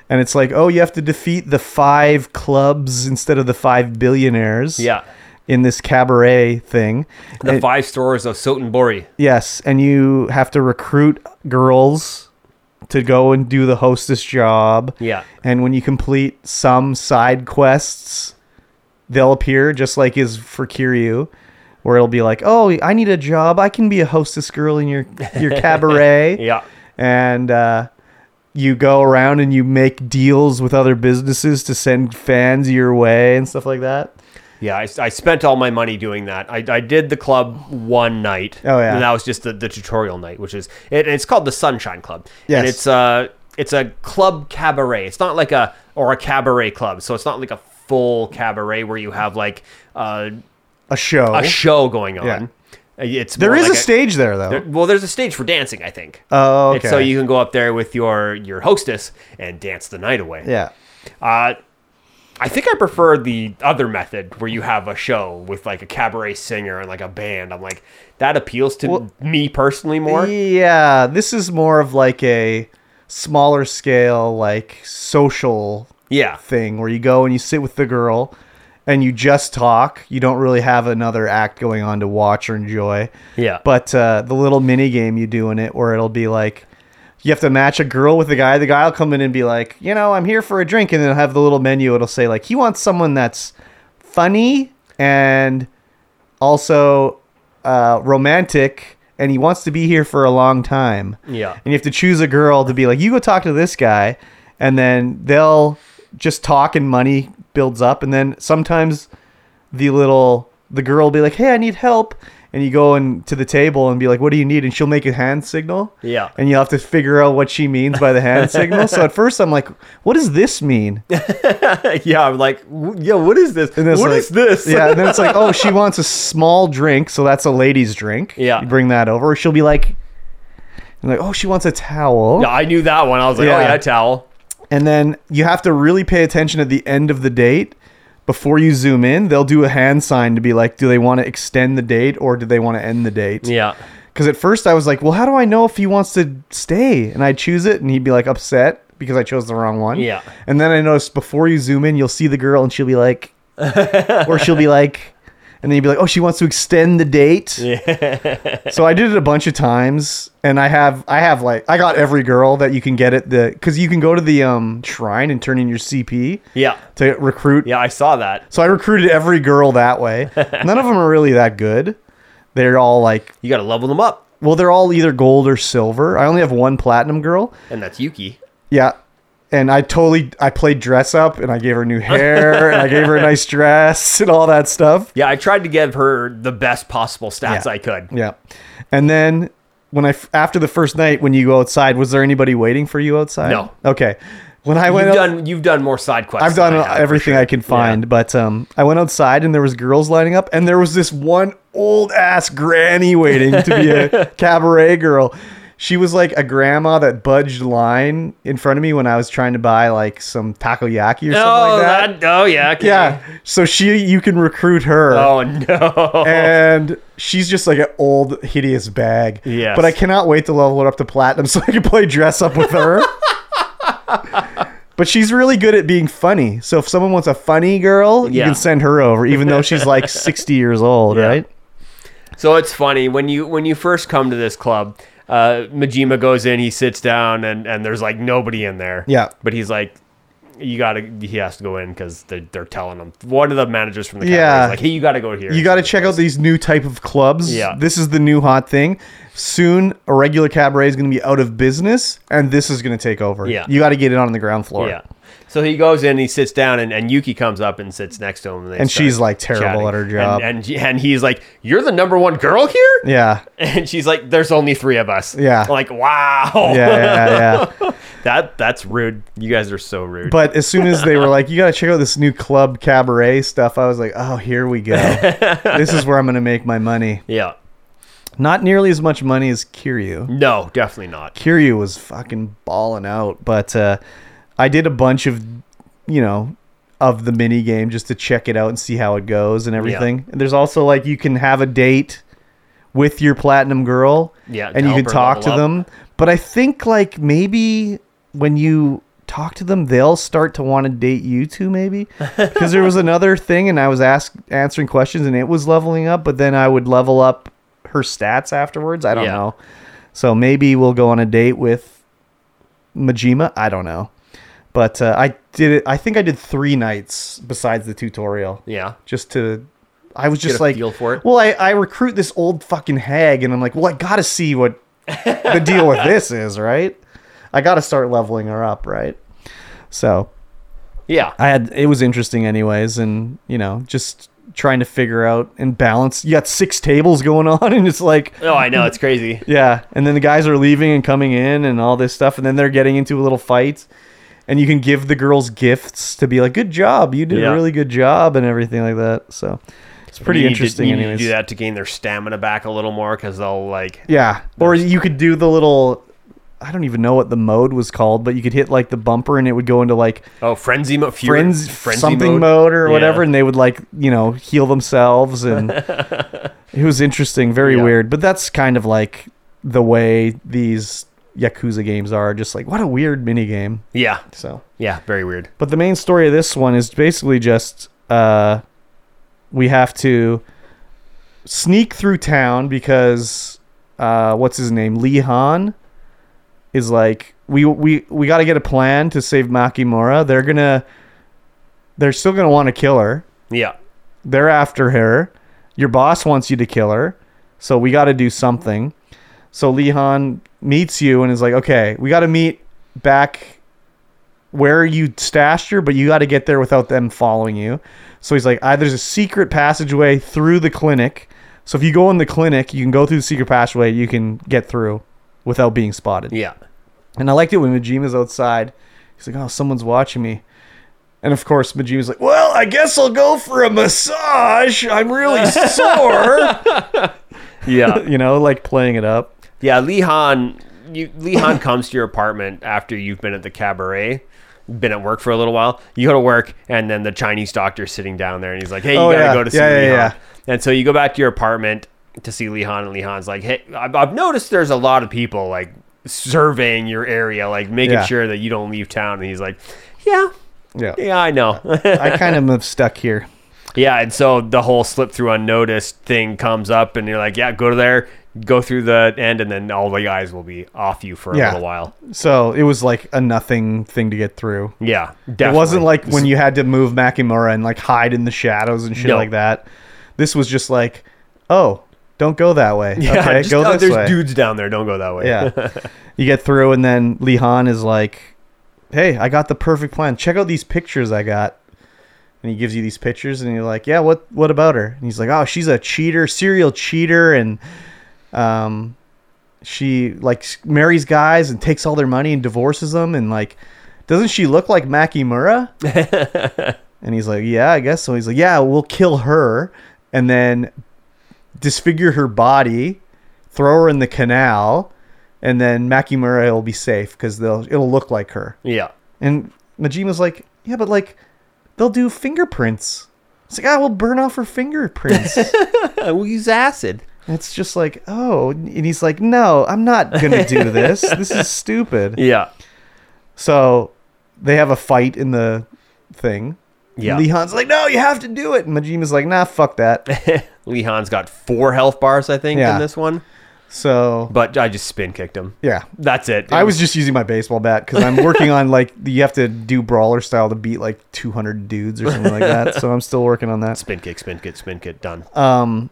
C: And it's like, oh, you have to defeat the five clubs instead of the five billionaires.
D: Yeah.
C: In this cabaret thing.
D: The
C: And-
D: five stores of Sotenbori.
C: yes, and you have to recruit girls to go and do the hostess job.
D: Yeah.
C: And when you complete some side quests, they'll appear just like is for Kiryu, where it'll be like, "Oh, I need a job. I can be a hostess girl in your your cabaret."
D: Yeah.
C: And uh, you go around and you make deals with other businesses to send fans your way and stuff like that.
D: Yeah, I, I spent all my money doing that. I, I did the club one night.
C: Oh, yeah.
D: and that was just the, the tutorial night, which is it, it's called the Sunshine Club.
C: Yes.
D: and it's a it's a club cabaret. It's not like a or a cabaret club, so it's not like a full cabaret where you have like uh,
C: A show.
D: a show going on.
C: Oh. Yeah.
D: Uh, It's
C: there
D: more
C: is
D: like
C: a stage there though.
D: there- well, there's a stage for dancing, I think.
C: oh,
D: And
C: okay.
D: So you can go up there with your your hostess and dance the night away.
C: yeah.
D: Uh, I think I prefer the other method where you have a show with like a cabaret singer and like a band. I'm like, that appeals to
C: Well-
D: me personally more.
C: Yeah, this is more of like a smaller scale, like social
D: Yeah.
C: thing where you go and you sit with the girl and you just talk. You don't really have another act going on to watch or enjoy.
D: Yeah.
C: But uh, the little mini game you do in it where it'll be like you have to match a girl with a guy. The guy will come in and be like, you know, I'm here for a drink, and then have the little menu. It'll say like he wants someone that's funny and also uh, romantic, and he wants to be here for a long time.
D: Yeah.
C: and you have to choose a girl to be like, you go talk to this guy, and then they'll just talk, and money builds up, and then sometimes the little the girl will be like, "Hey, I need help." And you go and to the table and be like, "What do you need?" And she'll make a hand signal.
D: Yeah.
C: And you'll have to figure out what she means by the hand signal. So at first I'm like, "What does this mean?" And
D: yeah. I'm like, w- yeah, what is this? What
C: it's
D: is
C: like-
D: this?
C: yeah. And then it's like, "Oh, she wants a small drink, so that's a lady's drink."
D: Yeah.
C: You bring that over. She'll be like, and like, "Oh, she wants a towel."
D: Yeah, I knew that one. I was like, oh,
C: Yeah.
D: yeah, towel.
C: And then you have to really pay attention at the end of the date. Before you zoom in, they'll do a hand sign to be like, "Do they want to extend the date or do they want to end the date?"
D: Yeah.
C: Because at first I was like, well, how do I know if he wants to stay? And I'd choose it, and he'd be like upset because I chose the wrong one.
D: Yeah.
C: And then I noticed before you zoom in, you'll see the girl, and she'll be like, or she'll be like, and then you'd be like, oh, she wants to extend the date. Yeah. so I did it a bunch of times, and I have, I have like, I got every girl that you can get at the, because you can go to the um shrine and turn in your CP
D: Yeah.
C: to recruit
D: Yeah. I saw that.
C: so I recruited every girl that way. None of them are really that good. They're all like,
D: You got to level them up.
C: well, they're all either gold or silver. I only have one platinum girl.
D: And that's Yuki.
C: Yeah. And I totally I played dress up and I gave her new hair and I gave her a nice dress and all that stuff.
D: Yeah. I tried to give her the best possible stats
C: Yeah.
D: I could.
C: Yeah. And then when I f- after the first night when you go outside, was there anybody waiting for you outside?
D: No.
C: Okay. When I went
D: You've
C: out-
D: done, you've done more side quests.
C: I've done
D: than I have, for
C: everything
D: sure.
C: I can find, but um, I went outside and there was girls lining up, and there was this one old ass granny waiting to be a cabaret girl. She was like a grandma that budged line in front of me when I was trying to buy like some takoyaki or something
D: Oh,
C: like that.
D: that. Oh, yeah. okay.
C: Yeah, so she you can recruit her,
D: Oh, no.
C: and she's just like an old hideous bag.
D: Yes.
C: but I cannot wait to level her up to platinum so I can play dress up with her. But she's really good at being funny. So if someone wants a funny girl, you
D: Yeah.
C: can send her over, even though she's like 60 years old,
D: Yeah.
C: right?
D: So it's funny when you when you first come to this club, uh, Majima goes in, he sits down, and and there's like nobody in there.
C: Yeah.
D: but he's like. You gotta. He has to go in because they're, they're telling him. One of the managers from the cafe
C: Yeah.
D: is like, "Hey, you gotta go here."
C: You got to check out these new type of clubs.
D: Yeah.
C: This is the new hot thing. Soon, a regular cabaret is going to be out of business, and this is going to take over.
D: Yeah.
C: You got to get it on the ground floor.
D: Yeah. So he goes in, he sits down, and, and Yuki comes up and sits next to him. And, they
C: And
D: start
C: she's, like, terrible
D: chatting.
C: at her job.
D: And, and and he's like, "You're the number one girl here."
C: Yeah.
D: And she's like, "There's only three of us."
C: Yeah.
D: Like, wow.
C: Yeah, yeah, yeah.
D: that that's rude. You guys are so rude.
C: But as soon as they were like, "You gotta check out this new club cabaret stuff," I was like, "Oh, here we go. this is where I'm gonna make my money."
D: yeah.
C: Not nearly as much money as Kiryu.
D: No, definitely not.
C: Kiryu was fucking balling out, but uh, I did a bunch of, you know, of the mini game just to check it out and see how it goes and everything. And there's also like you can have a date with your platinum girl,
D: Yeah, to
C: and you
D: help
C: can
D: her
C: talk to
D: level up.
C: them. But I think like maybe when you talk to them, they'll start to want to date you too, maybe because there was another thing, and I was ask answering questions, and it was leveling up, but then I would level up her stats afterwards. I don't
D: Yeah.
C: know. So maybe we'll go on a date with Majima. I don't know. But uh, I did it. I think I did three nights besides the tutorial.
D: Yeah.
C: Just to, I was just
D: a
C: like,
D: feel for it.
C: well, I, I recruit this old fucking hag, and I'm like, well, I gotta see what the deal with this is, right? I gotta start leveling her up, right? So
D: Yeah.
C: I had it was interesting, anyways, and you know, just trying to figure out and balance. You got six tables going on, and it's like,
D: Oh, I know. It's crazy.
C: yeah, and then the guys are leaving and coming in and all this stuff, and then they're getting into a little fight. And you can give the girls gifts to be like, "Good job, you did
D: Yeah.
C: a really good job," and everything like that. So it's pretty
D: You need to-
C: interesting,
D: you need
C: anyways.
D: to do that to gain their stamina back a little more because they'll like.
C: Yeah, or you could do the little. I don't even know what the mode was called, but you could hit like the bumper and it would go into like
D: Oh, frenzy mode.
C: friends something mode, or
D: Yeah.
C: whatever, and they would like you know heal themselves, and it was interesting, very
D: Yeah.
C: weird. But that's kind of like the way these Yakuza games are, just like what a weird mini game.
D: Yeah.
C: So,
D: Yeah. Very weird.
C: but the main story of this one is basically just uh, we have to sneak through town because uh, what's his name Lee Han is like we we we got to get a plan to save Makimura. They're gonna they're still gonna want to kill her.
D: Yeah.
C: They're after her. Your boss wants you to kill her, so we got to do something. So Lee Han meets you and is like, "Okay, we got to meet back where you stashed her, but you got to get there without them following you." So he's like, "Ah, "There's a secret passageway through the clinic. So if you go in the clinic, you can go through the secret passageway. You can get through without being spotted."
D: Yeah.
C: And I liked it when Majima's outside. He's like, "Oh, someone's watching me." And of course, Majima's like, "Well, I guess I'll go for a massage. I'm really sore."
D: Yeah.
C: you know, like playing it up.
D: yeah. Lee Han, you, Lee Han comes to your apartment after you've been at the cabaret. Been at work for a little while. You go to work, and then the Chinese doctor's sitting down there, and he's like, "Hey, you
C: Oh,
D: gotta
C: yeah.
D: go to see
C: Yeah, yeah,
D: Lee
C: yeah.
D: Han." And so you go back to your apartment to see Lee Han, and Lee Han's like, "Hey, I've, I've noticed there's a lot of people like surveying your area, like making
C: Yeah.
D: sure that you don't leave town." And he's like, "Yeah,
C: Yeah,
D: yeah, I know."
C: I kind of am stuck here.
D: Yeah, and so the whole slip through unnoticed thing comes up, and you're like, yeah, go to there, go through the end, and then all the guys will be off you for a
C: Yeah.
D: little while.
C: So it was like a nothing thing to get through.
D: Yeah, definitely.
C: It wasn't like when you had to move Makimura and like hide in the shadows and shit
D: No.
C: like that. This was just like, "Oh, don't go that way.
D: Yeah,
C: okay,
D: just,
C: go
D: oh,
C: this
D: there's
C: way."
D: dudes down there. Don't go that way.
C: Yeah. you get through, and then Lee Han is like, "Hey, I got the perfect plan. Check out these pictures I got." And he gives you these pictures, and you're like, "Yeah, what? What about her?" And he's like, "Oh, she's a cheater, serial cheater, and um, she like s- marries guys and takes all their money and divorces them, and like, doesn't she look like Maki Mura?" and he's like, "Yeah, I guess so." He's like, "Yeah, we'll kill her, and then disfigure her body." Throw her in the canal, and then Makimura will be safe because they'll it'll look like her.
D: yeah,
C: And Majima's like, yeah, but like, they'll do fingerprints. It's like, ah, we'll burn off her fingerprints. And
D: we'll use acid.
C: it's just like, oh, and he's like, no, I'm not gonna do this. This is stupid.
D: Yeah,
C: So they have a fight in the thing.
D: yeah.
C: Lee Han's like, no, you have to do it. And Majima's like, nah, fuck that.
D: Lee Han's got four health bars, I think,
C: Yeah.
D: in this one,
C: So
D: but I just spin kicked him.
C: yeah,
D: That's it. It
C: I was just using my baseball bat because I'm working on like you have to do brawler style to beat like 200 dudes or something like that. So I'm still working on that. Um,
D: spin kick, spin kick, spin kick. Done.
C: Uh,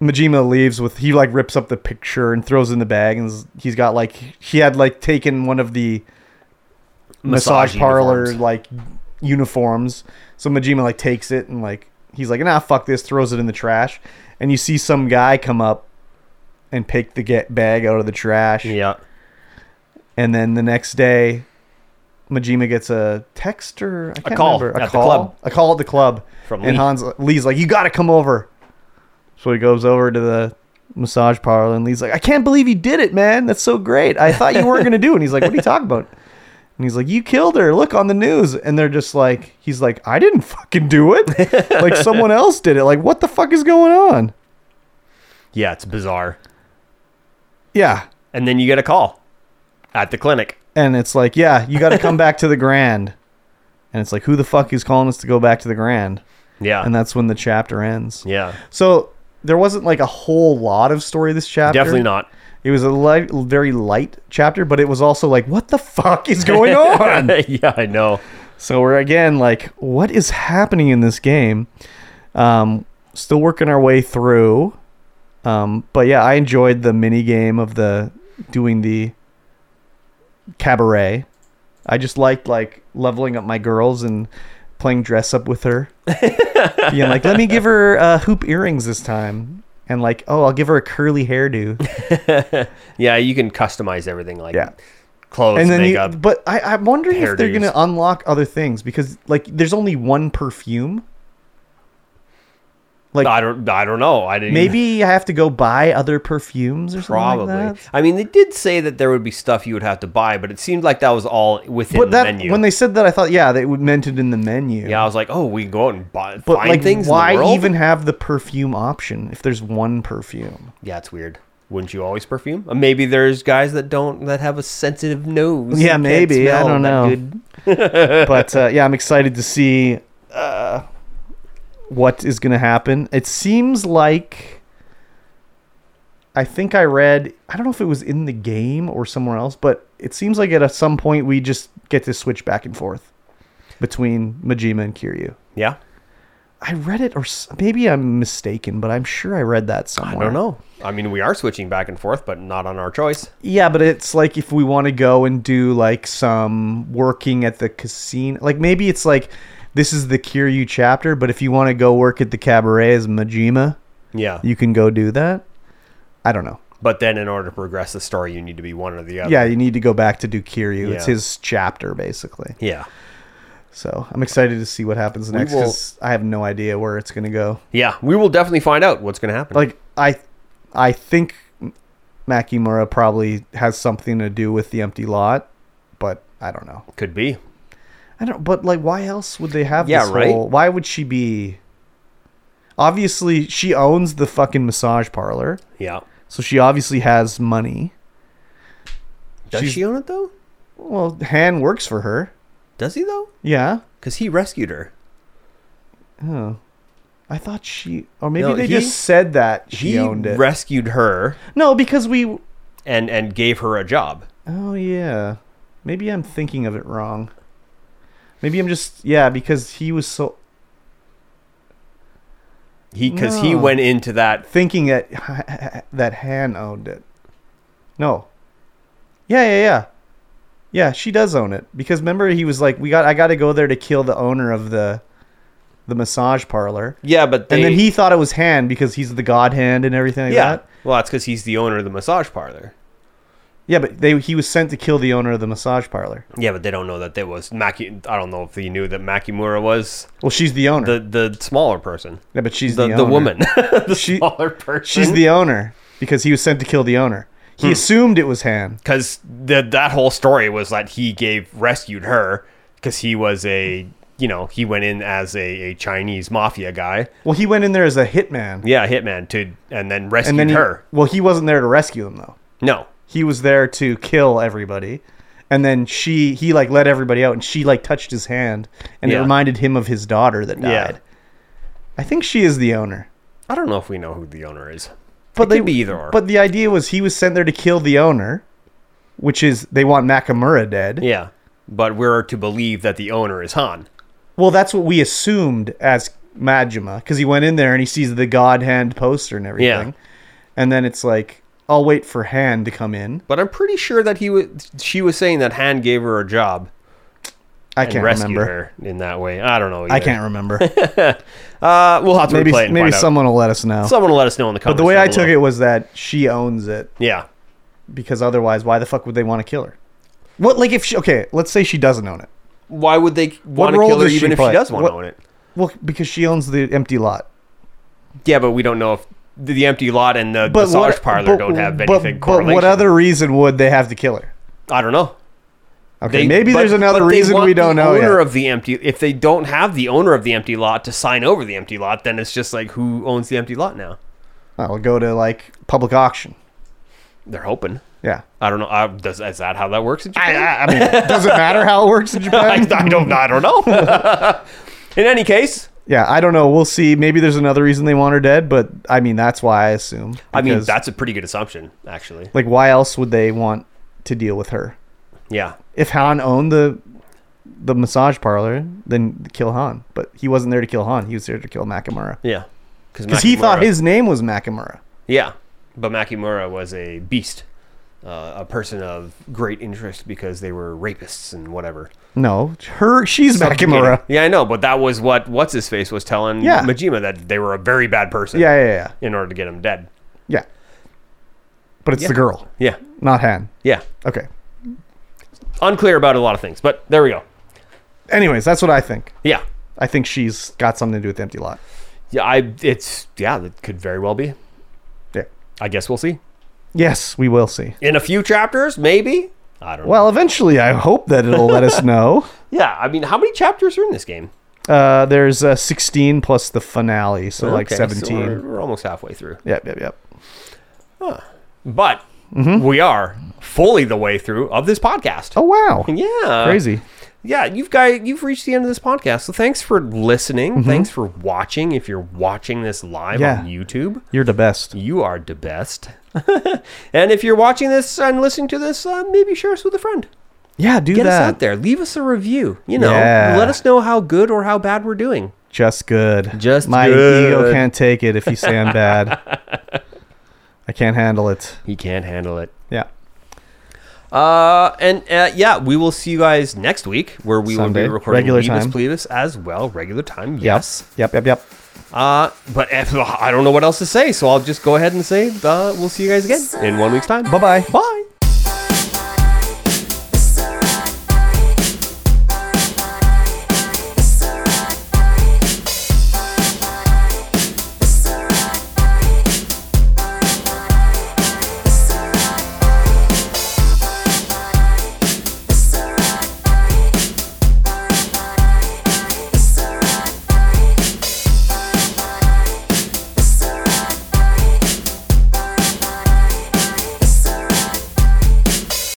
C: Majima leaves with he like rips up the picture and throws it in the bag and he's got like he had like taken one of the massage,
D: Massage
C: parlor
D: uniforms.
C: like uniforms. So Majima like takes it and like he's like, nah, fuck this, throws it in the trash. And you see some guy come up and pick the get bag out of the trash.
D: Yeah.
C: And then the next day, Majima gets a text or I can't
D: call
C: remember,
D: at the club.
C: a call at the club.
D: From
C: and
D: Lee.
C: Hans Lee's like, "You got to come over." So he goes over to the massage parlor, and Lee's like, "I can't believe you did it, man. That's so great. I thought you weren't gonna do it." And he's like, "What are you talking about?" And he's like, "You killed her. Look on the news." And they're just like, "He's like, I didn't fucking do it. like someone else did it. Like what the fuck is going on?"
D: Yeah, it's bizarre.
C: Yeah,
D: And then you get a call at the clinic.
C: and it's like, yeah, you got to come back to the Grand. And it's like, who the fuck is calling us to go back to the Grand?
D: Yeah.
C: And that's when the chapter ends.
D: yeah.
C: So there wasn't like a whole lot of story this chapter.
D: Definitely not.
C: It was a light, very light chapter, but it was also like, what the fuck is going on?
D: yeah, I know.
C: so we're again like, what is happening in this game? Um, still working our way through. Um, but yeah, I enjoyed the mini game of the doing the cabaret. I just liked like leveling up my girls and playing dress up with her. Being like, let me give her uh, hoop earrings this time, and like, oh, I'll give her a curly hairdo.
D: Yeah, you can customize everything like
C: Yeah.
D: clothes,
C: and then
D: makeup.
C: you, but I, I'm wondering if they're
D: hairdos.
C: going to unlock other things because like there's only one perfume. Like
D: I don't I don't know. I didn't
C: maybe I have to go buy other perfumes or something
D: probably.
C: like that.
D: I mean, they did say that there would be stuff you would have to buy, but it seemed like that was all within
C: But
D: the
C: that
D: menu.
C: when they said that, I thought yeah, they would meant it in the menu.
D: yeah, I was like, oh, we go out and buy,
C: but
D: find
C: like
D: things. in the
C: why
D: world?
C: even have the perfume option if there's one perfume?
D: Yeah, it's weird. Wouldn't you always perfume? Uh, Maybe there's guys that don't that have a sensitive nose.
C: Yeah,
D: and can't
C: maybe I
D: smell
C: don't
D: that
C: know.
D: good.
C: but uh, yeah, I'm excited to see uh, what is going to happen. It seems like I think I read. I don't know if it was in the game or somewhere else, but it seems like at some point we just get to switch back and forth between Majima and Kiryu.
D: Yeah,
C: I read it, or s- maybe I'm mistaken, but I'm sure I read that somewhere.
D: I don't know. I mean, we are switching back and forth, but not on our choice.
C: Yeah, but it's like if we want to go and do like some working at the casino, like maybe it's like this is the Kiryu chapter, but if you want to go work at the cabaret as Majima,
D: Yeah,
C: you can go do that. I don't know.
D: but then in order to progress the story, you need to be one or the other.
C: Yeah, you need to go back to do Kiryu. It's
D: Yeah.
C: his chapter basically.
D: yeah,
C: So I'm excited to see what happens next
D: will-
C: because I have no idea where it's gonna go.
D: yeah. We will definitely find out what's going to happen.
C: Like I, I think Makimura probably has something to do with the empty lot, but I don't know.
D: could be.
C: I don't. But like, why else would they have?
D: Yeah,
C: this
D: right?
C: Whole, why would she be? Obviously, she owns the fucking massage parlor,
D: Yeah.
C: so she obviously has money.
D: Does
C: She's-
D: she own it though?
C: Well, Han works for her.
D: Does he though?
C: Yeah.
D: Because he rescued her.
C: Oh. I thought she, or maybe
D: No,
C: they
D: he-
C: just said that she
D: He
C: owned it.
D: rescued her
C: no, because we.
D: and and gave her a job.
C: Oh yeah. Maybe I'm thinking of it wrong. Maybe I'm just yeah because he was so
D: He because he
C: No.
D: went into that.
C: thinking that that Han owned it. No. Yeah, yeah, yeah. Yeah, she does own it because remember he was like, "We got, I got to go there to kill the owner of the, the massage parlor,"
D: Yeah, but
C: and then
D: they-
C: he thought it was Han because he's the god hand and everything like
D: yeah.
C: that.
D: Well, that's because he's the owner of the massage parlor.
C: Yeah, but they he was sent to kill the owner of the massage parlor.
D: Yeah, but they don't know that there was Maki. I don't know if they knew that Makimura was
C: Well, she's the owner.
D: the the smaller person,
C: yeah, but she's
D: the
C: the
D: the,
C: owner.
D: woman, the
C: She-
D: smaller person.
C: She's the owner because he was sent to kill the owner. He
D: Hmm.
C: assumed it was Han.
D: because that that whole story was that he gave rescued her because he was a you know he went in as a, a Chinese mafia guy.
C: Well, he went in there as a hitman,
D: Yeah, hitman to and then rescued
C: and then he,
D: her.
C: Well, he wasn't there to rescue him though.
D: No,
C: he was there to kill everybody and then she he like let everybody out and she like touched his hand and it
D: Yeah.
C: reminded him of his daughter that
D: Yeah.
C: died i think she is the owner
D: I don't know if we know who the owner is.
C: but
D: could be either or.
C: but the idea was he was sent there to kill the owner which is they want nakamura dead
D: Yeah, but we're to believe that the owner is Han.
C: well that's what we assumed as majima because he went in there and he sees the god hand poster and everything and then it's like i'll wait for hand to come in
D: But I'm pretty sure that he was. She was saying that Han gave her a job,
C: I
D: and
C: can't
D: rescued
C: remember.
D: her in that way. I don't know.
C: I
D: either.
C: can't remember.
D: Uh, we'll have to
C: maybe
D: replay it. And
C: maybe
D: find out.
C: someone will let us know.
D: someone will let us know in the comments.
C: the way
D: down
C: I took
D: below.
C: it was that she owns it
D: Yeah.
C: because otherwise, why the fuck would they want to kill her? What like if she, okay, let's say she doesn't own it.
D: Why would they want to
C: role
D: kill her
C: does she
D: even if she
C: play?
D: does want to
C: What-
D: own it?
C: Well, because she owns the empty lot.
D: Yeah, but we don't know if the, the empty lot and the
C: But
D: massage
C: what,
D: parlor
C: but-
D: don't have
C: but-
D: anything
C: but
D: correlation.
C: what other reason would they have to kill her?
D: I don't know.
C: Okay,
D: They-
C: maybe
D: but-
C: there's another
D: but they
C: reason
D: want
C: we don't
D: the
C: know
D: Owner
C: yet.
D: of the empty. If they don't have the owner of the empty lot to sign over the empty lot, then it's just like who owns the empty lot now?
C: I'll go to like public auction.
D: They're hoping.
C: Yeah.
D: I don't know. I, does, is that how that works? in
C: I,
D: Japan?
C: I- I mean, does it matter how it works in
D: I,
C: Japan?
D: I don't. I don't know. in any case,
C: yeah, I don't know. We'll see. Maybe there's another reason they want her dead, but I mean, that's why I assume.
D: I mean
C: because,
D: that's a pretty good assumption, actually.
C: like, why else would they want to deal with her?
D: Yeah.
C: If Han owned the the massage parlor, then kill Han. But he wasn't there to kill Han. He was there to kill Nakamura
D: Yeah.
C: because he thought
D: Nakamura-
C: his name was Nakamura.
D: Yeah, but Makimura was a beast, uh, a person of great interest because they were rapists and whatever.
C: No, her. She's Nakamura.
D: Yeah, I know, but that was what what's his face was telling
C: Yeah.
D: Majima that they were a very bad person.
C: Yeah, yeah, yeah,
D: in order to get him dead.
C: yeah. But it's the girl,
D: Yeah,
C: not Han.
D: yeah.
C: Okay.
D: Unclear about a lot of things, but there we go.
C: Anyways, that's what I think.
D: Yeah,
C: I think she's got something to do with the empty lot.
D: yeah. I it's yeah. That could very well be.
C: Yeah.
D: I guess we'll see
C: Yes, we will see.
D: in a few chapters, maybe. I don't know.
C: Well, eventually, I hope that it'll let us know.
D: yeah. I mean, how many chapters are in this game?
C: Uh, there's uh, 16 plus the finale, so like
D: Okay, so
C: 17.
D: we're- we're almost halfway through.
C: Yep, yep, yep.
D: but we are fully the way through of this podcast.
C: Mm-hmm. Oh wow,
D: yeah,
C: crazy.
D: Yeah, you've guys, you've reached the end of this podcast. So thanks for listening. Thanks for watching. If you're watching this live
C: Mm-hmm. Yeah.
D: on YouTube,
C: You're the best.
D: you are the best. and if you're watching this and listening to this, uh, maybe share us with a friend.
C: Yeah, do
D: Get us
C: that.
D: out there. Leave us a review. You know,
C: Yeah.
D: let us know how good or how bad we're doing.
C: Just good.
D: Just
C: my ego
D: good.
C: can't take it if you say I'm bad. I can't handle it.
D: He can't handle it.
C: Yeah.
D: Uh, and uh, yeah, we will see you guys next week where we will
C: Sunday.
D: be recording
C: Regular
D: Levis
C: time.
D: Plevis as well, regular time.
C: Yep.
D: Yes.
C: Yep. Yep. Yep.
D: Uh, but eh, I don't know what else to say, so I'll just go ahead and say uh, we'll see you guys again in one week's time.
C: Bye bye.
D: Bye.